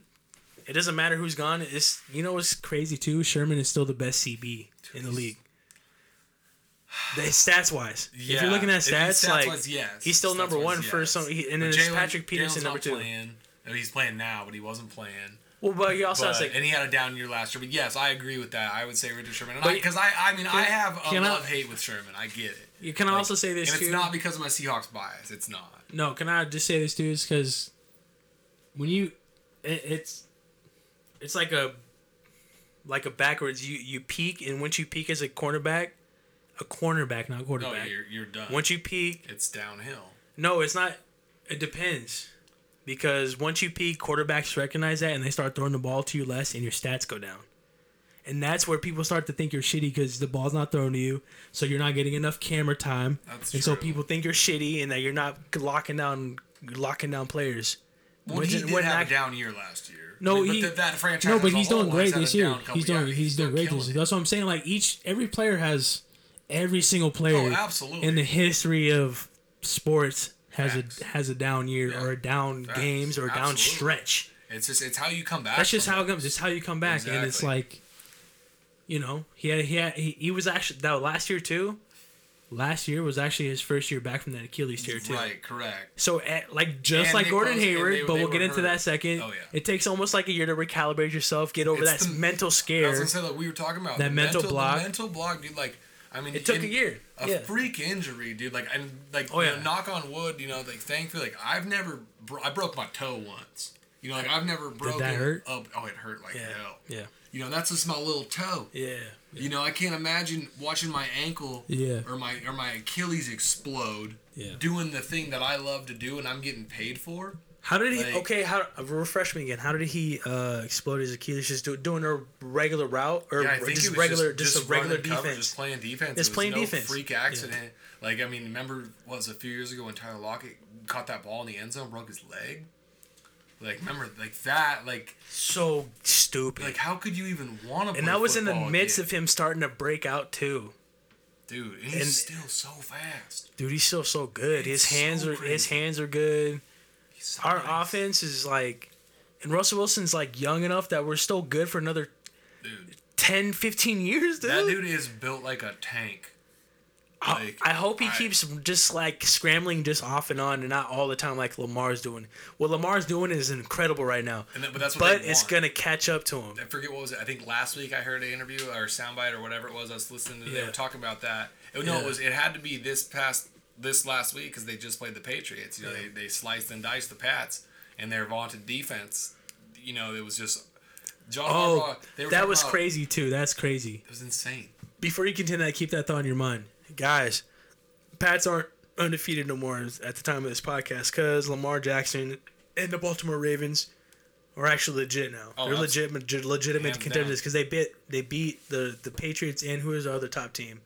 D: It doesn't matter who's gone. It's you know what's crazy too. Sherman is still the best CB in the league. The stats wise, if
E: Yeah.
D: you're looking at
E: If you-
D: stats, like
E: stats-wise, yes.
D: he's still number
E: Stats-wise,
D: one for
E: yes.
D: some. He, and
E: But
D: then it's
E: Jalen-
D: Patrick Peterson
E: Jalen's
D: number
E: not
D: two.
E: playing. I mean, he's playing now but he wasn't playing
D: Well, but you also
E: but,
D: have like
E: and he had a down year last year but yes I agree with that I would say Richard Sherman
D: But-
E: because I, I mean I have a
D: can I-
E: love hate with Sherman I get it
D: you can also say this
E: and
D: too.
E: it's not because of my Seahawks bias it's not
D: No, can I just say this too? Is because when you, it, it's, it's like a, like a backwards. You you peak, and once you peak as a cornerback, a cornerback, not
E: no
D: quarterback.
E: you're, you're done
D: once you peak,
E: it's downhill
D: no, it's not. It depends, because once you peak, quarterbacks recognize that, and they start throwing the ball to you less, and your stats go down. And that's where people start to think you're shitty because the ball's not thrown to you, so you're not getting enough camera time,
E: That's
D: and so
E: true.
D: people think you're shitty and that you're not locking down locking down players.
E: Well,
D: Which
E: he
D: is-
E: did
D: when
E: have
D: I-
E: a down year last year.
D: No,
E: I mean, but
D: he-
E: th- that franchise.
D: No, but
E: as a
D: he's
E: whole
D: doing
E: has
D: great
E: had a
D: this year.
E: down couple
D: He's doing he's,
E: years.
D: doing
E: still
D: great this
E: killing
D: year.
E: it.
D: That's what I'm saying. Like each every player has every single player
E: Oh, absolutely.
D: in the history of sports has
E: Facts.
D: a has a down yewn
E: Yeah.
D: or a down
E: Facts.
D: games or a down
E: Absolutely.
D: stretch.
E: It's just it's how you come back.
D: That's just
E: from
D: how
E: it.
D: it comes. It's how you come back, and it's
E: Exactly.
D: like, you know, he had, he had, he, he was actually that last year too. Last year was actually his first year back from that Achilles tear too.
E: Right, correct.
D: So at, like just
E: And
D: like
E: they
D: Gordon
E: both- and
D: Hayward,
E: they-
D: but
E: they
D: we'll
E: were
D: get into
E: hurt.
D: that second.
E: Oh, yeah.
D: It takes almost like a year to recalibrate yourself, get over
E: It's
D: that
E: the-
D: mental
E: That's what
D: scare.
E: I'm saying, like we were talking about
D: That
E: the
D: mental
E: the
D: block.
E: mental block, dude. Like, I mean,
D: It took
E: in-
D: a year.
E: A
D: Yeah.
E: freak injury, dude. Like, and like,
D: Oh,
E: you know,
D: yeah.
E: knock on wood, you know, like thankfully, like I've never, bro- I broke my toe once. You know, like I've never broken.
D: hurt?
E: Up. Oh, it hurt like
D: Yeah.
E: hell.
D: Yeah.
E: You know, that's just my little toe.
D: Yeah.
E: You know, I can't imagine watching my ankle
D: Yeah.
E: or my or my Achilles explode
D: Yeah.
E: doing the thing that I love to do and I'm getting paid for.
D: How did he?
E: Like-
D: okay, how uh, refresh me again? How did he uh, explode his Achilles? Just do, doing a regular route or
E: Yeah, I think
D: just
E: it was
D: regular, just, a regular
E: running cover,
D: defense?
E: just playing
D: Just
E: defense. It was
D: playing
E: no
D: defense.
E: Freak
D: Yeah.
E: accident. Like I mean, remember what was it, a few years ago when Tyler Lockett caught that ball in the end zone, broke his leg. Like remember like that like
D: so stupid.
E: like how could you even want to?
D: and that was in the midst of him starting to break out too.
E: dude. And he's
D: and-
E: still so fast.
D: Dude, he's still so good. His
E: It's
D: hands
E: so
D: are his
E: crazy.
D: hands are good.
E: He's so
D: Our
E: nice.
D: offense is like and Russell Wilson's like young enough that we're still good for another
E: dude.
D: 10, 15 years, dude.
E: That dude is built like a tank.
D: I-
E: like,
D: I hope he
E: I-
D: keeps just like scrambling just off and on and not all the time like Lamar's doing. What Lamar's doing is incredible right now.
E: And that- but that's what
D: but
E: they
D: it's
E: want.
D: gonna catch up to him.
E: I forget what was it. I think last week I heard an interview or soundbite or whatever it was. I was listening to. They
D: Yeah.
E: were talking about that. It, no,
D: Yeah.
E: it was. It had to be this past this last week because they just played the Patriots. You know, they, they sliced and diced the Pats and their vaunted defense. You know, it was just John
D: Oh,
E: Harbaugh. They were
D: that
E: talking
D: was
E: about-
D: crazy too. That's crazy.
E: It was insane.
D: before you continue that, keep that thought in your mind. Guys, Pats aren't undefeated no more at the time of this podcast because Lamar Jackson and the Baltimore Ravens are actually legit now.
E: Oh,
D: They're
E: that's-
D: legit, legit- legitimate
E: Hands
D: contenders
E: down.
D: because they bit they beat the the Patriots and who is our other top team?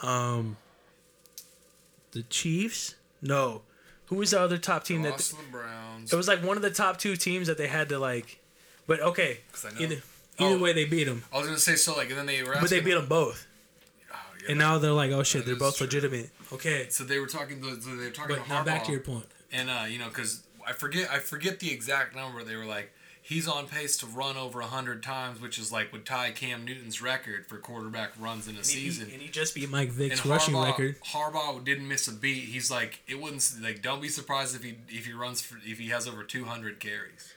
D: Um, the Chiefs. No, who was the other top team that
E: Lost to the Browns.
D: it was like one of the top two teams that they had to like, but okay,
E: 'Cause I know-
D: either either
E: Oh.
D: way they beat them,
E: I was gonna say so. Like, and then they were.
D: but they
E: asking-
D: beat them both.
E: Oh, yeah,
D: And now they're like, oh shit, they're both legitimate. Okay.
E: So they were talking. To, so they were talking.
D: But
E: to
D: now
E: Harbaugh,
D: back to your point.
E: And uh, you know, because I forget, I forget the exact number. They were like, he's on pace to run over hundred times, which is like would tie Cam Newton's record for quarterback runs in a season.
D: And he just beat Mike Vick's
E: and
D: rushing
E: Harbaugh,
D: record.
E: Harbaugh didn't miss a beat. He's like, it wouldn't like. Don't be surprised if he if he runs for, if he has over two hundred carries.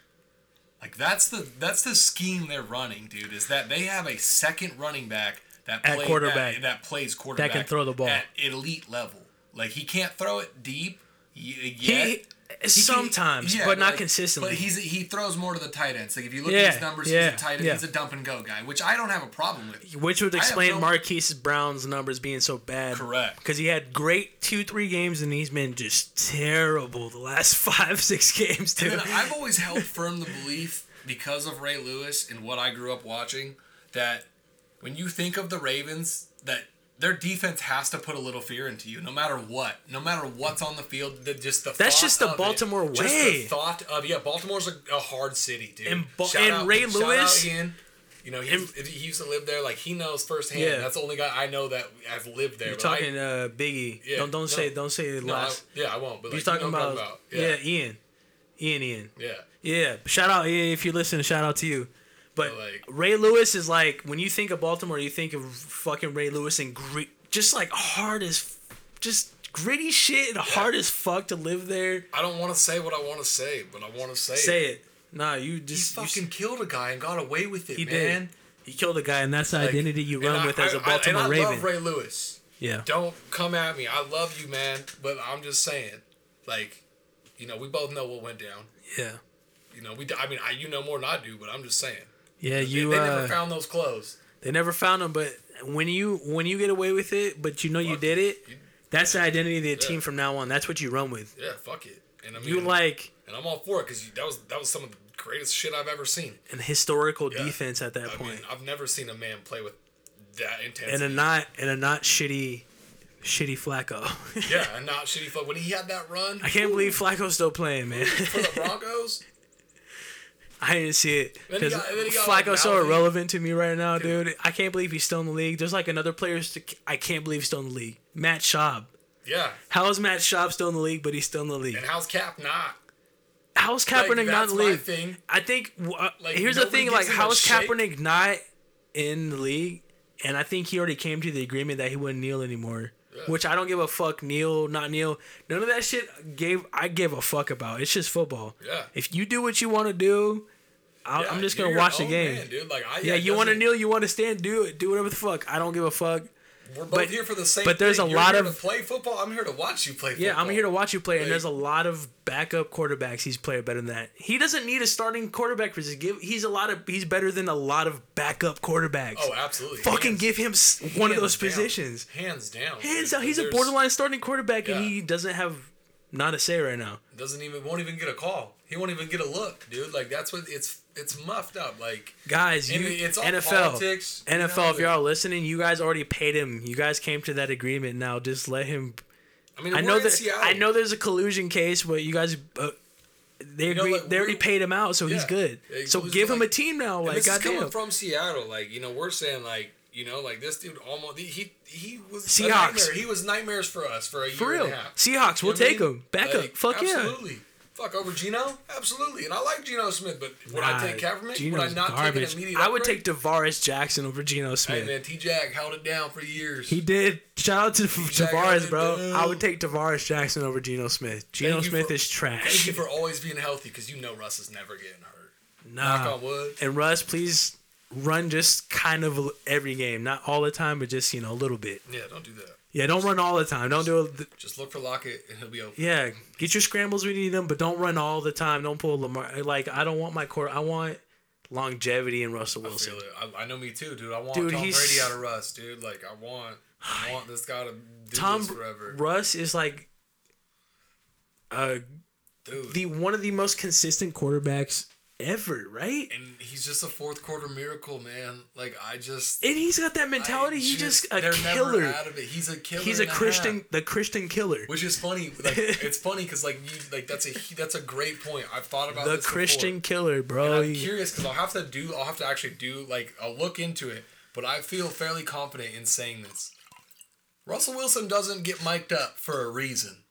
E: Like that's the that's the scheme they're running, dude. Is that they have a second running back that
D: At
E: play-
D: quarterback.
E: that, that plays quarterback
D: throw the ball.
E: at elite level. Like he can't throw it deep. y-
D: He,
E: Yet. He can-
D: sometimes,
E: yeah,
D: but not
E: like-
D: consistently.
E: But he's he throws more to the tight ends. Like if you look
D: Yeah,
E: at his numbers,
D: yeah,
E: he's a tight end.
D: yeah.
E: He's a dump and go guy, which I don't have a problem with.
D: which would
E: I have
D: explain
E: no-
D: Marquise Brown's numbers being so bad.
E: Correct.
D: Because he had great two, three games, and he's been just terrible the last five, six games, dude.
E: And I've always held firm the belief because of Ray Lewis and what I grew up watching that when you think of the Ravens, that their defense has to put a little fear into you, no matter what, no matter what's on the field. That just the
D: That's
E: thought
D: just the
E: of it,
D: Baltimore
E: Just
D: way.
E: the thought of yeah, Baltimore's a, a hard city, dude.
D: And Ba-
E: Shout
D: and
E: out-
D: Ray
E: shout
D: Lewis-
E: out Ian. You know, he,
D: and-
E: he used to live there. Like he knows firsthand.
D: Yeah.
E: That's the only guy I know that has lived there.
D: You're
E: but I-
D: talking uh, Biggie.
E: Yeah,
D: don't don't
E: no.
D: say don't say the
E: no, I-
D: last.
E: yeah, I won't.
D: You're
E: But like, you
D: talking
E: know what
D: about,
E: I'm
D: yeah.
E: Yeah,
D: Ian, Ian, Ian.
E: yeah.
D: Yeah, shout out Ian if you listen. Shout out to you. But
E: Like-
D: Ray Lewis is like when you think of Baltimore, you think of fucking Ray Lewis and grit, just like hard as, just gritty shit and hard as fuck to live there.
E: I don't want to say what I want to say, but I want to say,
D: Say it. Nah, you
E: He
D: just you s-
E: fucking killed a guy and got away with it,
D: He
E: man.
D: did. He killed a guy, and that's the
E: Like,
D: identity you
E: and
D: run
E: I-
D: with as a
E: I- I-
D: Baltimore
E: and I
D: Raven.
E: love Ray Lewis.
D: yeah.
E: Don't come at me. I love you, man. But I'm just saying, like, you know, we both know what went down.
D: Yeah.
E: You know, we. d- I mean, I, you know more than I do, but I'm just saying.
D: Yeah.
E: They-
D: You.
E: they,
D: uh,
E: never found those clothes.
D: They never found him, but when you when you get away with it, but you know you did it, that's the identity of the team from now on. That's what you run with.
E: Yeah, fuck it. And I mean,
D: You like
E: and I'm all for it because that was that was some of the greatest shit I've ever seen.
D: an historical
E: Yeah.
D: defense at that
E: I
D: point,
E: mean, I've never seen a man play with that intensity.
D: and a not and a not shitty, shitty Flacco.
E: yeah, and not shitty fuck. When he had that run
D: I can't believe Flacco's still playing, man.
E: for the Broncos,
D: I didn't see it
E: Then he
D: because
E: got- then he got, like,
D: Flacco's so
E: mouthy.
D: irrelevant to me right now, dude. I can't believe he's still in the league. There's like another player st- I can't believe he's still in the league. Matt Schaub.
E: yeah.
D: How is Matt Schaub still in the league, but he's still in the league?
E: And how's Cap not?
D: How's Kaepernick not
E: that's
D: in the
E: my
D: league?
E: thing.
D: I think uh,
E: Like,
D: here's the
E: nobody
D: thing:
E: gives
D: like,
E: him
D: how
E: a
D: is
E: shake.
D: Kaepernick not in the league? And I think he already came to the agreement that he wouldn't kneel anymore. Which I don't give a fuck, kneel, not kneel. None of that shit gave I give a fuck about. It's just football.
E: Yeah.
D: If you do what you want to do, I'll, I'm
E: Yeah,
D: just gonna
E: you're your
D: watch the
E: own
D: game.
E: man, dude. Like, I,
D: yeah,
E: it
D: you want to
E: doesn't-
D: kneel, you want to stand, do it, do whatever the fuck. I don't give a fuck.
E: We're both
D: but-
E: here for the same.
D: but there's
E: thing.
D: a
E: You're
D: lot
E: here
D: of-
E: to play football. I'm here to watch you play.
D: Yeah, I'm
E: football.
D: here to watch you play, and
E: Like-
D: there's a lot of backup quarterbacks he's played better than that. He doesn't need a starting quarterback for this. Give he's a lot of he's better than a lot of backup quarterbacks.
E: Oh, absolutely.
D: Fucking
E: Hands-
D: give him s- one of
E: hands
D: those
E: down.
D: positions.
E: Hands down.
D: Hands
E: dude.
D: out, he's a
E: There's-
D: borderline starting quarterback, and
E: Yeah.
D: he doesn't have not a say right now.
E: Doesn't even won't even get a call. He won't even get a look, dude. Like that's what it's it's muffed up. Like
D: Guys, you
E: And it's all
D: NFL,
E: politics, you
D: NFL.
E: know,
D: if y'all are listening, you guys already paid him. You guys came to that agreement. Now just let him.
E: I mean,
D: I
E: we're
D: know
E: in
D: that
E: Seattle.
D: I know there's a collusion case, but you guys. Uh, they
E: know,
D: agree,
E: like,
D: they already
E: we're-
D: paid him out, so he's
E: Yeah.
D: good.
E: Yeah, he's
D: so
E: losing,
D: give him
E: like-
D: a team now,
E: And
D: like
E: this is coming
D: goddamn.
E: from Seattle. Like you know, we're saying like you know, like this dude almost he he was a
D: Seahawks.
E: nightmare. He was nightmares for us for a year
D: For real.
E: and a half.
D: Seahawks, we'll
E: what I
D: take him. Back up. Fuck yeah.
E: absolutely. Fuck over Geno, absolutely. And I like Geno Smith, but would
D: Nah,
E: I take Kaepernick? would
D: Geno's
E: I not take
D: garbage.
E: an immediate?
D: I would
E: upgrade?
D: take Tavares Jackson over Geno
E: Hey
D: Smith.
E: man, T. Jack held it down for years.
D: He did. Shout out to
E: Jack-
D: Tavares, bro.
E: Dude.
D: I would take Tavares Jackson over Geno Smith. Geno
E: Thank you
D: Smith
E: for-
D: is
E: Thank
D: trash.
E: you for always being healthy, because you know Russ is never getting hurt. Knock
D: Nah.
E: on wood.
D: And Russ, please run just kind of every game, not all the time, but just you know a little bit.
E: Yeah, don't do that.
D: Yeah, don't run all the time. Don't do it.
E: Just look for Lockett, and he'll be open.
D: Yeah, get your scrambles when you need them, but don't run all the time. Don't pull Lamar. Like I don't want my core. I want longevity in Russell
E: I
D: Wilson.
E: feel it. I, I know me too, dude. I want
D: Dude,
E: Tom
D: he's-
E: Brady out of Russ, dude. Like I want, I want this guy to do
D: Tom
E: this forever,
D: Russ is like uh
E: dude.
D: the one of the most consistent quarterbacks ever, right?
E: and he's just a fourth quarter miracle, man. Like I just
D: And he's got that mentality.
E: I
D: He's just a
E: they're never
D: killer.
E: out of it. He's a killer.
D: He's a
E: and half.
D: Christian, the Christian killer,
E: Which is funny. Like, it's funny because like you like that's a that's a great point. I've thought about
D: the
E: this before.
D: Christian killer,
E: And
D: bro.
E: I'm
D: He-
E: curious because I'll have to do. I'll have to actually do like a look into it. But I feel fairly confident in saying this. Russell Wilson doesn't get mic'd up for a reason.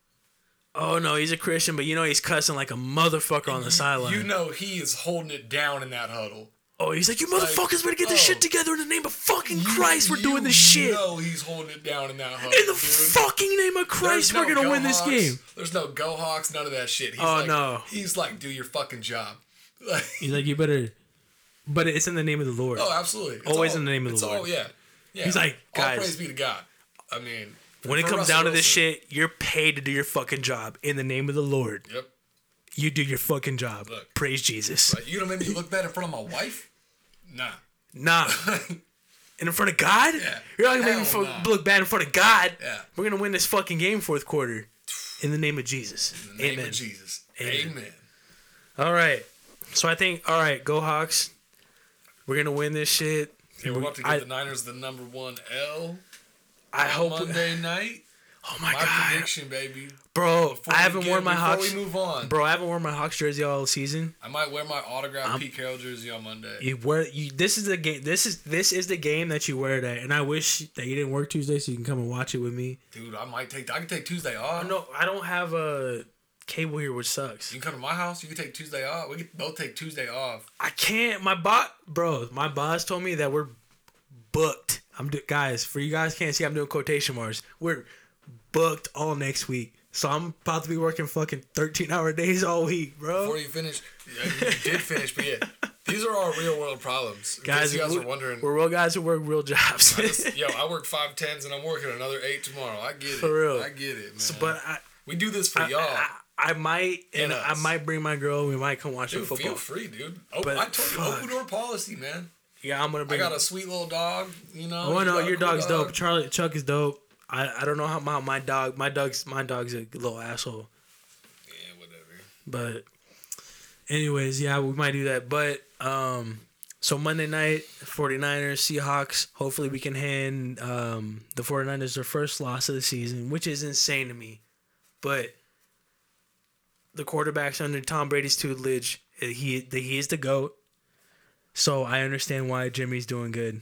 D: Oh no, he's a Christian, but you know he's cussing like a motherfucker on the sideline.
E: You know he is holding it down in that huddle.
D: oh, he's like, you motherfuckers better get this
E: oh.
D: shit together in the name of fucking Christ. We're
E: You
D: doing this shit
E: know he's holding it down in that huddle.
D: in the
E: dude.
D: fucking name of
E: There's
D: Christ.
E: no
D: we're gonna
E: Go
D: win this
E: Hawks.
D: game.
E: There's no Go Hawks, none of that shit. He's
D: Oh,
E: like,
D: no.
E: He's like, do your fucking job. Like,
D: He's like, you better. But it's in the name of the Lord.
E: oh, absolutely. It's
D: Always in the name of the
E: it's
D: Lord.
E: All, yeah. yeah.
D: He's like,
E: all
D: guys-
E: praise be to God. I mean,
D: when it
E: for
D: comes
E: Russell
D: down to this
E: Wilson.
D: shit, you're paid to do your fucking job in the name of the Lord.
E: Yep.
D: You do your fucking job.
E: Look.
D: Praise Jesus.
E: Like, you gonna make me look bad in front of my wife? Nah.
D: Nah. And in front of God?
E: Yeah.
D: You're not gonna make me
E: Hell
D: fuck-
E: nah.
D: look bad in front of God.
E: Yeah.
D: We're gonna win this fucking game fourth quarter. In the name of Jesus.
E: In the name
D: Amen.
E: of Jesus.
D: Amen.
E: Amen.
D: All right. So I think all right, go Hawks. We're gonna win this shit.
E: Okay, we're about to give
D: I-
E: the Niners the number one L
D: I hope.
E: Monday night.
D: Oh my,
E: My
D: god,
E: prediction, baby.
D: bro!
E: Before
D: I
E: we
D: haven't
E: get-
D: worn my
E: before
D: Hawks,
E: we move on.
D: bro. I haven't worn my Hawks jersey all season.
E: I might wear my autographed Pete Carroll jersey on Monday.
D: You wear you. This is the game. This is this is the game that you wear today. And I wish that you didn't work Tuesday so you can come and watch it with me.
E: Dude, I might take. I can take Tuesday off.
D: No, I don't have a cable here, which sucks.
E: You can come to my house. You can take Tuesday off. We can both take Tuesday off.
D: I can't. My bot, bro. My boss told me that we're booked. I'm do- guys. For you guys can't see, I'm doing quotation marks. We're booked all next week. So I'm about to be working fucking 13 hour days all week, bro.
E: Before you finish, yeah, you did finish, but yeah, these are our real world problems. In
D: guys,
E: guys, you guys
D: we-
E: are wondering.
D: we're real guys who work real jobs.
E: Yo, I work five tens and I'm working another eight tomorrow. I get it.
D: For real.
E: I get it, man.
D: So, but I,
E: we do this for
D: I,
E: y'all.
D: I, I might and
E: And
D: I
E: us.
D: might bring my girl. We might come watch
E: dude,
D: some football.
E: feel free, dude. Oh,
D: But
E: I told you,
D: fuck.
E: open door policy, man.
D: yeah, I'm gonna
E: I
D: bring.
E: got a sweet little dog. You know.
D: Oh
E: you
D: no,
E: got a
D: your
E: cool
D: dog's
E: dog.
D: dope. Charlie Chuck is dope. I, I don't know how my, my dog my dog's my dog's a little asshole.
E: Yeah, whatever.
D: But anyways, yeah, we might do that. But um so Monday night, 49ers, Seahawks. Hopefully we can hand um the 49ers their first loss of the season, which is insane to me. But the quarterback's under Tom Brady's tutelage. eh, He he is the GOAT. So I understand why Jimmy's doing good.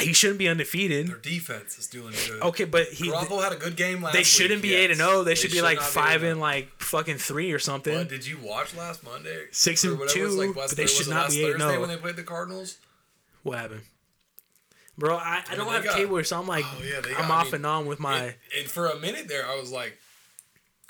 D: He shouldn't be undefeated.
E: Their defense is doing good.
D: Okay, but he
E: Garoppolo had a good game last.
D: they shouldn't
E: week,
D: be eight and
E: yes.
D: zero. They should be like
E: not
D: five
E: 8-0.
D: and oh. like fucking three or something.
E: But did you watch last Monday?
D: Six
E: Or
D: and
E: whatever it was,
D: two,
E: last
D: but they
E: Thurs-
D: should
E: was it
D: not
E: last
D: be eight and
E: Thursday
D: oh.
E: when they played the Cardinals.
D: What happened, bro? I, I don't
E: they
D: have
E: got-
D: cable, so I'm like
E: Oh, yeah, they
D: I'm
E: got- I
D: off
E: mean,
D: and on with my.
E: And, and for a minute there, I was like,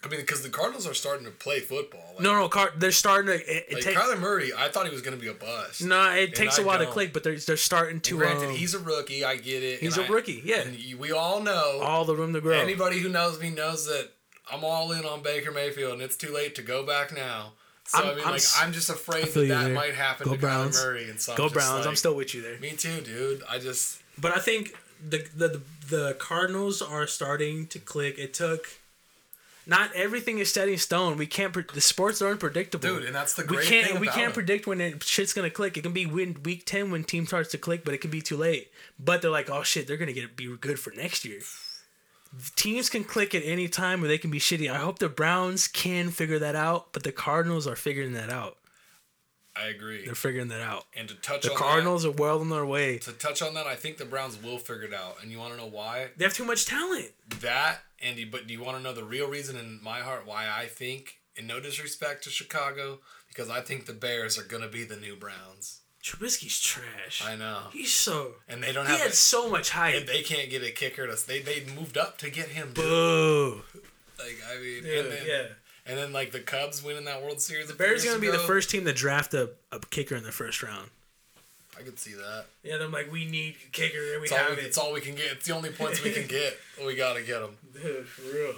E: I mean, because the Cardinals are starting to play football. Like,
D: no, no, car, they're starting to. It, it
E: like
D: takes
E: Kyler Murray, I thought he was going to be a bust.
D: no, it takes a
E: I
D: while to
E: don't.
D: click, but they're they're starting to.
E: Granted,
D: um,
E: he's a rookie. I get it.
D: he's
E: and
D: a
E: I-
D: rookie, yeah.
E: And you- we all know.
D: all the room to grow.
E: Anybody who knows me knows that I'm all in on Baker Mayfield, and it's too late to go back now. So i
D: I'm-
E: mean,
D: I'm
E: like,
D: s-
E: I'm just afraid
D: feel
E: that
D: you
E: that
D: there.
E: might happen
D: Go
E: to
D: Browns.
E: Kyler Murray. And so
D: Go
E: I'm just
D: Browns! I'm
E: like-
D: still with you there.
E: Me too, dude. I just
D: But I think the, the the Cardinals are starting to click. It took. Not everything is set in stone. We can't. Pre- the sports are unpredictable,
E: Dude, and that's the
D: we
E: great
D: can't.
E: thing
D: we
E: about
D: can't
E: it.
D: predict when it, shit's gonna click. It can be win, week ten when team starts to click, but it can be too late. But they're like, oh shit, they're gonna get be good for next year. Teams can click at any time, or they can be shitty. I hope the Browns can figure that out, but the Cardinals are figuring that out.
E: I agree.
D: They're figuring that out.
E: And to touch
D: The
E: on
D: Cardinals are well on their way.
E: that, to touch on that, I think the Browns will figure it out. And you want to know why?
D: They have too much talent.
E: That and you, but do you want to know the real reason in my heart why I think, and no disrespect to Chicago, because I think the Bears are gonna be the new Browns.
D: Trubisky's trash.
E: I know.
D: He's so.
E: And they don't
D: He
E: have.
D: had
E: A,
D: so much hype.
E: and they can't get a kicker. To, they they moved up to get him. Dude.
D: Boo.
E: Like I mean,
D: Dude,
E: and then,
D: yeah.
E: And then like the Cubs winning that World Series. The
D: Bears gonna be the first team to draft a, a kicker in the first round.
E: I could see that.
D: Yeah, they're like, we need kicker, and we
E: It's all, we, it's all we can get. It's the only points we can get. We gotta get them.
D: Dude, for real.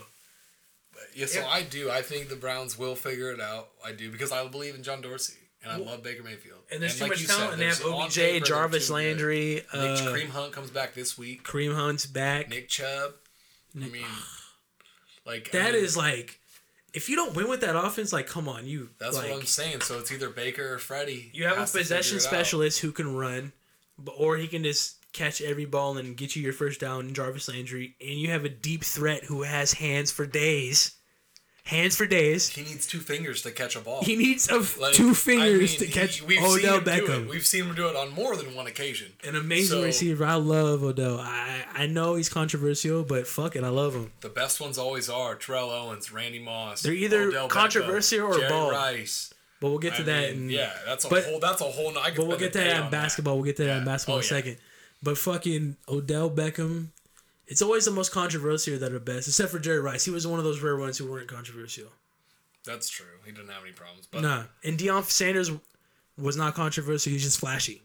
E: Yeah, so I do. I think the Browns will figure it out. I do because I believe in John Dorsey and I love Baker Mayfield.
D: And there's too
E: like
D: much
E: you
D: talent.
E: said,
D: and they
E: there's-
D: have
E: on
D: OBJ,
E: paper, they're
D: Jarvis
E: too good.
D: Landry,
E: Nick
D: uh,
E: Kareem Hunt comes back this week.
D: Kareem Hunt's back.
E: Nick Chubb. I mean, like
D: That
E: I mean,
D: is like, if you don't win with that offense, like, come on, you.
E: that's
D: like,
E: what I'm saying. So it's either Baker or Freddie.
D: You have
E: has
D: a
E: to
D: possession
E: figure it out.
D: specialist who can run, but or he can just catch every ball and get you your first down in Jarvis Landry, and you have a deep threat who has hands for days. hands for days.
E: He needs two fingers to catch a ball.
D: He needs a f-
E: Like,
D: two
E: I
D: fingers
E: mean,
D: to
E: he-
D: catch
E: we've seen
D: Odell
E: him do it.
D: Beckham.
E: We've seen him do it on more than one occasion.
D: An amazing
E: So,
D: receiver. I love Odell. I I know he's controversial, but fuck it, I love him.
E: The best ones always are Terrell Owens, Randy Moss.
D: They're either
E: Odell Beckham,
D: controversial or
E: Jerry
D: bald.
E: Rice.
D: But we'll get to
E: I
D: that.
E: mean,
D: in-
E: yeah, that's a
D: but-
E: whole. That's a whole. I could
D: But we'll
E: spend
D: get to
E: a day
D: that
E: on
D: in basketball. We'll get to that in
E: Yeah.
D: basketball
E: Oh,
D: in a
E: yeah.
D: second. But fucking Odell Beckham, it's always the most controversial that are best, except for Jerry Rice. He was one of those rare ones who weren't controversial.
E: That's true. He didn't have any problems, but
D: Nah. And Deion Sanders was not controversial. He's just flashy.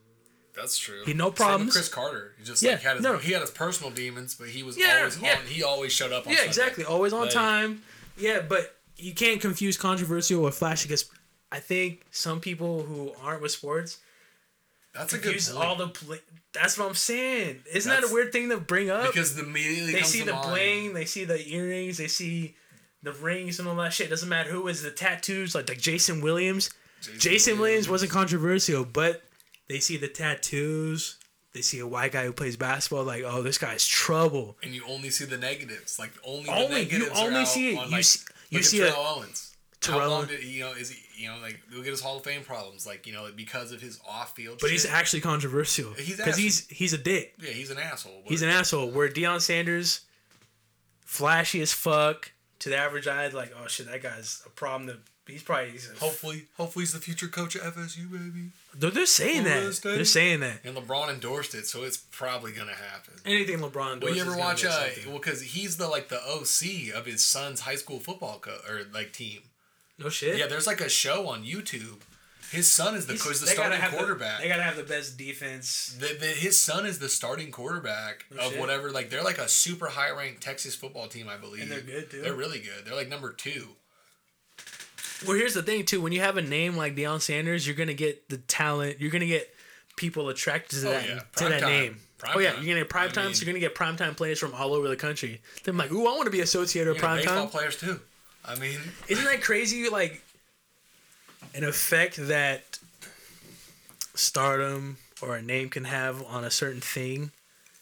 E: that's true.
D: He had no
E: Same with
D: problems.
E: Chris Carter. He just
D: Yeah,
E: like, had his,
D: no.
E: he had his personal demons, but he was
D: Yeah,
E: always
D: yeah.
E: on. He always showed up. on
D: Yeah,
E: Sunday.
D: exactly. Always on
E: Like-
D: time. Yeah, but you can't confuse controversial with flashy because I think some people who aren't with sports
E: That's a good
D: use
E: point.
D: all the. Pl- that's what I'm saying. Isn't that
E: That's-
D: a weird thing to bring up?
E: because the immediately
D: they
E: comes
D: see
E: to
D: the
E: mind.
D: bling, they see the earrings, they see the rings and all that shit. Doesn't matter who is the tattoos, like like Jason Williams. Jason, Williams wasn't controversial, but they see the tattoos. They see a white guy who plays basketball, like, oh, this guy's trouble.
E: and you only see the negatives. Like only, the
D: Only- you
E: negatives are
D: only
E: out
D: see it.
E: on,
D: You
E: like,
D: see- you
E: look at
D: see
E: Terrell
D: a-
E: Owens. How
D: Terrell-
E: long did you know? Is he you know like look at his Hall of Fame problems? Like you know because of his off field.
D: But he's actually controversial
E: He's
D: because he's he's a dick.
E: yeah he's an asshole. but-
D: He's an asshole. Where Deion Sanders, flashy as fuck to the average eye, like, oh shit, that guy's a problem. To, he's probably he's a,
E: hopefully hopefully he's the future coach at FSU baby.
D: they're, they're saying
E: Florida
D: that.
E: State.
D: They're saying that.
E: And LeBron endorsed it, so it's probably gonna happen.
D: Anything LeBron does.
E: Well,
D: is
E: you ever
D: gonna
E: watch?
D: mean
E: Uh,
D: something.
E: well, because he's the like the OC of his son's high school football co- or like team.
D: No shit.
E: Yeah, there's like a show on YouTube. His son is the
D: He's-
E: he's the
D: they gotta
E: starting
D: have the-
E: quarterback.
D: they gotta have the best defense.
E: The, the, his son is the starting quarterback
D: Oh,
E: of
D: shit.
E: whatever. Like they're like a super high ranked Texas football team, I believe.
D: And they're good, too.
E: They're really good. They're like number two.
D: Well, here's the thing too: when you have a name like Deion Sanders, you're gonna get the talent. You're gonna get people attracted to
E: Oh,
D: that
E: yeah.
D: to that
E: Primetime.
D: name.
E: Primetime.
D: Oh yeah, you're gonna get prime
E: I
D: time.
E: mean-
D: so you're gonna get prime time players from all over the country. They're like, ooh, I want to be associated with
E: Yeah,
D: prime
E: baseball
D: time.
E: players too. I mean,
D: Isn't that crazy? Like an effect that stardom or a name can have on a certain thing.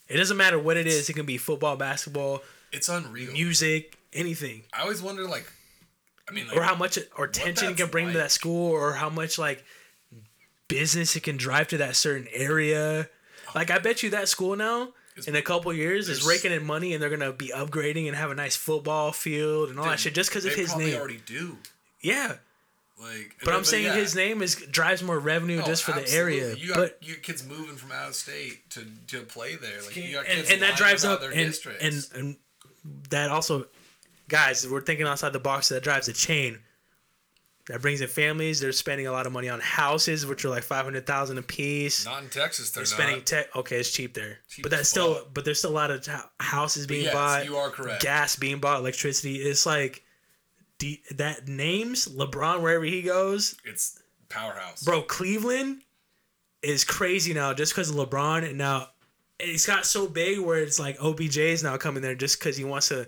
D: It doesn't matter what it is. It can be football, basketball,
E: it's unreal.
D: music, anything.
E: I always wonder, like, I mean, like,
D: or how much or attention it
E: that's
D: can bring to
E: like.
D: that school or how much like business it can drive to that certain area like i bet you that school now in a couple years is
E: there's-
D: raking in money and they're gonna be upgrading and have a nice football field and all that shit just because of
E: they
D: his
E: probably
D: name
E: already do.
D: yeah
E: Like,
D: but i'm saying
E: yeah.
D: his name is drives more revenue
E: Oh,
D: just for
E: absolutely.
D: the area
E: You got
D: but
E: your kids moving from out of state to, to play there. Like, you got
D: and,
E: kids
D: and that
E: lying
D: drives
E: about
D: up
E: their
D: and,
E: districts.
D: and and that also guys we're thinking outside the box that drives a chain that brings in families they're spending a lot of money on houses which are like 500000 a piece
E: not in Texas. They're,
D: they're
E: not.
D: spending tech okay it's cheap there
E: Cheap
D: but
E: as
D: that's still
E: fuck.
D: but there's still a lot of ho- houses being
E: yes,
D: bought
E: you are correct.
D: gas being bought electricity it's like D, that names lebron wherever he goes
E: it's powerhouse.
D: bro cleveland is crazy now just because of lebron and now it's got so big where it's like obj is now coming there just because he wants to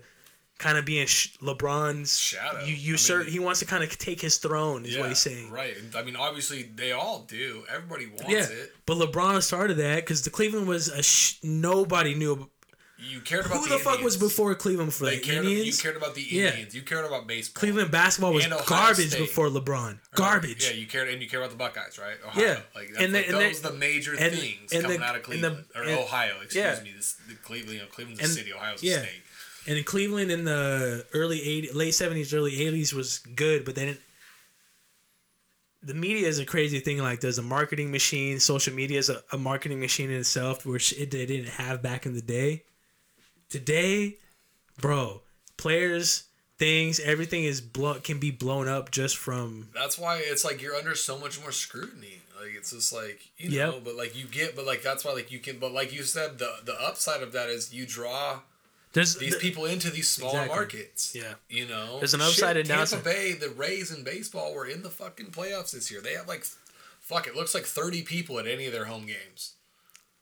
D: kind of be in sh- lebron's
E: Shadow.
D: you
E: I
D: usurp
E: mean-
D: he wants to kind of take his throne is what he's saying
E: Right. I mean, obviously, they all do. Everybody wants
D: yeah
E: it.
D: but lebron started that because the cleveland was a sh- nobody knew
E: You cared about
D: who
E: the,
D: the fuck was
E: Indians.
D: before cleveland for
E: They
D: the
E: cared, you
D: indians
E: cared about the
D: Yeah.
E: Indians. You cared about baseball.
D: cleveland basketball was
E: And Ohio
D: garbage
E: State.
D: before lebron garbage
E: Yeah, you cared, and you cared about the Buckeyes, right? Ohio.
D: Yeah.
E: Like, that's,
D: And the-
E: like,
D: and the-
E: those the major
D: and-
E: things
D: and the-
E: coming out of
D: and the-
E: Cleveland or
D: and-
E: Ohio. Excuse
D: yeah.
E: me. This the Cleveland. You know, Cleveland's a
D: And-
E: city. Ohio's
D: yeah.
E: a state.
D: And in Cleveland in the early 80s, late 70s, early 80s was good, but then the media is a crazy thing. Like, there's a marketing machine. Social media is a, a marketing machine in itself, which it, they didn't have back in the day. Today, bro, players, things, everything is blow, can be blown up just from.
E: That's why it's like you're under so much more scrutiny. Like it's just like you
D: Yep.
E: know, but like you get, but like that's why like you can, but like you said, the the upside of that is you draw
D: There's
E: these
D: the-
E: people into these smaller
D: Exactly.
E: markets.
D: Yeah.
E: You know,
D: There's an upside and
E: Tampa
D: downside.
E: Bay, the Rays in baseball were in the fucking playoffs this year. They have like, fuck, it looks like 30 people at any of their home games.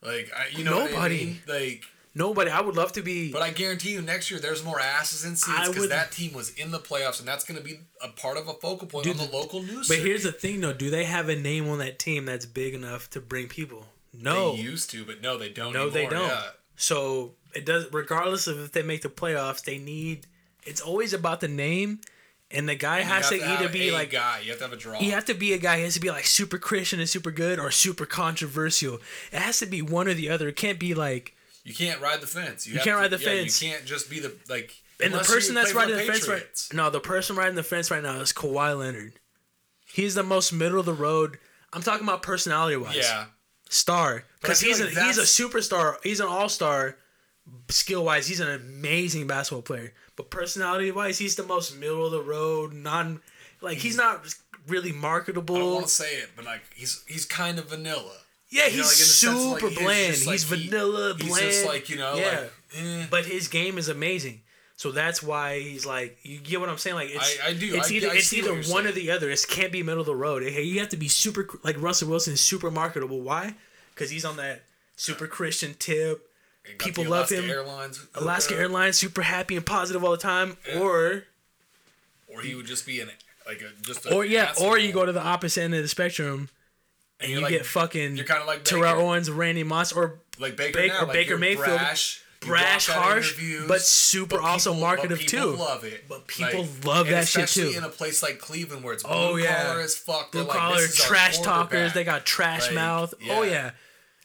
E: Like, I, you know, what I
D: Nobody.
E: mean? Like,
D: Nobody. I would love to be.
E: but I guarantee you, next year there's more asses in
D: I
E: seats because
D: would-
E: that team was in the playoffs, and that's going to be a part of a focal point
D: Dude,
E: on the,
D: the-
E: local news.
D: but here's
E: circuit.
D: the thing, though. Do they have a name on that team that's big enough to bring people? No.
E: they used to, but no, they don't.
D: No, they
E: anymore,
D: don't.
E: yeah.
D: So it does. Regardless of if they make the playoffs, they need. It's always about the name and the guy
E: You
D: has
E: have
D: to, either
E: have
D: be
E: a
D: like
E: guy. You have to have a draw.
D: you have to be a guy who has to be like super Christian and super good or super controversial. It has to be one or the other. It can't be like
E: You can't ride the fence. You,
D: can't
E: to-
D: ride the
E: yeah,
D: fence.
E: You can't just be the like.
D: and the
E: unless
D: person
E: you
D: that's
E: play for
D: riding the fence right
E: Patriots.
D: no, the person riding the fence right now is Kawhi Leonard. He's the most middle of the road. I'm talking about personality wise.
E: Yeah,
D: star
E: But I
D: because
E: feel
D: he's
E: like
D: a, he's a
E: that's-
D: superstar. He's an all star skill wise. He's an amazing basketball player, but personality wise, he's the most middle of the road. Non like he's not really
E: Mm. I don't
D: marketable.
E: want to say it, but like he's he's kind of vanilla.
D: Yeah,
E: You know, like, in the
D: he's
E: sense of, like,
D: super
E: he's
D: bland.
E: just,
D: He's,
E: like, he-
D: vanilla
E: he's
D: bland.
E: just, like, you know,
D: Yeah,
E: like, eh.
D: but his game is amazing. So that's why he's like, you get what I'm saying? Like, it's,
E: I- I do.
D: It's
E: I-
D: either
E: I
D: it's
E: see
D: either
E: what
D: one
E: you're
D: or
E: saying.
D: the other. It can't be middle of the road. Hey, You have to be super like Russell Wilson, is super marketable. Why? Because he's on that super Christian tip.
E: Got the
D: People love
E: Alaska
D: him.
E: Airlines,
D: Alaska Airlines, super happy and positive all the time,
E: Yeah.
D: or
E: or he would just be an like a just. A
D: or yeah, or you go
E: asshole.
D: to the opposite end of the spectrum and,
E: you're
D: you
E: like-
D: get fucking
E: you're kinda like
D: Terrell
E: Baker.
D: Owens, Randy Moss, or
E: like Baker,
D: Baker-
E: now,
D: or
E: like
D: Baker
E: you're
D: Mayfield,
E: brash, you
D: brash,
E: rock out
D: harsh,
E: interviews,
D: but super also
E: people-
D: marketive
E: but people
D: too.
E: Love it,
D: But people love
E: and
D: that shit
E: especially
D: too.
E: in a place like Cleveland where it's blue
D: Oh, yeah.
E: collar as fuck. They're
D: blue
E: like,
D: collar
E: this is our
D: trash talkers.
E: quarterback.
D: They got trash
E: Like,
D: mouth. Oh
E: yeah.
D: yeah,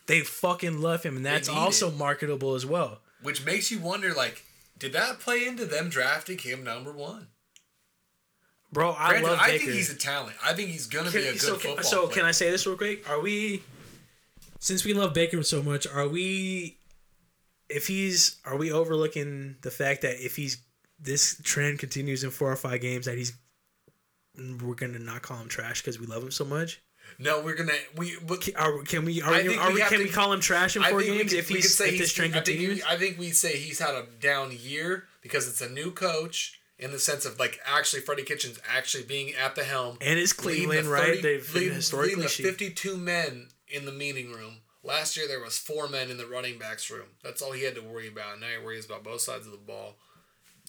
D: they fucking love him, and that's
E: need
D: also
E: it.
D: marketable as well.
E: which makes you wonder like, did that play into them drafting him number one?
D: Bro, I
E: Granted,
D: love
E: I
D: Baker.
E: think he's a talent. I think he's gonna be a good
D: so
E: football
D: can, so
E: player.
D: can I say this real quick? Are we, since we love Baker so much, are we, if he's, are we overlooking the fact that if he's this trend continues in four or five games that he's, we're gonna not call him trash because we love him so much.
E: No, we're gonna we. But
D: Can- Are, can we? Are,
E: I
D: we,
E: think
D: are
E: we
D: we?
E: have
D: Can
E: to-
D: we call him trash in
E: I
D: four
E: think we
D: games
E: could-
D: if
E: we could
D: he's
E: say
D: if this trend
E: I think, we,
D: continues?
E: I think we say he's had a down year because it's a new coach in the sense of like actually Freddie Kitchens actually being at the helm
D: And it's
E: leading the
D: Cleveland, right?
E: 30
D: They've been
E: leading-
D: historically
E: leading the
D: shit.
E: fifty-two men in the meeting room. Last year there was four men in the running backs room. That's all he had to worry about. Now he worries about both sides of the ball.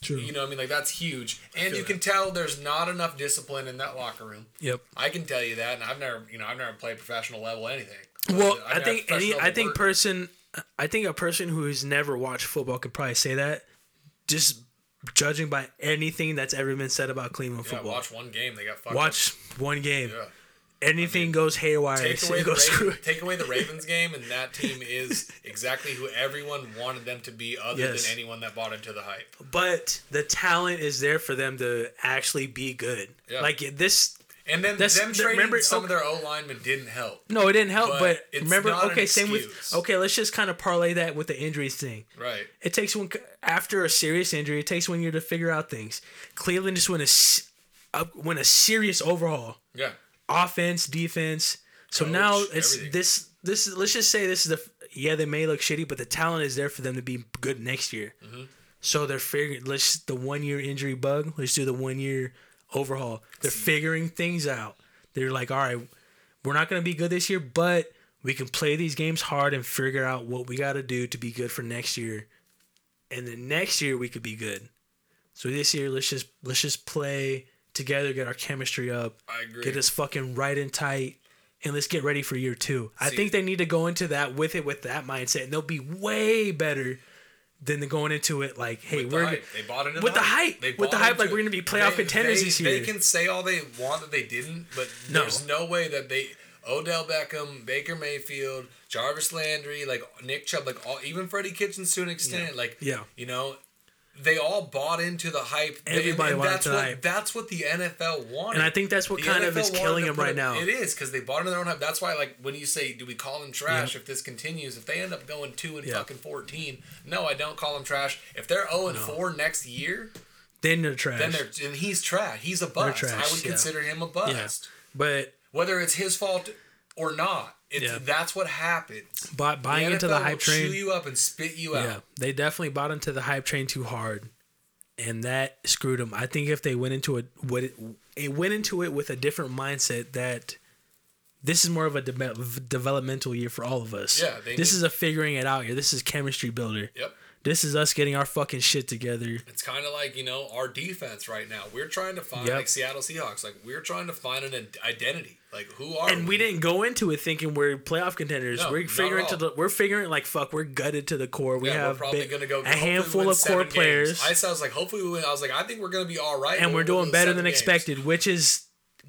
D: True.
E: You know, what I mean, like that's huge, and you can tell there's not enough discipline in that locker room.
D: Yep.
E: I can tell you that, and I've never, you know, I've never played professional level anything.
D: Well,
E: I've
D: I
E: never
D: think any,
E: professional
D: I think
E: work.
D: person, I think a person who has never watched football could probably say that, just judging by anything that's ever been said about Cleveland
E: Yeah,
D: football.
E: watch one game. They got fucked.
D: Watch one game.
E: Up.
D: Anything goes haywire.
E: Yeah. Take
D: it's-
E: away
D: it
E: the
D: goes
E: Ravens,
D: screw.
E: take away the Ravens game, and that team is exactly who everyone wanted them to be, other
D: Yes.
E: than anyone that bought into the hype.
D: But the talent is there for them to actually be good.
E: Yeah.
D: Like this.
E: And then
D: That's-
E: them
D: that-
E: trading
D: remember-
E: some of their O linemen didn't help.
D: No, it didn't help.
E: But
D: But,
E: it's
D: remember,
E: not an
D: okay, same with
E: excuse.
D: okay. Let's just kind of parlay that with the injuries thing.
E: Right.
D: It takes one after a serious injury. It takes one year to figure out things. Cleveland just went a s- up- went a serious overhaul,
E: Yeah.
D: offense, defense. So
E: Coach,
D: now it's
E: everything.
D: this this. is- Let's just say this is the f- yeah they may look shitty, but the talent is there for them to be good next year.
E: Mm-hmm.
D: So they're figuring. Let's the one year injury bug. Let's do the one year overhaul. They're figuring things out. They're like, all right, we're not going to be good this year, but we can play these games hard and figure out what we got to do to be good for next year. And then next year we could be good. So this year let's just let's just play together, get our chemistry up,
E: I agree.
D: get us fucking right and tight, and let's get ready for year two. I think they need to go into that with it with that mindset, and they'll be way better than the going into it like, hey,
E: With the
D: we're
E: hype. They bought into
D: with the hype.
E: They
D: With
E: bought
D: the hype,
E: into
D: like,
E: it.
D: we're gonna be playoff contenders
E: they,
D: this
E: They
D: year.
E: can say all they want that they didn't, but
D: No.
E: there's no way that they Odell Beckham, Baker Mayfield, Jarvis Landry, like Nick Chubb, like all even Freddie Kitchens to an extent, like
D: Yeah.
E: you know, they all bought into the hype. They-
D: Everybody
E: and
D: bought
E: that's
D: into the
E: what,
D: hype.
E: That's what the NFL wanted,
D: And I think that's what
E: The
D: kind of
E: NFL
D: is
E: wanted
D: killing
E: to
D: them
E: put
D: right
E: a-
D: now.
E: It is because they bought into their own hype. That's why, like, when you say, "Do we call them trash?" If this continues, if they end up going two and
D: Yeah.
E: fucking fourteen, no, I don't call them trash. If they're zero and four next year,
D: then they're trash.
E: then they're and he's trash. He's a bust.
D: trash,
E: I would
D: yeah.
E: consider him a bust,
D: yeah. But
E: whether it's his fault or not. It's
D: Yeah.
E: that's what happens.
D: buy, buying
E: The
D: into the
E: NFL will
D: hype train.
E: chew you up and spit you out.
D: Yeah, they definitely bought into the hype train too hard, and that screwed them. I think if they went into it, what it, it went into it with a different mindset that this is more of a de- developmental year for all of us.
E: Yeah, they
D: this
E: need-
D: is a figuring it out year. This is chemistry builder.
E: Yep.
D: This is us getting our fucking shit together.
E: It's kind of like you know our defense right now. We're trying to find
D: Yep.
E: like Seattle Seahawks. Like we're trying to find an ad- identity. Like who are
D: And we didn't go into it thinking we're playoff contenders.
E: Oh. No,
D: we're
E: not
D: figuring
E: at
D: to
E: all.
D: the we're figuring like fuck, we're gutted to the core. We
E: yeah, we're
D: have
E: probably
D: big-
E: going to go
D: a handful of core players.
E: I, said- I was like, hopefully we win. I was like, I think we're going to be all right,
D: and
E: but
D: we're
E: we'll
D: doing
E: lose
D: better
E: seven
D: than
E: games.
D: expected, which is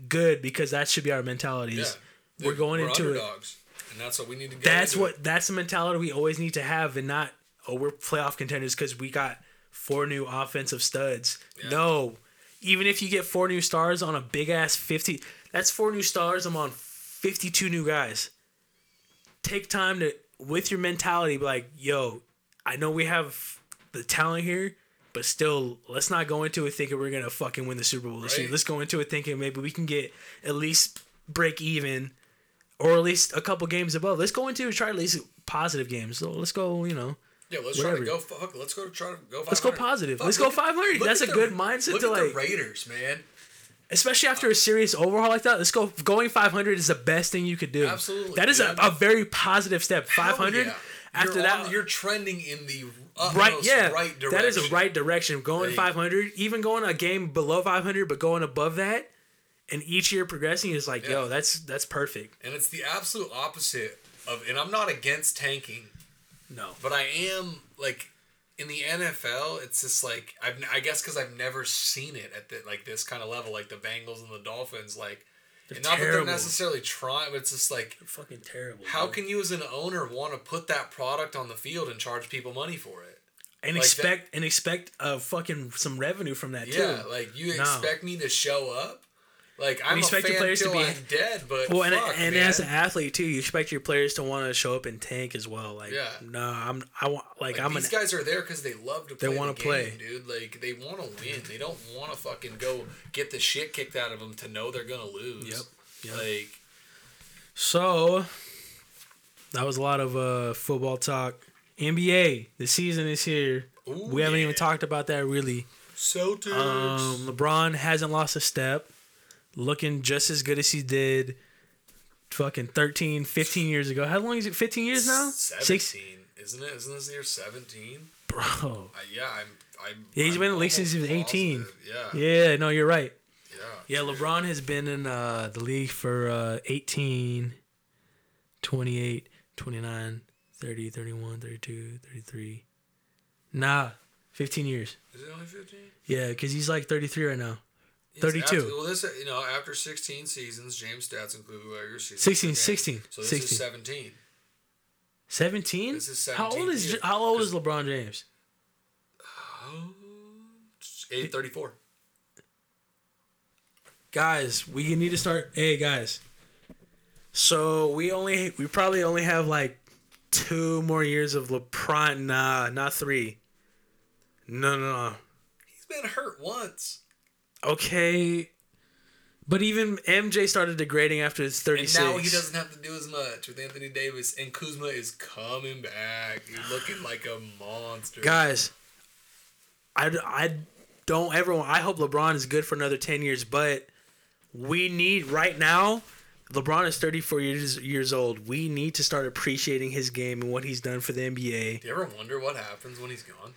D: good because that should be our mentalities.
E: Yeah,
D: We're going into it.
E: underdogs, and that's what we need to. Go
D: That's
E: into
D: what
E: it.
D: that's the mentality we always need to have, and not oh we're playoff contenders because we got four new offensive studs. No, even if you get four new stars on a big ass fifty, that's four new stars. I'm on fifty two new guys. Take time to with your mentality, be like yo, I know we have the talent here. But still, let's not go into it thinking we're gonna fucking win the Super Bowl this year.
E: Right.
D: Let's go into it thinking maybe we can get at least break even, or at least a couple games above. Let's go into it, try at least positive games. So let's go, you know,
E: Yeah, let's try
D: whatever.
E: to go. Fuck, let's go try to go.
D: Let's go
E: 500.
D: positive.
E: Fuck,
D: Let's go
E: look at-
D: 500.
E: look
D: That's
E: at
D: a
E: the-
D: good mindset
E: Look
D: to,
E: at the
D: like-
E: Raiders, man.
D: especially after a serious overhaul like that. Let's go. Going 500 is the best thing you could do.
E: Absolutely,
D: that is a,
E: yeah.
D: a very positive step.
E: Hell
D: 500.
E: yeah.
D: After
E: You're
D: that,
E: on- you're trending in the
D: right
E: utmost
D: yeah
E: right direction.
D: that is a right direction
E: There
D: going
E: you go.
D: 500 even going a game below 500 but going above that and each year progressing is like
E: Yeah.
D: yo that's that's perfect
E: and it's the absolute opposite of. And I'm not against tanking,
D: no
E: but I am like in the NFL. It's just like I've n- I guess because I've never seen it at the, like this kind of level, like the Bengals and the Dolphins, like. and not that
D: terrible.
E: they're necessarily trying, but it's just like
D: fucking terrible
E: How
D: bro.
E: can you, as an owner, want to put that product on the field and charge people money for it?
D: and
E: like that-
D: expect and expect uh fucking some revenue from that
E: Yeah,
D: too
E: like you
D: No.
E: expect me to show up. Like I'm
D: expect
E: a
D: the
E: fan
D: players to
E: till
D: be-
E: I'm dead, but
D: well and,
E: fuck,
D: and
E: man.
D: as an athlete too you expect your players to want to show up and tank as well like
E: Yeah.
D: no i'm i want like,
E: like,
D: i'm an
E: these guys are there because they love to.
D: They
E: Play they
D: wanna
E: want to
D: play.
E: dude. Like they want to win. They don't want to fucking go get the shit kicked out of them to know they're gonna lose.
D: Yep, yep.
E: Like
D: So that was a lot of uh, football talk. NBA, the season is here.
E: Ooh,
D: we haven't even
E: yeah.
D: talked about that really.
E: Celtics.
D: Um, LeBron hasn't lost a step, looking just as good as he did fucking 13, 15 years ago. How long is it? 15 years now?
E: 17,
D: Six?
E: isn't it? Isn't this the year seventeen?
D: Bro.
E: Uh, yeah, I'm. I'm.
D: Yeah, he's
E: I'm
D: been in the league
E: almost
D: since he was 18.
E: positive. Yeah.
D: Yeah, no, you're right.
E: yeah.
D: Yeah, LeBron has been in uh, the league for uh, 18, 28, 29, 30, 31, 32, 33. Nah, 15 years.
E: Is it only 15?
D: Yeah, because he's like 33 right now.
E: He's
D: 32.
E: after- well, this you know after 16 seasons, James Statson, Kugelberger,
D: 16, 16,
E: So this
D: 16.
E: is 17.
D: 17?
E: This is
D: How old
E: 17
D: is
E: years.
D: how old is LeBron James?
E: Oh, eight thirty-four.
D: Guys, we need to start. Hey, guys. So we only we probably only have like two more years of LeBron. Nah, not three. No, no, no.
E: He's been hurt once,
D: okay. But even MJ started degrading after his
E: and
D: 36.
E: now he doesn't have to do as much with Anthony Davis. And Kuzma is coming back. He's looking like a monster.
D: Guys, I, I don't ever want. I hope LeBron is good for another 10 years, but we need right now. LeBron is 34 years years old. We need to start appreciating his game and what he's done for the NBA.
E: Do you ever wonder what happens when he's gone?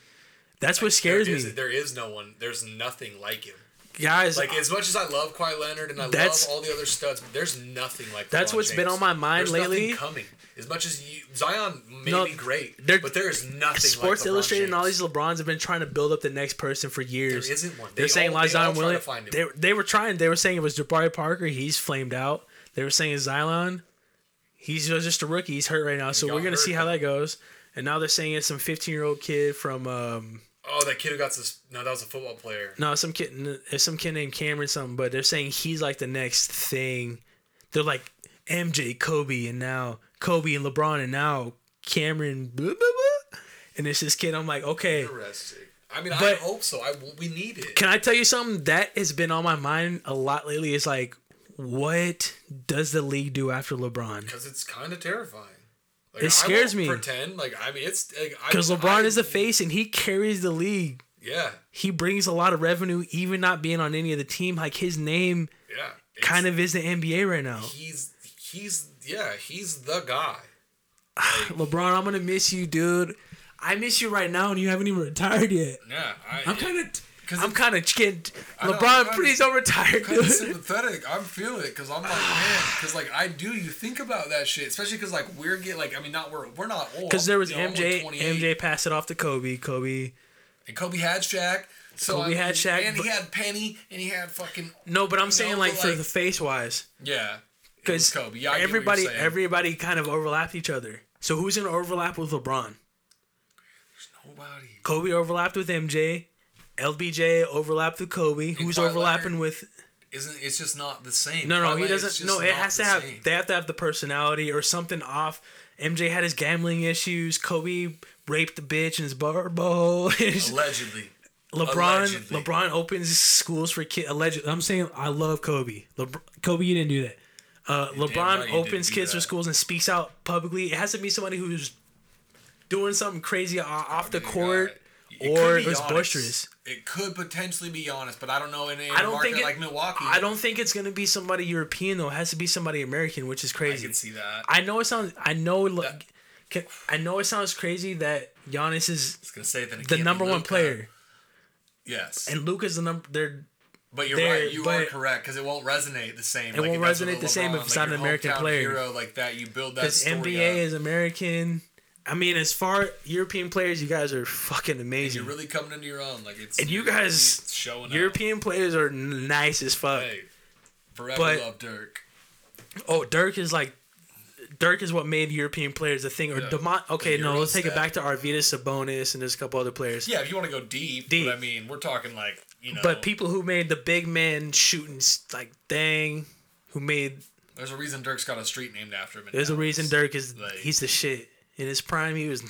D: That's what scares
E: there is,
D: me,
E: There is no one. There's nothing like him.
D: guys.
E: Like as much as I love Kawhi Leonard and I
D: That's-
E: love all the other studs, there's nothing like.
D: That's
E: LeBron
D: what's been
E: James.
D: on my mind
E: There's
D: lately.
E: Nothing coming as much as you, Zion may
D: No,
E: be great,
D: there-
E: but there is nothing.
D: Sports
E: like LeBron
D: Illustrated and all
E: James.
D: these LeBrons have been trying to build up the next person for years.
E: There isn't one.
D: They are
E: They
D: saying
E: all- they all
D: Zion
E: try to
D: Williams.
E: find him.
D: They, they were trying. They were saying it was Jabari Parker. He's flamed out. They were saying Zion. He's just a rookie. He's hurt right now. So
E: got
D: we're gonna
E: hurt,
D: see how
E: though.
D: that goes. And now they're saying it's some 15 year old kid from um,
E: Oh, that kid who got this. No, that was a football player.
D: no some kid n- it's some kid named Cameron something. But they're saying he's like the next thing. They're like MJ, Kobe, and now Kobe and LeBron, and now Cameron. Blah, blah, blah. And it's this kid. I'm like, okay.
E: Interesting. I mean, I
D: But-
E: hope so. I we need it.
D: Can I tell you something that has been on my mind a lot lately? Is like, what does the league do after LeBron?
E: Because it's kind of terrifying. Like,
D: It
E: I
D: scares
E: won't
D: me.
E: Pretend like I mean it's like I-
D: Because
E: I-
D: LeBron is the face and he carries the league.
E: Yeah,
D: He brings a lot of revenue, even not being on any of the team. Like his name
E: yeah. It's-
D: kind of is the NBA right now.
E: He's he's yeah he's the guy.
D: LeBron, I'm gonna miss you, dude. I miss you right now, and you haven't even retired yet.
E: Yeah, I,
D: I'm kind of.
E: 'Cause
D: I'm
E: it's-
D: kind of scared.
E: I know,
D: LeBron,
E: I'm kinda-
D: please don't retire.
E: kind of
D: dude.
E: sympathetic. I'm feeling it because I'm like, man, because like I do. You think about that shit, especially because like we're getting like I mean, not we're we're not old.
D: Because there was
E: You know, I'm, like,
D: MJ.
E: 28.
D: MJ passed it off to Kobe. Kobe.
E: and Kobe had Shaq. So
D: Kobe
E: I mean,
D: had Shaq,
E: and
D: but-
E: he had Penny, and he had fucking
D: No, but I'm saying
E: but,
D: like for
E: like-
D: the face wise,
E: yeah. It
D: because
E: was Kobe. Yeah, I get what you're
D: everybody
E: saying.
D: everybody kind of overlapped each other. So who's gonna overlap with LeBron?
E: nobody.
D: Kobe overlapped with MJ. LBJ overlapped with Kobe. Who's
E: Kawhi
D: overlapping
E: Leonard.
D: with?
E: Isn't it's just not the same?
D: No, no,
E: Twilight
D: he
E: is
D: doesn't.
E: just
D: No, it
E: not
D: has to
E: the
D: have.
E: same.
D: They have to have the personality or something off. MJ had his gambling issues. Kobe raped the bitch in his barbo.
E: allegedly.
D: LeBron
E: Allegedly.
D: LeBron opens schools for kids. Allegedly, I'm saying I love Kobe. LeBr Kobe, you didn't do that. Uh, LeBron
E: right you didn't
D: opens
E: do
D: kids for
E: that.
D: schools and speaks out publicly. It has to be somebody who's doing something crazy o- off the
E: Yeah,
D: court
E: it could
D: or
E: be
D: it's
E: Giannis.
D: boisterous.
E: It could potentially be honest, but I don't know in a
D: I don't
E: market
D: think it,
E: like Milwaukee.
D: I don't think it's gonna be somebody European though. It has to be somebody American, which is
E: I
D: crazy.
E: can see that.
D: I know it sounds. I know. Like, can,
E: That-
D: I know it sounds crazy that Giannis is
E: was gonna say that it
D: the
E: can't be
D: number one
E: Luka.
D: player
E: Yes,
D: and Luca's the number. They're
E: but you're
D: there,
E: right. You are
D: but-
E: correct because it won't resonate the same.
D: It won't
E: does
D: resonate
E: with
D: the same if
E: LeBron,
D: it's not
E: your
D: an American
E: hometown
D: player.
E: Hero like that, you build that
D: Because
E: story
D: NBA
E: up.
D: is American. I mean, as far European players, you guys are fucking amazing.
E: You're really coming into your own. Like it's
D: and you guys,
E: it's showing up.
D: European players are n- nice as fuck.
E: Hey, forever
D: But-
E: love Dirk.
D: Oh, Dirk is like, Dirk is what made European players a thing. Or
E: Yeah.
D: Demont. Okay,
E: The
D: no, let's take it
E: Eurostep.
D: back to Arvidas Sabonis and there's a couple other players.
E: Yeah, if you want to go deep,
D: Deep.
E: But I mean, we're talking like you know.
D: But people who made the big man shooting s- like thing, who made
E: there's a reason Dirk's got a street named after him. in
D: there's a
E: Dallas.
D: reason Dirk is
E: Like-
D: he's the shit. In his prime, he was.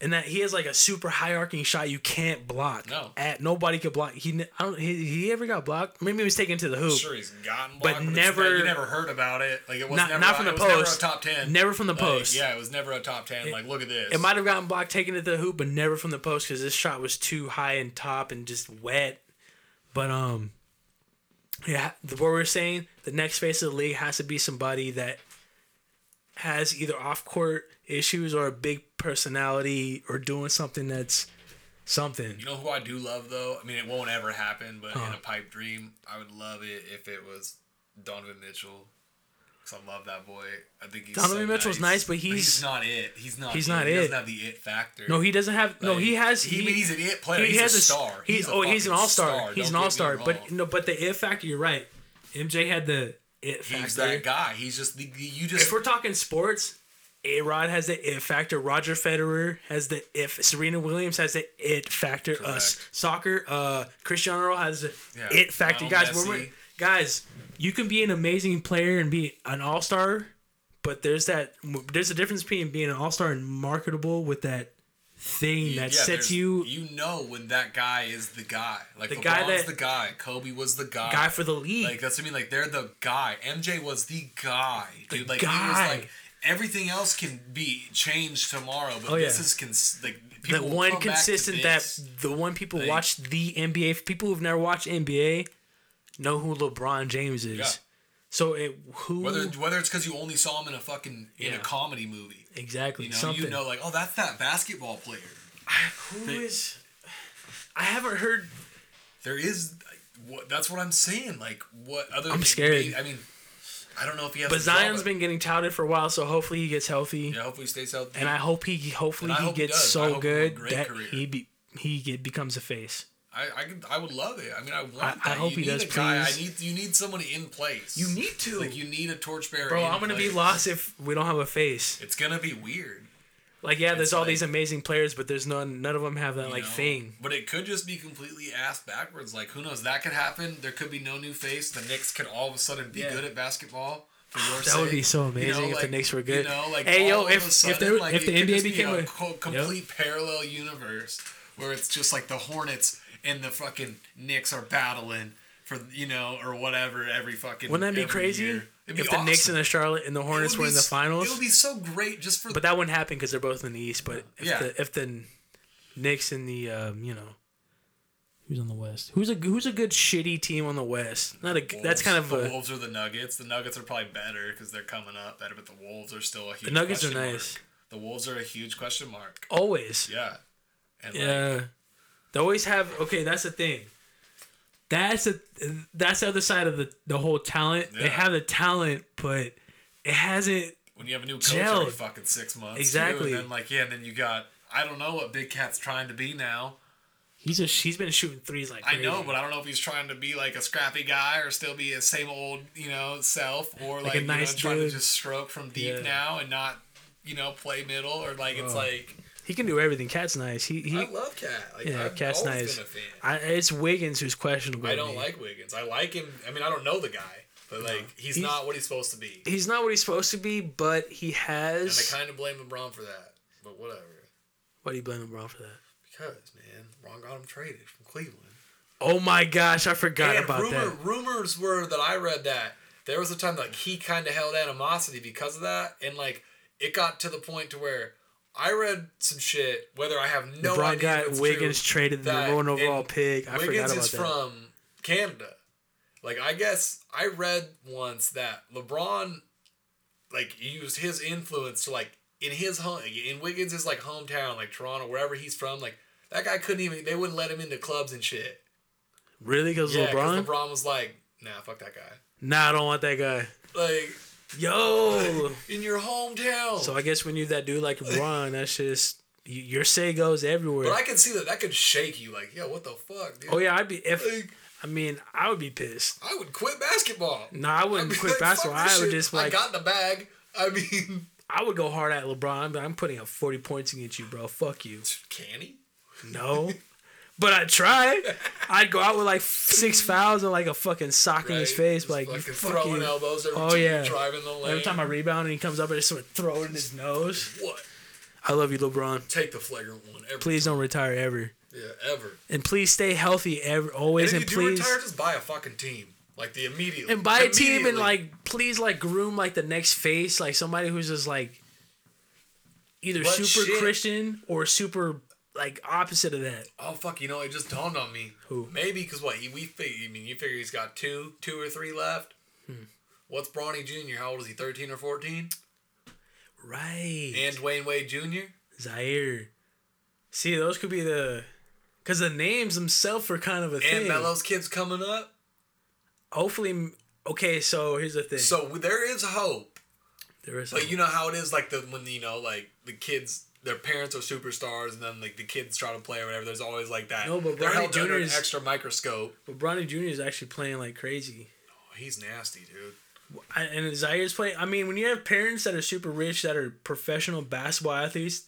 D: And that he has like a super hierarchy shot you can't block.
E: No.
D: At nobody could block. He ne- I don't he, he ever got blocked. Maybe he was taken to the hoop.
E: Sure, he's gotten blocked,
D: But
E: but, it's
D: never-
E: never. You never heard about it. Like it was
D: Not-
E: never.
D: not
E: a-
D: from the
E: it was never a
D: post.
E: top ten.
D: Never from the
E: Like,
D: post.
E: Yeah, it was never a top ten. like look at this.
D: It might have gotten blocked, taken to the hoop, but never from the post because this shot was too high and top and just wet. But um, yeah, the- what we we're saying, the next face of the league has to be somebody that has either off court issues or a big personality or doing something that's something.
E: You know who I do love though? I mean, it won't ever happen, but in a pipe dream, I would love it if it was Donovan Mitchell. Cause I love that boy. I think he's
D: Donovan
E: so
D: Mitchell's nice, but he's-
E: not it. He's not.
D: he's
E: it.
D: not
E: He
D: it.
E: doesn't have the it factor.
D: No, he doesn't have. no,
E: Like,
D: he has.
E: he- he's an it player. He's a
D: s-
E: star.
D: He's,
E: He's a
D: oh, he's an
E: fucking
D: all star.
E: star.
D: He's
E: Don't
D: an
E: get me
D: all star. But
E: wrong.
D: no, but the it factor. You're right. MJ had the it factor.
E: He's that guy. He's just the, the- you just
D: if we're talking sports, A Rod has the it factor. Roger Federer has the if. Serena Williams has the it factor. Us
E: Correct.
D: soccer, uh, Cristiano Ronaldo has the
E: Yeah.
D: it factor.
E: Lionel
D: guys, we're,
E: Messi.
D: guys, you can be an amazing player and be an all star, but there's that there's a difference between being an all star and marketable with that thing
E: you-
D: that
E: yeah,
D: sets
E: there's-
D: you
E: You know when that guy is the guy. Like
D: The
E: the
D: guy that-
E: the guy. Kobe was the guy.
D: guy for the league.
E: Like that's what I mean. Like they're the guy. MJ was the guy, dude. like he was
D: guy.
E: like everything else can be changed tomorrow, but
D: Oh, yeah.
E: this is cons- like
D: the
E: people will
D: one
E: come back to
D: consistent
E: this.
D: that the one people
E: Like-
D: watch the NBA people who've never watched NBA know who LeBron James is.
E: Yeah.
D: So it who
E: whether whether it's because you only saw him in a fucking in
D: Yeah.
E: a comedy movie,
D: exactly
E: you know,
D: something
E: you know, like oh that's that basketball player.
D: who is I haven't heard
E: There is like, what that's what I'm saying. Like what other?
D: I'm
E: than
D: scared.
E: being- I mean, I don't know if he has.
D: but
E: the job,
D: Zion's been getting touted for a while so hopefully he gets healthy
E: Yeah, hopefully he stays healthy.
D: and I hope he hopefully
E: And I
D: he
E: hope he
D: gets
E: does. I
D: so
E: hope he has a
D: good
E: great
D: that
E: career.
D: he be, he get, becomes a face.
E: I I, could, I would love it. I mean, I want.
D: I- I
E: that.
D: hope
E: you
D: he
E: need
D: does,
E: a Guy. I
D: please.
E: need you need someone in place.
D: You need to.
E: Like you need a torchbearer.
D: Bro,
E: in
D: I'm going to be
E: place.
D: lost if we don't have a face.
E: It's gonna be weird.
D: Like yeah, there's
E: It's
D: all
E: like-
D: these amazing players but there's none none of them have that
E: you
D: like
E: know?
D: thing.
E: But it could just be completely ass backwards. Like who knows? That could happen. There could be no new face. The Knicks could all of a sudden be
D: Yeah.
E: good at basketball. For your
D: That would
E: sake.
D: be so
E: You know,
D: amazing if the Knicks were good.
E: You know, like
D: Hey, yo,
E: all of a
D: if- if
E: sudden,
D: there-
E: like,
D: if
E: it
D: the
E: could
D: NBA
E: just be
D: became
E: a,
D: a-
E: co- complete parallel universe where it's just like the Hornets and the fucking Knicks are battling for you know or whatever every fucking.
D: Wouldn't that be
E: every
D: crazy?
E: year.
D: If
E: It'd be
D: the Knicks
E: awesome.
D: and the Charlotte and the
E: It would
D: Hornets were
E: be
D: in the
E: s- It
D: finals,
E: would be so great just for
D: but that wouldn't happen because they're both in the East. But if
E: Yeah.
D: the if the Knicks and the um, you know, who's on the West? Who's a who's a good shitty team on the West? Not a g- that's
E: Wolves.
D: kind of
E: the
D: a,
E: Wolves or the Nuggets. The Nuggets are probably better because they're coming up better, but the Wolves are still a huge.
D: the Nuggets are
E: question mark.
D: nice.
E: The Wolves are a huge question mark.
D: Always.
E: Yeah. And like,
D: Yeah. They always have okay, that's the thing. That's a that's the other side of the, the whole talent. They
E: Yeah.
D: have the talent, but it hasn't
E: when you have a new coach every
D: Gelled.
E: fucking six months. too,
D: Exactly.
E: and then like yeah, and then you got I don't know what Big Cat's trying to be now.
D: he's a he's been shooting threes like crazy.
E: I know, but I don't know if he's trying to be like a scrappy guy or still be his same old, you know, self or like,
D: a
E: you know,
D: nice
E: trying to
D: dude.
E: just stroke from deep
D: Yeah.
E: now and not, you know, play middle or like it's like
D: he can do everything. Cat's nice. He he
E: I love Cat. Like
D: yeah,
E: I've
D: Cat's
E: always
D: nice.
E: been a fan.
D: I, it's Wiggins who's questionable.
E: I
D: to
E: don't
D: me.
E: like Wiggins. I like him. I mean, I don't know the guy, but like he's,
D: He's-
E: not what he's supposed to be.
D: he's not what he's supposed to be, but he
E: And I
D: has.
E: kind of blame LeBron for that, but whatever.
D: Why do you blame LeBron for that?
E: Because man, LeBron got him traded from Cleveland.
D: Oh my gosh, I forgot
E: And
D: about
E: rumor,
D: that.
E: rumors were that I read that there was a time like he kind of held animosity because of that, and like it got to the point to where I read some shit. Whether I have no
D: LeBron
E: idea
D: got
E: if it's
D: Wiggins
E: true,
D: traded the
E: that-
D: number one overall
E: and
D: pick. I forgot
E: Wiggins
D: about
E: is
D: that.
E: from Canada. Like I guess I read once that LeBron like used his influence to like in his home in Wiggins' is like hometown, like Toronto, wherever he's from, like that guy couldn't even they wouldn't let him into clubs and shit.
D: really? Because
E: Yeah, 'cause
D: LeBron?
E: LeBron was like, nah, fuck that guy.
D: Nah, I don't want that guy.
E: Like,
D: Yo.
E: in your hometown.
D: so I guess when you that dude like LeBron, that's just y- your say goes everywhere.
E: but I can see that that could shake you. Like, yo, what the fuck, dude?
D: oh yeah, I'd be if
E: Like,
D: I mean I would be pissed.
E: I would quit basketball.
D: Nah, I
E: I'd
D: wouldn't
E: be
D: quit
E: like,
D: basketball.
E: fuck this
D: I would
E: shit.
D: just
E: I
D: like
E: got the bag. I mean,
D: I would go hard at LeBron, but I'm putting up 40 points against you, bro. Fuck you.
E: can he?
D: No. But I'd try. I'd go out with like six fouls and like a fucking sock in his
E: Right?
D: face,
E: Just
D: like you
E: fucking
D: fuck
E: throwing
D: you.
E: elbows every
D: Oh,
E: time
D: yeah.
E: you drive in the lane.
D: Every time I rebound and he comes up, I just sort of throw it in his nose.
E: what?
D: I love you, LeBron.
E: Take the flagrant one. Ever.
D: Please don't retire ever,
E: Yeah, ever.
D: and please stay healthy ever always,
E: And
D: and,
E: if you do
D: please
E: retire, just buy a fucking team. Like the immediately.
D: and buy a team and
E: Immediately.
D: like please like groom like the next face, like somebody who's just like either
E: But
D: super
E: shit.
D: Christian or super like opposite of that.
E: Oh fuck! You know, it just dawned on me.
D: Who?
E: Maybe because what he, we figure. I mean, you figure he's got two, two or three left.
D: Hmm.
E: What's Bronny Junior? How old is he? Thirteen or fourteen?
D: Right,
E: And Dwayne Wade Junior.
D: Zaire. See, those could be the because the names themselves are kind of a
E: And
D: thing.
E: Melo's kids coming up.
D: Hopefully, okay. So here's the thing.
E: So there is hope.
D: there is
E: But you know how it is, like the when you know, like the kids, their parents are superstars, and then like the kids try to play or whatever. There's always like that.
D: No, but
E: they're
D: Bronny
E: held under an
D: Jr. is-
E: extra microscope.
D: But Bronny Jr. is actually playing like crazy.
E: Oh, he's nasty, dude.
D: I, and Zaire's playing. I mean, when you have parents that are super rich, that are professional basketball athletes,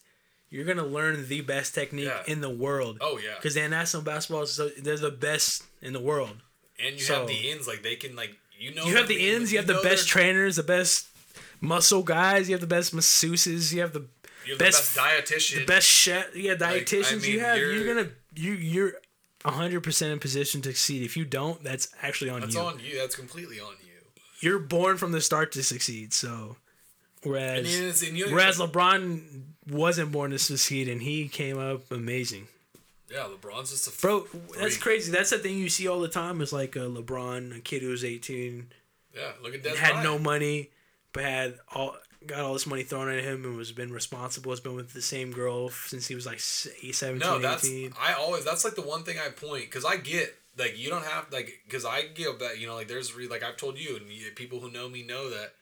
D: you're going to learn the best technique
E: Yeah.
D: in the world.
E: Oh, yeah.
D: Because the national basketball, is so, they're the best in the world.
E: And you
D: So-
E: have the ends, like they can, like Oh, you know,
D: You have
E: them,
D: the ends, you have the
E: know
D: best
E: they're-
D: trainers, the best muscle guys, you have the best masseuses, you have the
E: you're the
D: best-
E: best, dietitian.
D: the best chef, yeah,
E: I
D: dietitians
E: mean,
D: you have. You're,
E: you're-
D: gonna you you're hundred percent in position to succeed. If you don't, that's actually on
E: That's
D: you.
E: on you. That's completely on you.
D: you're born from the start to succeed. So, whereas
E: And then it's in you.
D: Whereas LeBron wasn't born to succeed and he came up amazing.
E: yeah, LeBron's just a f-
D: Bro, that's
E: Freak.
D: crazy. That's the thing you see all the time is like a LeBron, a kid who was 18,
E: yeah. Look at that.
D: had no money, but had all got all this money thrown at him and was been responsible. Has been with the same girl f- since he was like s- 17,
E: No, that's
D: 18.
E: I always. That's like the one thing I point because I get like you don't have like because I give that you know like there's re, like I've told you and you- people who know me know that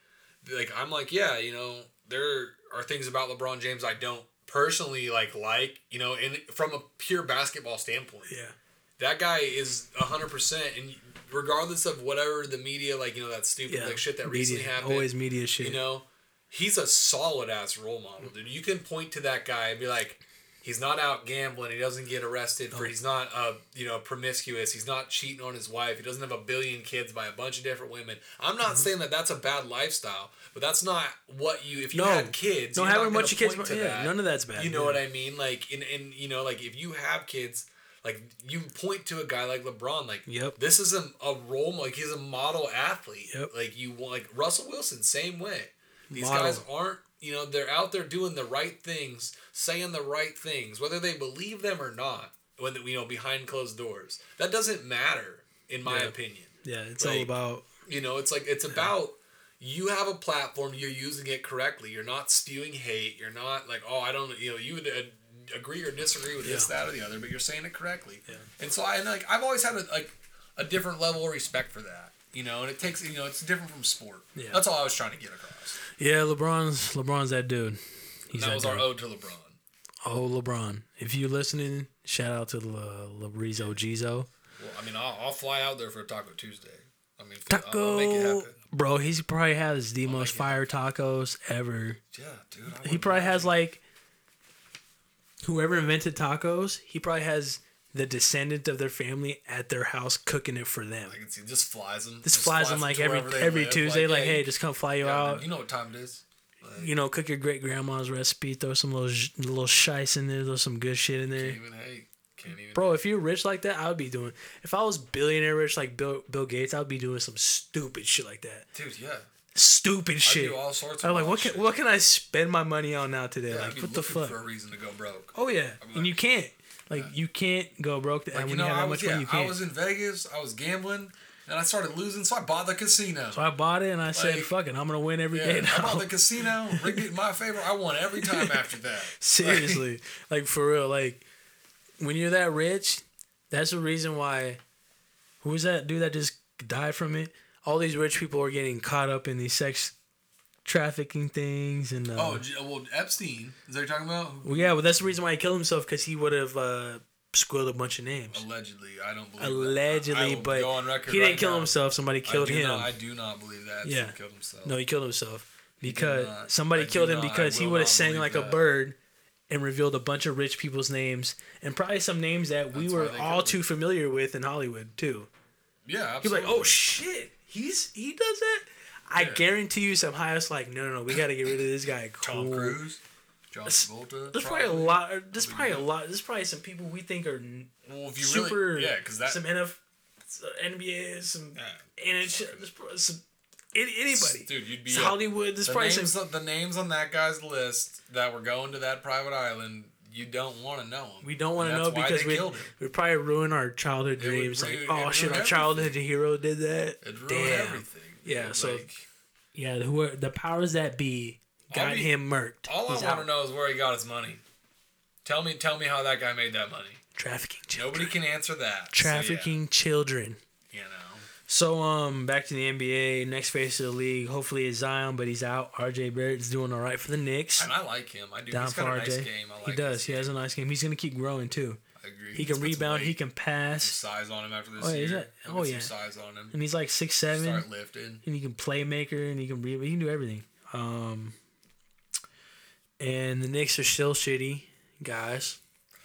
E: like I'm like yeah you know there are things about LeBron James I don't personally like like you know and from a pure basketball standpoint
D: Yeah.
E: that guy is 100% and regardless of whatever the media like you know that stupid
D: Yeah.
E: like shit that
D: media,
E: recently happened
D: Always media shit.
E: you know, he's a solid ass role model, dude. You can point to that guy and be like, he's not out gambling. He doesn't get arrested
D: Oh.
E: for. He's not uh, you know promiscuous. He's not cheating on his wife. He doesn't have a billion kids by a bunch of different women. I'm
D: Mm-hmm.
E: not saying that that's a bad lifestyle, but that's not what you. If you
D: No.
E: had kids,
D: No,
E: you're
D: having
E: not
D: a
E: gonna
D: bunch of kids,
E: point
D: but- yeah, none of that's bad,
E: You know
D: yeah.
E: what I mean? Like, and and you know, like if you have kids. Like you point to a guy like LeBron, like
D: Yep.
E: this is a, a role, mo- like he's a model athlete.
D: Yep.
E: Like you want, like Russell Wilson, same way. These
D: Model.
E: guys aren't, you know, they're out there doing the right things, saying the right things, whether they believe them or not, whether you know, behind closed doors. That doesn't matter, in my
D: Yeah.
E: opinion.
D: yeah, it's all
E: like-
D: about
E: You know, it's like it's about you have a platform. You're using it correctly. You're not spewing hate. You're not like, oh, I don't, you know, you would uh, agree or disagree with this,
D: Yeah.
E: that, or the other, but you're saying it correctly. And so I and like I've always had a, like a different level of respect for that. You know, and it takes you know it's different from sport.
D: Yeah.
E: That's all I was trying to get across.
D: Yeah, LeBron's LeBron's that dude. He's
E: that was
D: dude.
E: our ode to LeBron.
D: Oh, LeBron. If you listening, shout out to uh, Le, Lebrizo Gizo.
E: Well, I mean, I'll, I'll fly out there for a Taco Tuesday. I mean, I'll- I'll make it
D: Taco.
E: happen.
D: Bro, he's probably has the most fire tacos ever.
E: Yeah, dude. I
D: He
E: would-
D: probably has like whoever invented tacos, he probably has the descendant of their family at their house cooking it for them.
E: I can see just flies them.
D: This flies them like every every Tuesday, like, hey, just come fly you out.
E: You know what time it is?
D: You know, cook your great grandma's recipe, throw some little sh- little shice in there, throw some good shit in there.
E: Can't even hate. Can't even.
D: Bro, if you're rich like that, I would be doing. If I was billionaire rich like Bill Bill Gates, I'd be doing some stupid shit like that.
E: dude, yeah.
D: Stupid
E: I
D: shit.
E: do all sorts of.
D: I'm like,
E: wild
D: what can
E: shit.
D: what can I spend my money on now today?
E: Yeah, I'd
D: like,
E: be
D: what the
E: looking
D: fuck?
E: For a reason to go broke.
D: oh yeah,
E: I'm
D: and
E: like-
D: you can't. Like, you can't go broke. That
E: Like,
D: when you,
E: you know,
D: have
E: I
D: that much
E: was yeah,
D: money, you
E: I
D: can't.
E: was in Vegas. I was gambling, and I started losing, so I bought the casino.
D: so I bought it and I said,
E: Like-
D: fuck it, I'm gonna win every day
E: yeah,
D: now.
E: I bought the casino, rigged it in my favor. I won every time after that.
D: Seriously, like for real, like when you're that rich, that's the reason why. Who was that dude that just died from it? All these rich people are getting caught up in these sex trafficking things, and uh,
E: Oh, j- well, Epstein. Is that what you're talking about?
D: well, yeah, well that's the reason why he killed himself because he would have uh, squealed a bunch of names.
E: Allegedly, I don't believe. that. I- I
D: Allegedly,
E: will
D: but
E: go on record
D: he didn't
E: right
D: kill
E: now.
D: himself. Somebody
E: I
D: killed
E: do
D: him.
E: Not, I do not believe that. Epstein
D: Yeah.
E: killed himself.
D: No, he killed himself because
E: not.
D: somebody
E: I do
D: killed him
E: not. I
D: because he
E: will
D: would have
E: not
D: sang
E: believe
D: like a
E: that.
D: bird and revealed a bunch of rich people's names and probably some names that we
E: That's why
D: were
E: they
D: all
E: killed
D: too
E: him.
D: familiar with in Hollywood too.
E: yeah,
D: He's
E: absolutely.
D: like, "Oh shit, he's he does that." I
E: Yeah.
D: guarantee you, some highest like, no, no, no, we got to get rid of this guy.
E: Tom
D: cool."
E: Cruise, John Travolta.
D: There's probably a lot. There's probably a lot. There's probably some people we think are n-
E: Well, if you
D: super.
E: really, yeah, because that
D: some NF, some NBA, some
E: Yeah.
D: NHL, there's probably some any- anybody.
E: dude, you'd be
D: It's Hollywood. There's
E: The
D: probably
E: names,
D: some.
E: on, the names on that guy's list that were going to that private island, you don't want to know them.
D: We don't want to
E: And
D: know
E: that's why
D: because
E: they
D: we
E: killed him.
D: we probably ruin our childhood
E: would
D: dreams. Like,
E: ruin-
D: oh
E: it'd
D: shit,
E: ruin
D: our childhood hero did that.
E: It ruined
D: Damn.
E: everything.
D: Yeah, so-
E: Like,
D: Yeah, who are, the powers that be got
E: I'll be-
D: him murked.
E: all
D: He's
E: I want
D: out.
E: to know is where he got his money. Tell me, tell me how that guy made that money.
D: Trafficking children.
E: Nobody can answer that. So, yeah,
D: Trafficking children.
E: you know,
D: So um, back to the NBA. Next face of the league, hopefully is Zion, but he's out. RJ Barrett's doing all right for the Knicks.
E: and I like him. I do.
D: Down
E: he's
D: for
E: got a
D: RJ.
E: nice game. I like
D: he does.
E: his
D: He has a
E: game.
D: nice game. He's gonna keep growing too.
E: I agree.
D: He
E: He's
D: can
E: got some
D: rebound. He
E: weight,
D: can pass,
E: size on him after this
D: Oh, yeah,
E: year.
D: is that-
E: He'll
D: oh,
E: get
D: yeah.
E: Some size on him.
D: and he's like six seven,
E: Start lifting.
D: and he can playmaker, and he can rebound. He can do everything. Um, and the Knicks are still shitty, guys.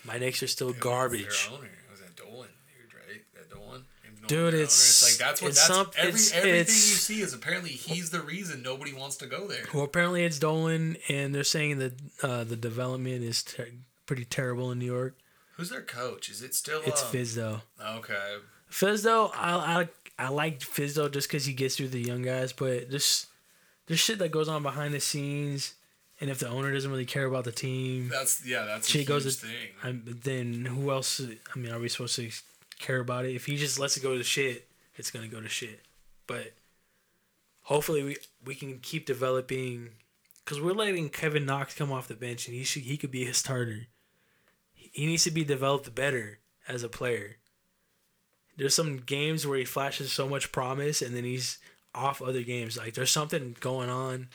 D: My Knicks are still garbage.
E: Their owner was that Dolan, dude, right? That Dolan. Him knowing
D: Dude,
E: their owner,
D: it's-
E: like that's what
D: it's
E: that's
D: some-
E: every
D: it's-
E: everything
D: it's-
E: you see is apparently he's the reason nobody wants to go there.
D: Well, apparently it's Dolan, and they're saying that uh, the development is ter- pretty terrible in New York.
E: Who's their coach? Is it still
D: It's
E: um,
D: Fizz though.
E: Okay,
D: Fizdo, I I, I like Fizdo just because he gets through the young guys, but this there's shit that goes on behind the scenes, and if the owner doesn't really care about the team,
E: that's yeah, that's a
D: shit
E: huge
D: goes. to-
E: thing.
D: I'm- then who else? I mean, are we supposed to care about it? If he just lets it go to shit, it's gonna go to shit. But hopefully, we we can keep developing because we're letting Kevin Knox come off the bench, and he should he could be a starter. He he needs to be developed better as a player. There's some games where he flashes so much promise, and then he's off other games. Like there's something going on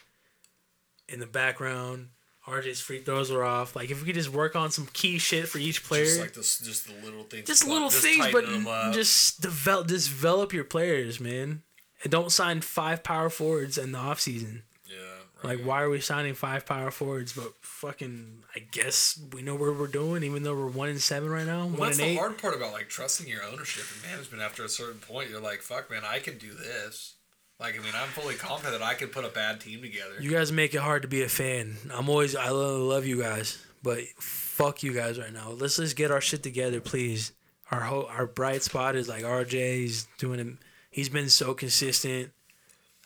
D: in the background. RJ's free throws are off. Like if we could just work on some key shit for each player,
E: just
D: just,
E: like this, just the little things, like,
D: little things,
E: tighten
D: but
E: them up.
D: just develop just develop your players, man. And don't sign five power forwards in the off season.
E: yeah,
D: Like, why are we signing five power forwards? But fucking, I guess we know where we're doing, even though we're one and seven right now,
E: Well,
D: one
E: that's
D: and
E: the
D: eight.
E: hard part about like trusting your ownership and management. After a certain point, you're like, "Fuck, man, I can do this." Like, I mean, I'm fully confident that I can put a bad team together.
D: You guys make it hard to be a fan. I'm always, I love, love you guys, but fuck you guys right now. Let's just get our shit together, please. Our whole, our bright spot is like RJ. He's doing it. He's been so consistent.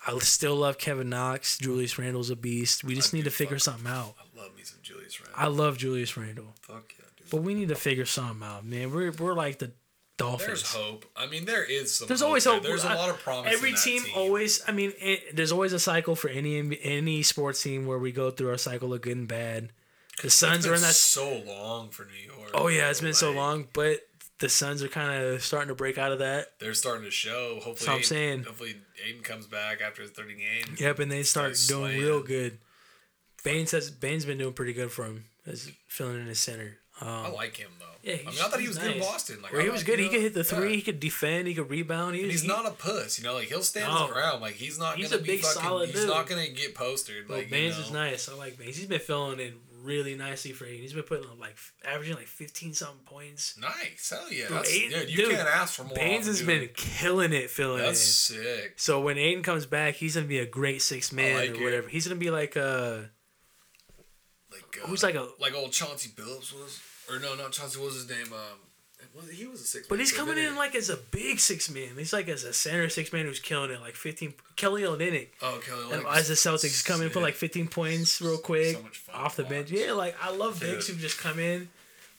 D: I still love Kevin Knox. Julius Randle's a beast. We just
E: I
D: need
E: do
D: to figure
E: fuck-
D: something out.
E: I love me some Julius Randle.
D: I love Julius Randle.
E: Fuck yeah, dude.
D: But we need to figure something out, man. We're we're like the Dolphins.
E: There's hope. I mean, there is some.
D: There's always
E: there.
D: hope.
E: There's
D: I-
E: a lot of promise. in
D: Every
E: that
D: team, always. I mean, it, there's always a cycle for any any sports team where we go through our cycle of good and bad. The
E: It's
D: Suns are
E: been
D: in that.
E: so long for New York.
D: Oh yeah, it's been so
E: Like,
D: long, but the Suns are kind of starting to break out of that.
E: They're starting to show. Hopefully,
D: what I'm
E: Aiden-
D: saying.
E: Hopefully, Aiden comes back after his 30 games.
D: Yep, and they start
E: Nice
D: doing
E: slam.
D: real good. Baines has Baines been doing pretty good for him as filling in his center.
E: I like him though.
D: Yeah,
E: I mean,
D: he's-
E: I thought he
D: he's
E: was good in
D: nice.
E: Boston. Like,
D: Where
E: I
D: he was
E: like,
D: good,
E: you
D: he
E: know,
D: could hit the three,
E: yeah.
D: he could defend, he could rebound. He
E: And
D: was,
E: He's
D: he-
E: not a puss, you know. Like he'll stand
D: No.
E: his ground. Like he's not.
D: He's
E: gonna
D: a
E: be
D: big,
E: fucking,
D: solid
E: He's
D: dude.
E: not gonna get postered.
D: But
E: Like
D: Baines
E: you know.
D: is nice. I like Baines. He's been filling in really nicely for Aiden. He's been putting up like averaging like fifteen something points.
E: Nice. Hell yeah.
D: Dude,
E: That's,
D: Aiden-
E: dude, you
D: dude,
E: can't ask for more.
D: Baines
E: off
D: has
E: dude.
D: been killing it filling
E: That's
D: in.
E: sick.
D: So when Aiden comes back, he's gonna be a great six man
E: like
D: or
E: it.
D: whatever. He's gonna be like uh
E: Like uh,
D: Who's like a-
E: like old Chauncey Billups was, or no, not Chauncey. What was his name? Um, was he was a six.
D: But he's coming in like as a big six man. He's like as a center six man who's killing it, like fifteen. Kelly Olynyk
E: oh Kelly.
D: and
E: Olynyk's
D: as the Celtics come in for
E: sick.
D: like fifteen points real quick
E: so much fun
D: off the
E: to
D: bench.
E: watch.
D: Yeah, like I love bigs who just come in,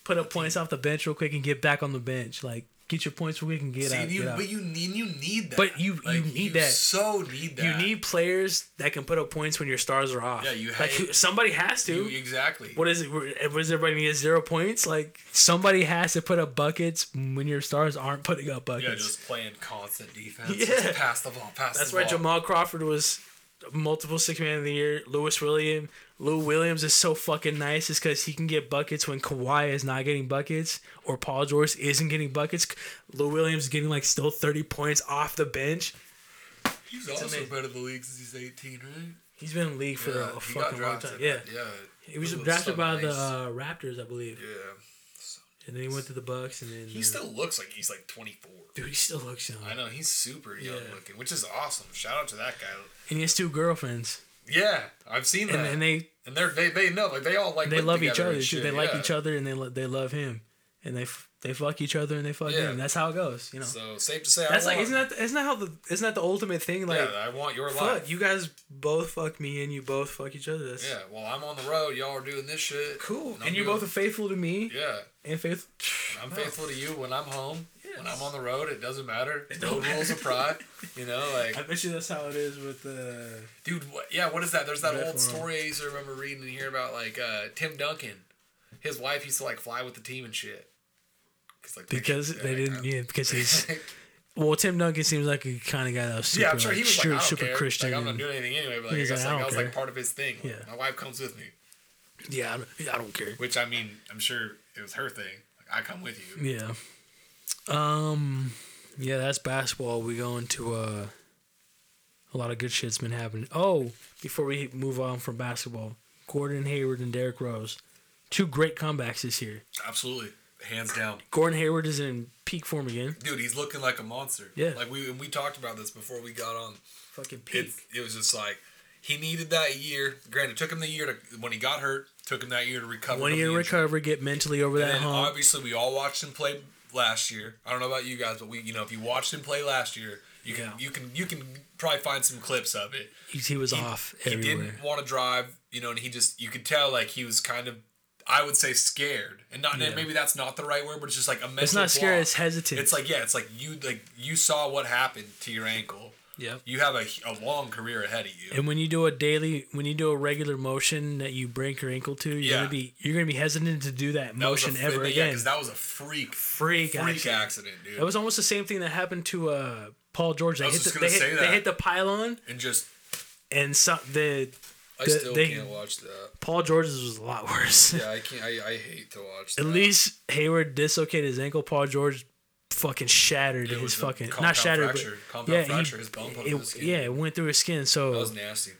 D: put up points off the bench real quick and get back on the bench. Like get your points real quick and get
E: See,
D: out.
E: and you,
D: get out.
E: but you need you need that.
D: But you- you need that.
E: So need that.
D: You need players that can put up points when your stars are off.
E: Yeah, you
D: like
E: have-
D: who- somebody has to.
E: You- exactly.
D: what is it? What does everybody need? Zero points. Like somebody has to put up buckets when your stars aren't putting up buckets.
E: Yeah, just playing constant defense.
D: Yeah.
E: Just pass the ball. Pass
D: That's
E: the ball.
D: why Jamal Crawford was multiple six man of the year. Lewis Williams, Lou Williams is so fucking nice, is because he can get buckets when Kawhi is not getting buckets or Paul George isn't getting buckets. Lou Williams is getting like still thirty points off the bench.
E: He's also
D: amazing.
E: been in the league since he's 18, right?
D: He's been in the league for a
E: he got
D: fucking long time.
E: drafted.
D: Yeah.
E: Yeah.
D: he was
E: It
D: drafted
E: so
D: by the
E: nice.
D: uh, Raptors, I believe,
E: Yeah.
D: and then he went to the Bucks, and then
E: He
D: uh,
E: still looks like he's like 24.
D: dude, he still looks young,
E: I know he's super young
D: Yeah.
E: looking, which is awesome. Shout out to that guy.
D: and he has two girlfriends,
E: Yeah, I've seen that.
D: and, and they
E: and they're they they know like they all like
D: they
E: live
D: love each
E: together
D: other.
E: and
D: dude.
E: shit,
D: They like
E: yeah.
D: each other and they lo- they love him, and they f- they fuck each other and they fuck
E: Yeah.
D: him. That's how it goes, you know.
E: So safe to say,
D: That's
E: I
D: like
E: want,
D: isn't that isn't that how the isn't that the ultimate thing? Like
E: yeah, I want your
D: fuck,
E: life.
D: you guys both fuck me and you both fuck each other. That's
E: Yeah, well, I'm on the road. Y'all are doing this shit.
D: cool.
E: I'm
D: And you're
E: doing-
D: both faithful to me
E: Yeah,
D: and faithful.
E: I'm faithful to you when I'm home. When
D: Yes.
E: I'm on the road, it doesn't matter.
D: don't
E: no rules
D: matter.
E: of pride. You know, like
D: I bet you that's how it is with the.
E: dude, what, yeah. What is that? There's that old
D: Definitely.
E: story I used to remember reading and hear about, like uh, Tim Duncan. His wife used to like fly with the team and shit. 'Cause, like,
D: Because
E: yeah,
D: they
E: like,
D: didn't,
E: I'm-
D: yeah. Because he's well, Tim Duncan seems like a kind of guy that was super,
E: yeah, I'm sure
D: like,
E: he was like,
D: sure-
E: I don't
D: super
E: care.
D: Christian.
E: Like, I'm not
D: and-
E: doing anything anyway. But like, I
D: He's like,
E: guess
D: "I
E: like,
D: don't
E: that was
D: care."
E: like part of his thing. Like,
D: Yeah.
E: My wife comes with me,
D: yeah, I don't, yeah, I don't care.
E: which I mean, I'm sure it was her thing. Like, I come with you.
D: Yeah. Um. Yeah, that's basketball. We go into uh, a lot of good shit's been happening. Oh, before we move on from basketball, Gordon Hayward and Derrick Rose, two great comebacks this year.
E: Absolutely, hands down.
D: Gordon Hayward is in peak form again.
E: Dude, he's looking like a monster.
D: Yeah.
E: Like we and we talked about this before we got on.
D: Fucking peak.
E: It, it was just like he needed that year. Granted, it took him the year to when he got hurt. Took him that year to recover.
D: One
E: from
D: year
E: the
D: to
E: injury.
D: recover, get mentally over
E: And
D: that
E: then
D: hump.
E: obviously we all watched him play last year. I don't know about you guys, but we you know if you watched him play last year, you can
D: Yeah.
E: you can you can probably find some clips of it.
D: He, he was off
E: He
D: everywhere.
E: didn't want to drive, you know, and he just you could tell like he was kind of I would say scared, and not
D: Yeah.
E: maybe that's not the right word, but it's just like a mental.
D: It's not scary.
E: block.
D: It's hesitant.
E: It's like yeah, it's like you like you saw what happened to your ankle.
D: Yep.
E: You have a, a long career ahead of you.
D: And when you do a daily, when you do a regular motion that you break your ankle to, you're
E: Yeah.
D: gonna be you're gonna be hesitant to do that
E: That was a
D: motion
E: fr-
D: ever
E: Yeah,
D: again.
E: because that was a freak
D: freak,
E: freak
D: accident.
E: accident, dude.
D: That was almost the same thing that happened to uh, Paul George. They
E: was
D: hit the
E: just
D: they
E: gonna
D: hit,
E: say
D: they
E: that.
D: hit the pylon,
E: and just
D: and some the
E: I
D: The-
E: still
D: they-
E: can't watch that.
D: Paul George's was a lot worse.
E: Yeah, I can't. I, I hate to watch.
D: At
E: that.
D: least Hayward dislocated his ankle. Paul George fucking shattered
E: It
D: his
E: was a
D: fucking not
E: compound
D: shattered,
E: fracture.
D: but
E: Compound
D: yeah,
E: fracture,
D: he,
E: his bone put
D: it,
E: in his skin.
D: yeah, it went through his skin.
E: that
D: So,
E: was nasty.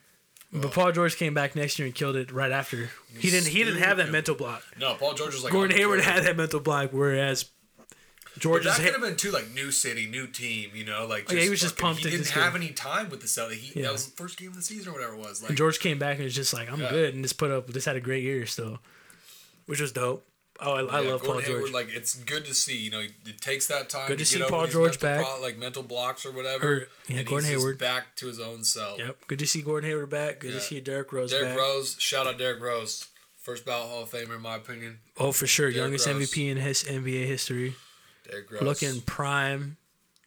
D: but Paul George came back next year and killed it right after. He didn't. He didn't have that
E: Stupid.
D: mental block.
E: No, Paul George was like
D: Gordon
E: I'm
D: Hayward
E: good.
D: had that mental block, whereas
E: But
D: George's
E: that could
D: hit,
E: have been too like new city, new team. You know, like
D: Oh, yeah, he was just
E: fucking-
D: pumped
E: He
D: at
E: didn't
D: this
E: have
D: game.
E: any time with the Celtics. He,
D: Yeah.
E: That was the first game of the season or whatever it was. Like
D: And George came back and was just like, I'm
E: Yeah.
D: good, and just put up, just had a great year still, which was dope. Oh, I, I
E: yeah,
D: love Paul
E: Gordon Hayward,
D: George.
E: like it's good to see. You know, it takes that time.
D: Good to see
E: get over
D: Paul
E: these
D: George
E: mental
D: back.
E: pro- like mental blocks or whatever.
D: Or, yeah,
E: and
D: Gordon
E: he's just
D: Hayward.
E: back to his own self.
D: yep. Good to see Gordon Hayward back. Good
E: Yeah.
D: to see Derrick Rose
E: Derrick
D: back.
E: Rose, shout out Derrick Rose, first ballot Hall of Famer in my opinion.
D: Oh, for sure.
E: Derrick
D: Youngest
E: Rose.
D: MVP in his NBA history.
E: They're gross.
D: looking prime.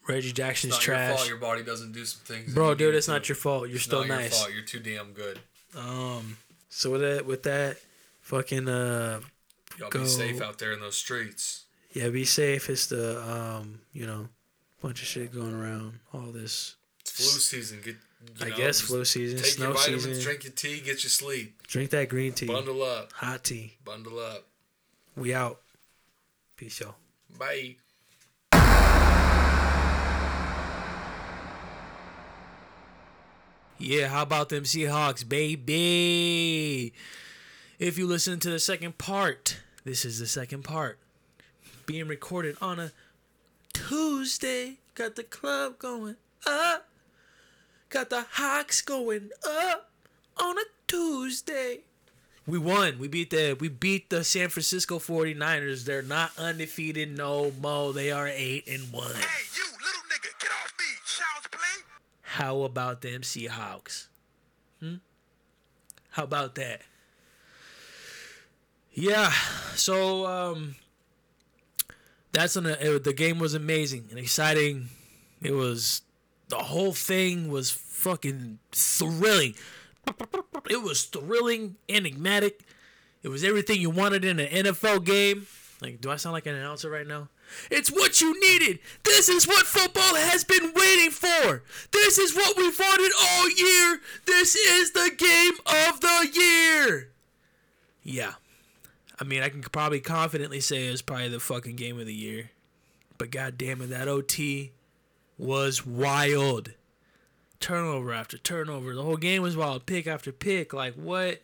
D: Reggie Jackson's
E: It's not
D: trash.
E: Your, fault. your body doesn't do some things. that
D: Bro,
E: you
D: dude,
E: need
D: it's
E: to.
D: not your fault. You're
E: It's
D: still
E: not your
D: nice.
E: fault. You're too damn good.
D: Um, so with that, with that, fucking uh,
E: Y'all
D: Go.
E: be safe out there in those streets.
D: yeah, be safe. It's the um, you know, bunch of shit going around. All this,
E: It's flu season. Get. you
D: I
E: know,
D: guess,
E: just
D: flu season,
E: Take
D: snow
E: your vitamins,
D: season. Drink.
E: drink your tea, get your sleep.
D: that green tea,
E: Bundle up.
D: hot tea.
E: Bundle up.
D: We out. Peace, y'all.
E: Bye.
D: Yeah, how about them Seahawks, baby? If you listen to the second part, this is the second part. Being recorded on a Tuesday. Got the club going up. Got the Hawks going up on a Tuesday. We won. We beat the we beat the San Francisco 49ers. They're not undefeated no mo. They are 8 and 1.
F: Hey, you little nigga, get off me. Child's play.
D: How about them Seahawks? Hmm? How about that? Yeah. So um, that's an it, the game was amazing and exciting. It was the whole thing was fucking thrilling. It was thrilling, enigmatic. It was everything you wanted in an NFL game. Like, do I sound like an announcer right now? It's what you needed. This is what football has been waiting for. This is what we've wanted all year. This is the game of the year. Yeah. I mean, I can probably confidently say it's probably the fucking game of the year. But god damn it, that OT was wild. Turnover after turnover. The whole game was wild. Pick after pick. Like what?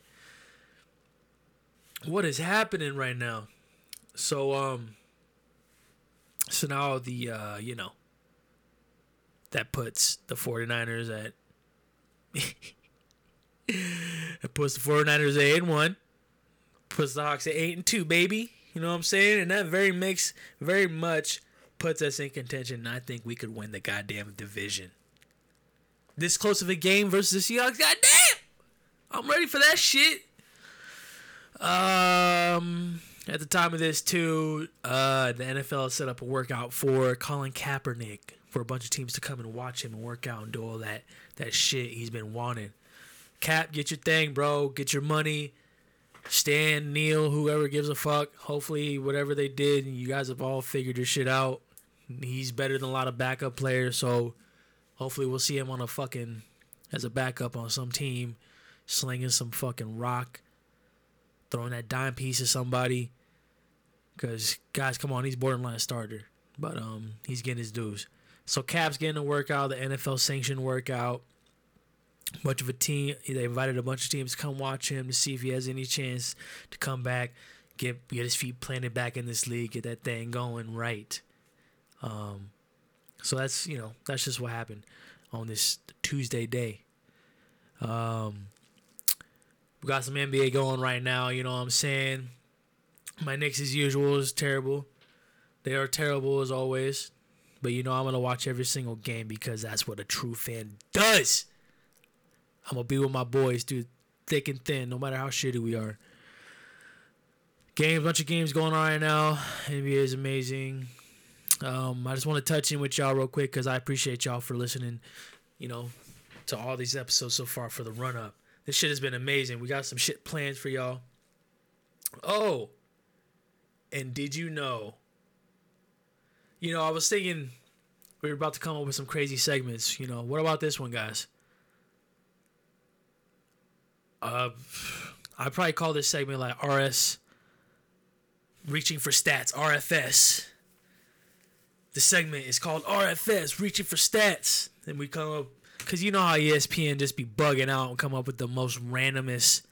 D: What is happening right now? So um so now the uh you know that puts the 49ers at it puts the 49ers at 8 and 1 puts the Hawks at 8 and 2 baby you know what I'm saying and that very makes very much puts us in contention and I think we could win the goddamn division this close of a game versus the Seahawks goddamn I'm ready for that shit um, at the time of this, too, uh, the NFL set up a workout for Colin Kaepernick for a bunch of teams to come and watch him and work out and do all that that shit he's been wanting. Cap, get your thing, bro. Get your money. Stan, Neil, whoever gives a fuck. Hopefully, whatever they did, you guys have all figured your shit out. He's better than a lot of backup players, so hopefully we'll see him on a fucking as a backup on some team, slinging some fucking rock throwing that dime piece at somebody. Cause guys, come on, he's borderline starter, but um, he's getting his dues. So Cap's getting a workout, the NFL sanctioned workout. Bunch of a team, they invited a bunch of teams to come watch him to see if he has any chance to come back, get get his feet planted back in this league, get that thing going right. Um, so that's you know that's just what happened on this Tuesday day. We got some NBA going right now, you know what I'm saying? My Knicks as usual is terrible. They are terrible as always. But you know I'm gonna watch every single game because that's what a true fan does. I'm gonna be with my boys through thick and thin, no matter how shitty we are. Game, bunch of games going on right now. NBA is amazing. Um, I just want to touch in with y'all real quick because I appreciate y'all for listening. You know, to all these episodes so far for the run up. This shit has been amazing. We got some shit planned for y'all. Oh, and did you know? You know, I was thinking we were about to come up with some crazy segments. You know, what about this one, guys? Uh, I probably call this segment like RS, reaching for stats, RFS. The segment is called RFS, reaching for stats, and we come up because you know how E ESPN just be bugging out and come up with the most randomest,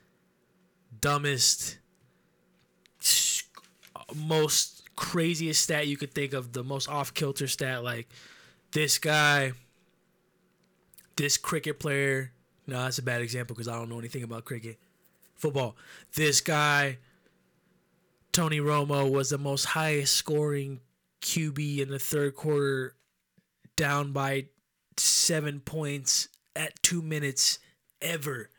D: dumbest, most craziest stat you could think of, the most off kilter stat. Like this guy, this cricket player. No, that's a bad example because I don't know anything about cricket. Football. This guy, Tony Romo, was the most highest scoring QB in the third quarter, down by seven points at two minutes ever.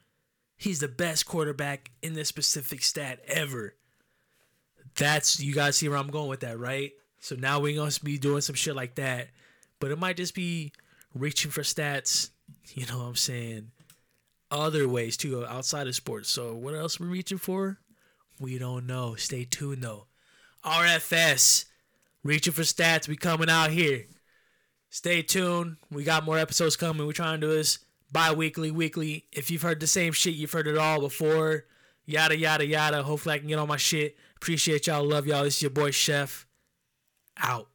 D: He's the best quarterback in this specific stat ever. That's you guys see where I'm going with that, right? So now we gonna be doing some shit like that, but it might just be reaching for stats. You know what I'm saying? Other ways too outside of sports. So what else we reaching for? We don't know. Stay tuned though. RFS, reaching for stats. We coming out here. Stay tuned. We got more episodes coming. We're trying to do this bi-weekly, weekly. If you've heard the same shit, you've heard it all before. Yada yada yada. Hopefully I can get all my shit. Appreciate y'all. Love y'all. This is your boy Chef. Out.